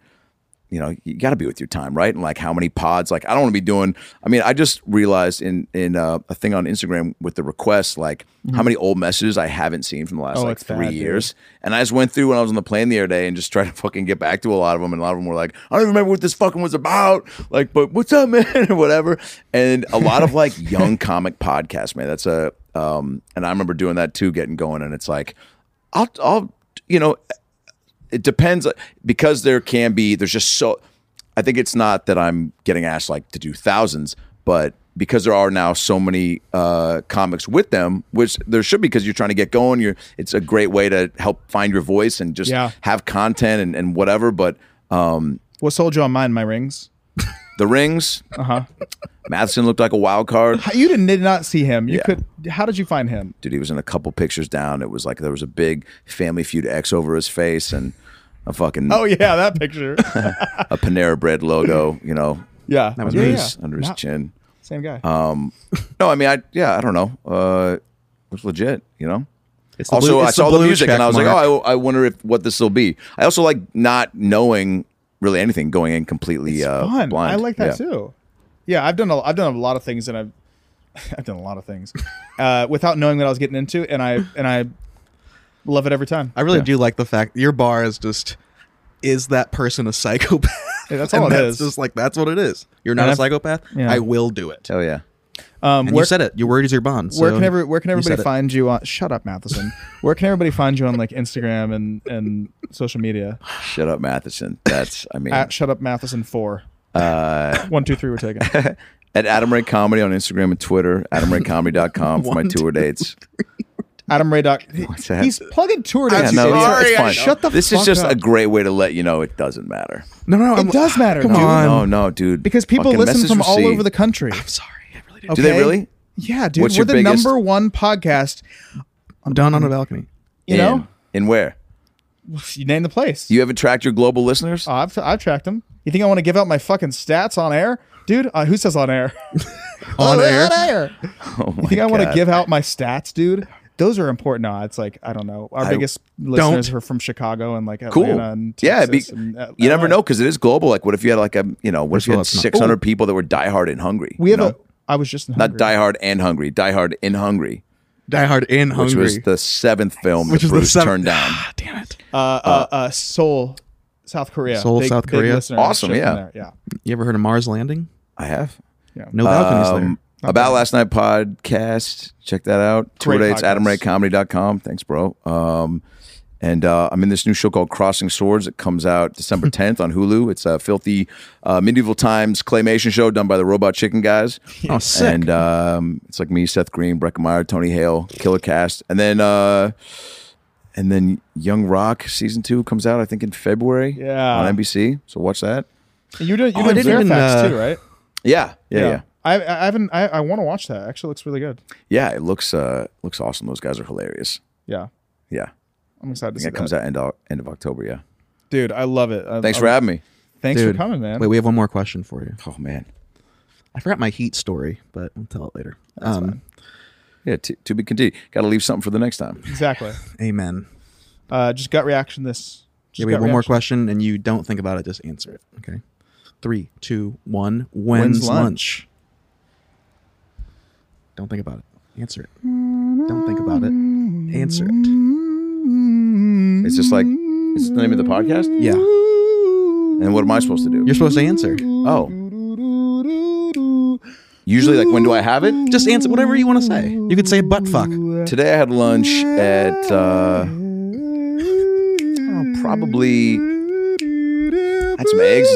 S4: you know, you got to be with your time, right? And like how many pods? Like I don't want to be doing. I mean, I just realized in in uh, a thing on Instagram with the requests, like how many old messages I haven't seen from the last
S2: Mm-hmm. Oh,
S4: like
S2: it's
S4: three
S2: bad, dude.
S4: years. And I just went through when I was on the plane the other day and just tried to fucking get back to a lot of them. And a lot of them were like, I don't even remember what this fucking was about. Like, but what's up, man? or whatever. And a lot of like young comic podcasts, man. That's a, um, and I remember doing that too, getting going. And it's like, I'll, I'll, you know, it depends uh, because there can be, there's just so, I think it's not that I'm getting asked like to do thousands, but because there are now so many uh, comics with them, which there should be because you're trying to get going. You're it's a great way to help find your voice and just
S2: Yeah.
S4: have content and, and whatever. But um,
S2: What sold you on mine? My rings.
S4: the rings,
S2: Uh huh.
S4: Matheson looked like a wild card.
S2: You didn't, did not see him. You
S4: Yeah.
S2: could. How did you find him?
S4: Dude, he was in a couple pictures down. It was like there was a big Family Feud X over his face and a fucking
S2: Oh yeah, that picture.
S4: a Panera Bread logo, you know,
S2: Yeah, that
S3: was
S2: yeah,
S4: under
S3: me.
S2: yeah.
S4: his, under his
S2: Not-
S4: chin.
S2: Same guy.
S3: uh,
S4: No, I mean, I yeah, I don't know. Uh, it was legit, you know.
S3: It's the
S4: also,
S3: blue-
S4: I
S3: it's the
S4: saw the
S3: blue
S4: music and
S3: check
S4: I was
S3: mark.
S4: like, oh, I, I wonder if what this will be. I also like not knowing really anything, going in completely uh,
S2: Fun.
S4: blind.
S2: I like that
S4: Yeah.
S2: too. Yeah, I've done. A, I've done a lot of things, and I've I've done a lot of things uh, without knowing what I was getting into, and I and I love it every time.
S3: I really do like the fact your bar is just is that person a psychopath?
S2: Yeah, that's
S3: And
S2: all it
S3: that's
S2: is.
S3: Just like that's what it is. You're not
S2: And
S3: a
S2: I've-
S3: psychopath.
S2: yeah.
S3: I will do it.
S4: Hell yeah!
S2: Um,
S3: And
S2: where
S3: you said it. Your word is your bond.
S2: where
S3: so
S2: can every, where can
S3: you
S2: everybody
S3: said it.
S2: find you on? Shut up, Matheson. where can everybody find you on like Instagram and and social media?
S4: Shut up, Matheson. That's I mean,
S2: At shut up Matheson four.
S4: uh,
S2: One two three. We're taking.
S4: at Adam Ray Comedy on Instagram and Twitter, AdamRayComedy.com for my
S3: One,
S4: tour dates.
S2: Adam Raydock.
S4: What's that?
S2: He's plugging tour
S4: Yeah,
S2: dates.
S4: no, it's-
S2: you
S4: it's,
S2: idiot.
S4: fine.
S2: Shut the
S4: this
S2: fuck
S4: is just
S2: up.
S4: a great way to let you know it doesn't matter.
S3: No, no, I'm,
S2: it does matter.
S3: Come
S2: dude.
S3: on.
S4: No, no, dude.
S2: Because people
S4: Fucking
S2: listen
S4: message
S2: from all
S4: received.
S2: over the country.
S3: sorry, I really did.
S4: Do they
S2: okay?
S4: really?
S2: Yeah, dude.
S4: What's
S2: we're
S4: your
S2: the
S4: biggest-
S2: number one podcast.
S3: I'm down on a balcony.
S2: You
S4: in,
S2: know,
S4: in where?
S2: you name the place.
S4: You haven't tracked your global listeners?
S2: Oh, I've, I've tracked them. You think I want to give out my fucking stats on air? Dude, uh, who says on air?
S3: On air?
S2: air.
S4: oh
S2: You
S4: my
S2: think I want to
S4: God.
S2: give out my stats, dude? Those are important. No, it's like I don't know. Our
S4: I-
S2: biggest listeners are from Chicago and like
S4: Cool.
S2: Atlanta and
S4: yeah, be,
S2: Texas and, uh,
S4: you never
S2: LA.
S4: know because it is global. Like, what if you had like a you know, what if you had
S3: First of all,
S4: six hundred people that were diehard and hungry?
S2: We
S4: you
S2: have
S4: know?
S2: a. I was just in
S4: not
S2: Hungary.
S4: diehard and hungry, diehard in hungry,
S3: Die Hard and
S4: which
S3: Hungry,
S4: was the seventh film
S3: Which
S4: that
S3: is
S4: Bruce
S3: seven-
S4: turned down.
S3: Ah, damn it!
S2: uh, uh, uh, Seoul, South Korea.
S3: Seoul,
S2: Big-
S3: South
S2: big
S3: Korea.
S2: listener
S4: Awesome,
S2: ship
S4: yeah.
S2: in there. yeah.
S3: You ever heard of Mars Landing?
S4: I have.
S3: No balconies
S4: Um,
S2: Not
S4: about
S2: bad.
S4: last night podcast. Check that out. Tour
S2: Great
S4: dates,
S2: podcast.
S4: adamraycomedy.com. Thanks, bro. Um, and uh, I'm in this new show called Crossing Swords. It comes out December 10th on Hulu. It's a filthy uh, medieval times claymation show done by the Robot Chicken guys.
S3: there. Oh, sick!
S4: And um, it's like me, Seth Green, Breckin Meyer, Tony Hale, Killer Cast, and then uh, and then Young Rock season two comes out I think in February.
S2: Yeah.
S4: on NBC. So watch that.
S2: You did. You
S3: I
S2: did
S3: didn't even,
S2: Fairfax
S3: uh,
S2: too, right?
S4: Yeah, yeah, yeah.
S2: I, I haven't. I, I want to watch that. Actually, looks really good.
S4: Yeah, it looks uh, looks awesome. Those guys are hilarious.
S2: Yeah,
S4: Yeah,
S2: I'm excited to
S4: I
S2: see
S4: think it comes
S2: that.
S4: out end of, end of October. Yeah.
S2: Dude, I love it. I-
S4: Thanks
S2: I-
S4: for having me.
S2: Thanks
S3: Dude,
S2: for coming, man.
S3: Wait, we have one more question for you.
S4: Oh man.
S3: I forgot my heat story, but we'll tell it later. um,
S4: Yeah, t- to be continued. Got to leave something for the next time.
S2: Exactly.
S3: amen.
S2: Uh, just gut reaction. This. Just
S3: Yeah, we have
S2: gut
S3: one more
S2: reaction.
S3: question, and you don't think about it, just answer it. Okay. Three, two, one. When's,
S2: When's
S3: lunch? Don't think about it. Answer it. Don't think about it. Answer it.
S4: It's just like is it the name of the podcast?
S3: Yeah.
S4: And what am I supposed to do?
S3: You're supposed to answer.
S4: oh. Usually, like when do I have it?
S3: Just answer whatever you want to say. You could say butt fuck.
S4: Today I had lunch at uh, oh, probably I had some eggs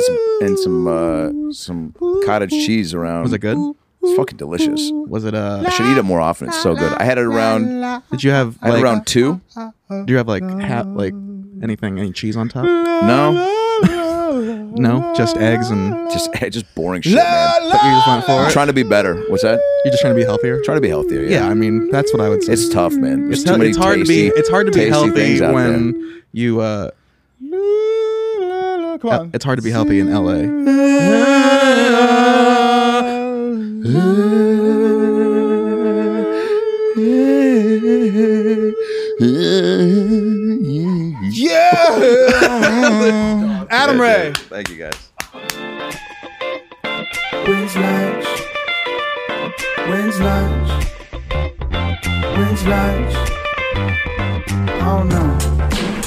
S4: and some and some uh, some cottage cheese around.
S3: Was it good?
S4: It's fucking delicious.
S3: Was it
S4: I
S3: uh
S4: should eat it more often. It's so good. I had it around. I
S3: did you have
S4: had
S3: like
S4: it around two.
S3: do you have like hat like anything, any cheese on top?
S4: No,
S3: No? Just eggs and
S4: just just boring shit, man.
S3: but you just went for
S4: I'm
S3: it?
S4: trying to be better. What's that?
S3: You're just trying to be healthier?
S4: Trying to be healthier.
S3: Yeah, I mean that's what I would say.
S4: It's tough, man. There's
S3: it's,
S4: too
S3: hard-
S4: many
S3: it's hard
S4: tasty-
S3: to be it's hard to be
S4: tasty
S3: healthy
S4: things out there.
S3: when you uh
S2: Come on.
S3: it's hard to be healthy in LA.
S2: yeah. Adam Ray.
S4: Thank you guys.
S1: When's lunch? When's lunch? When's lunch? I don't know.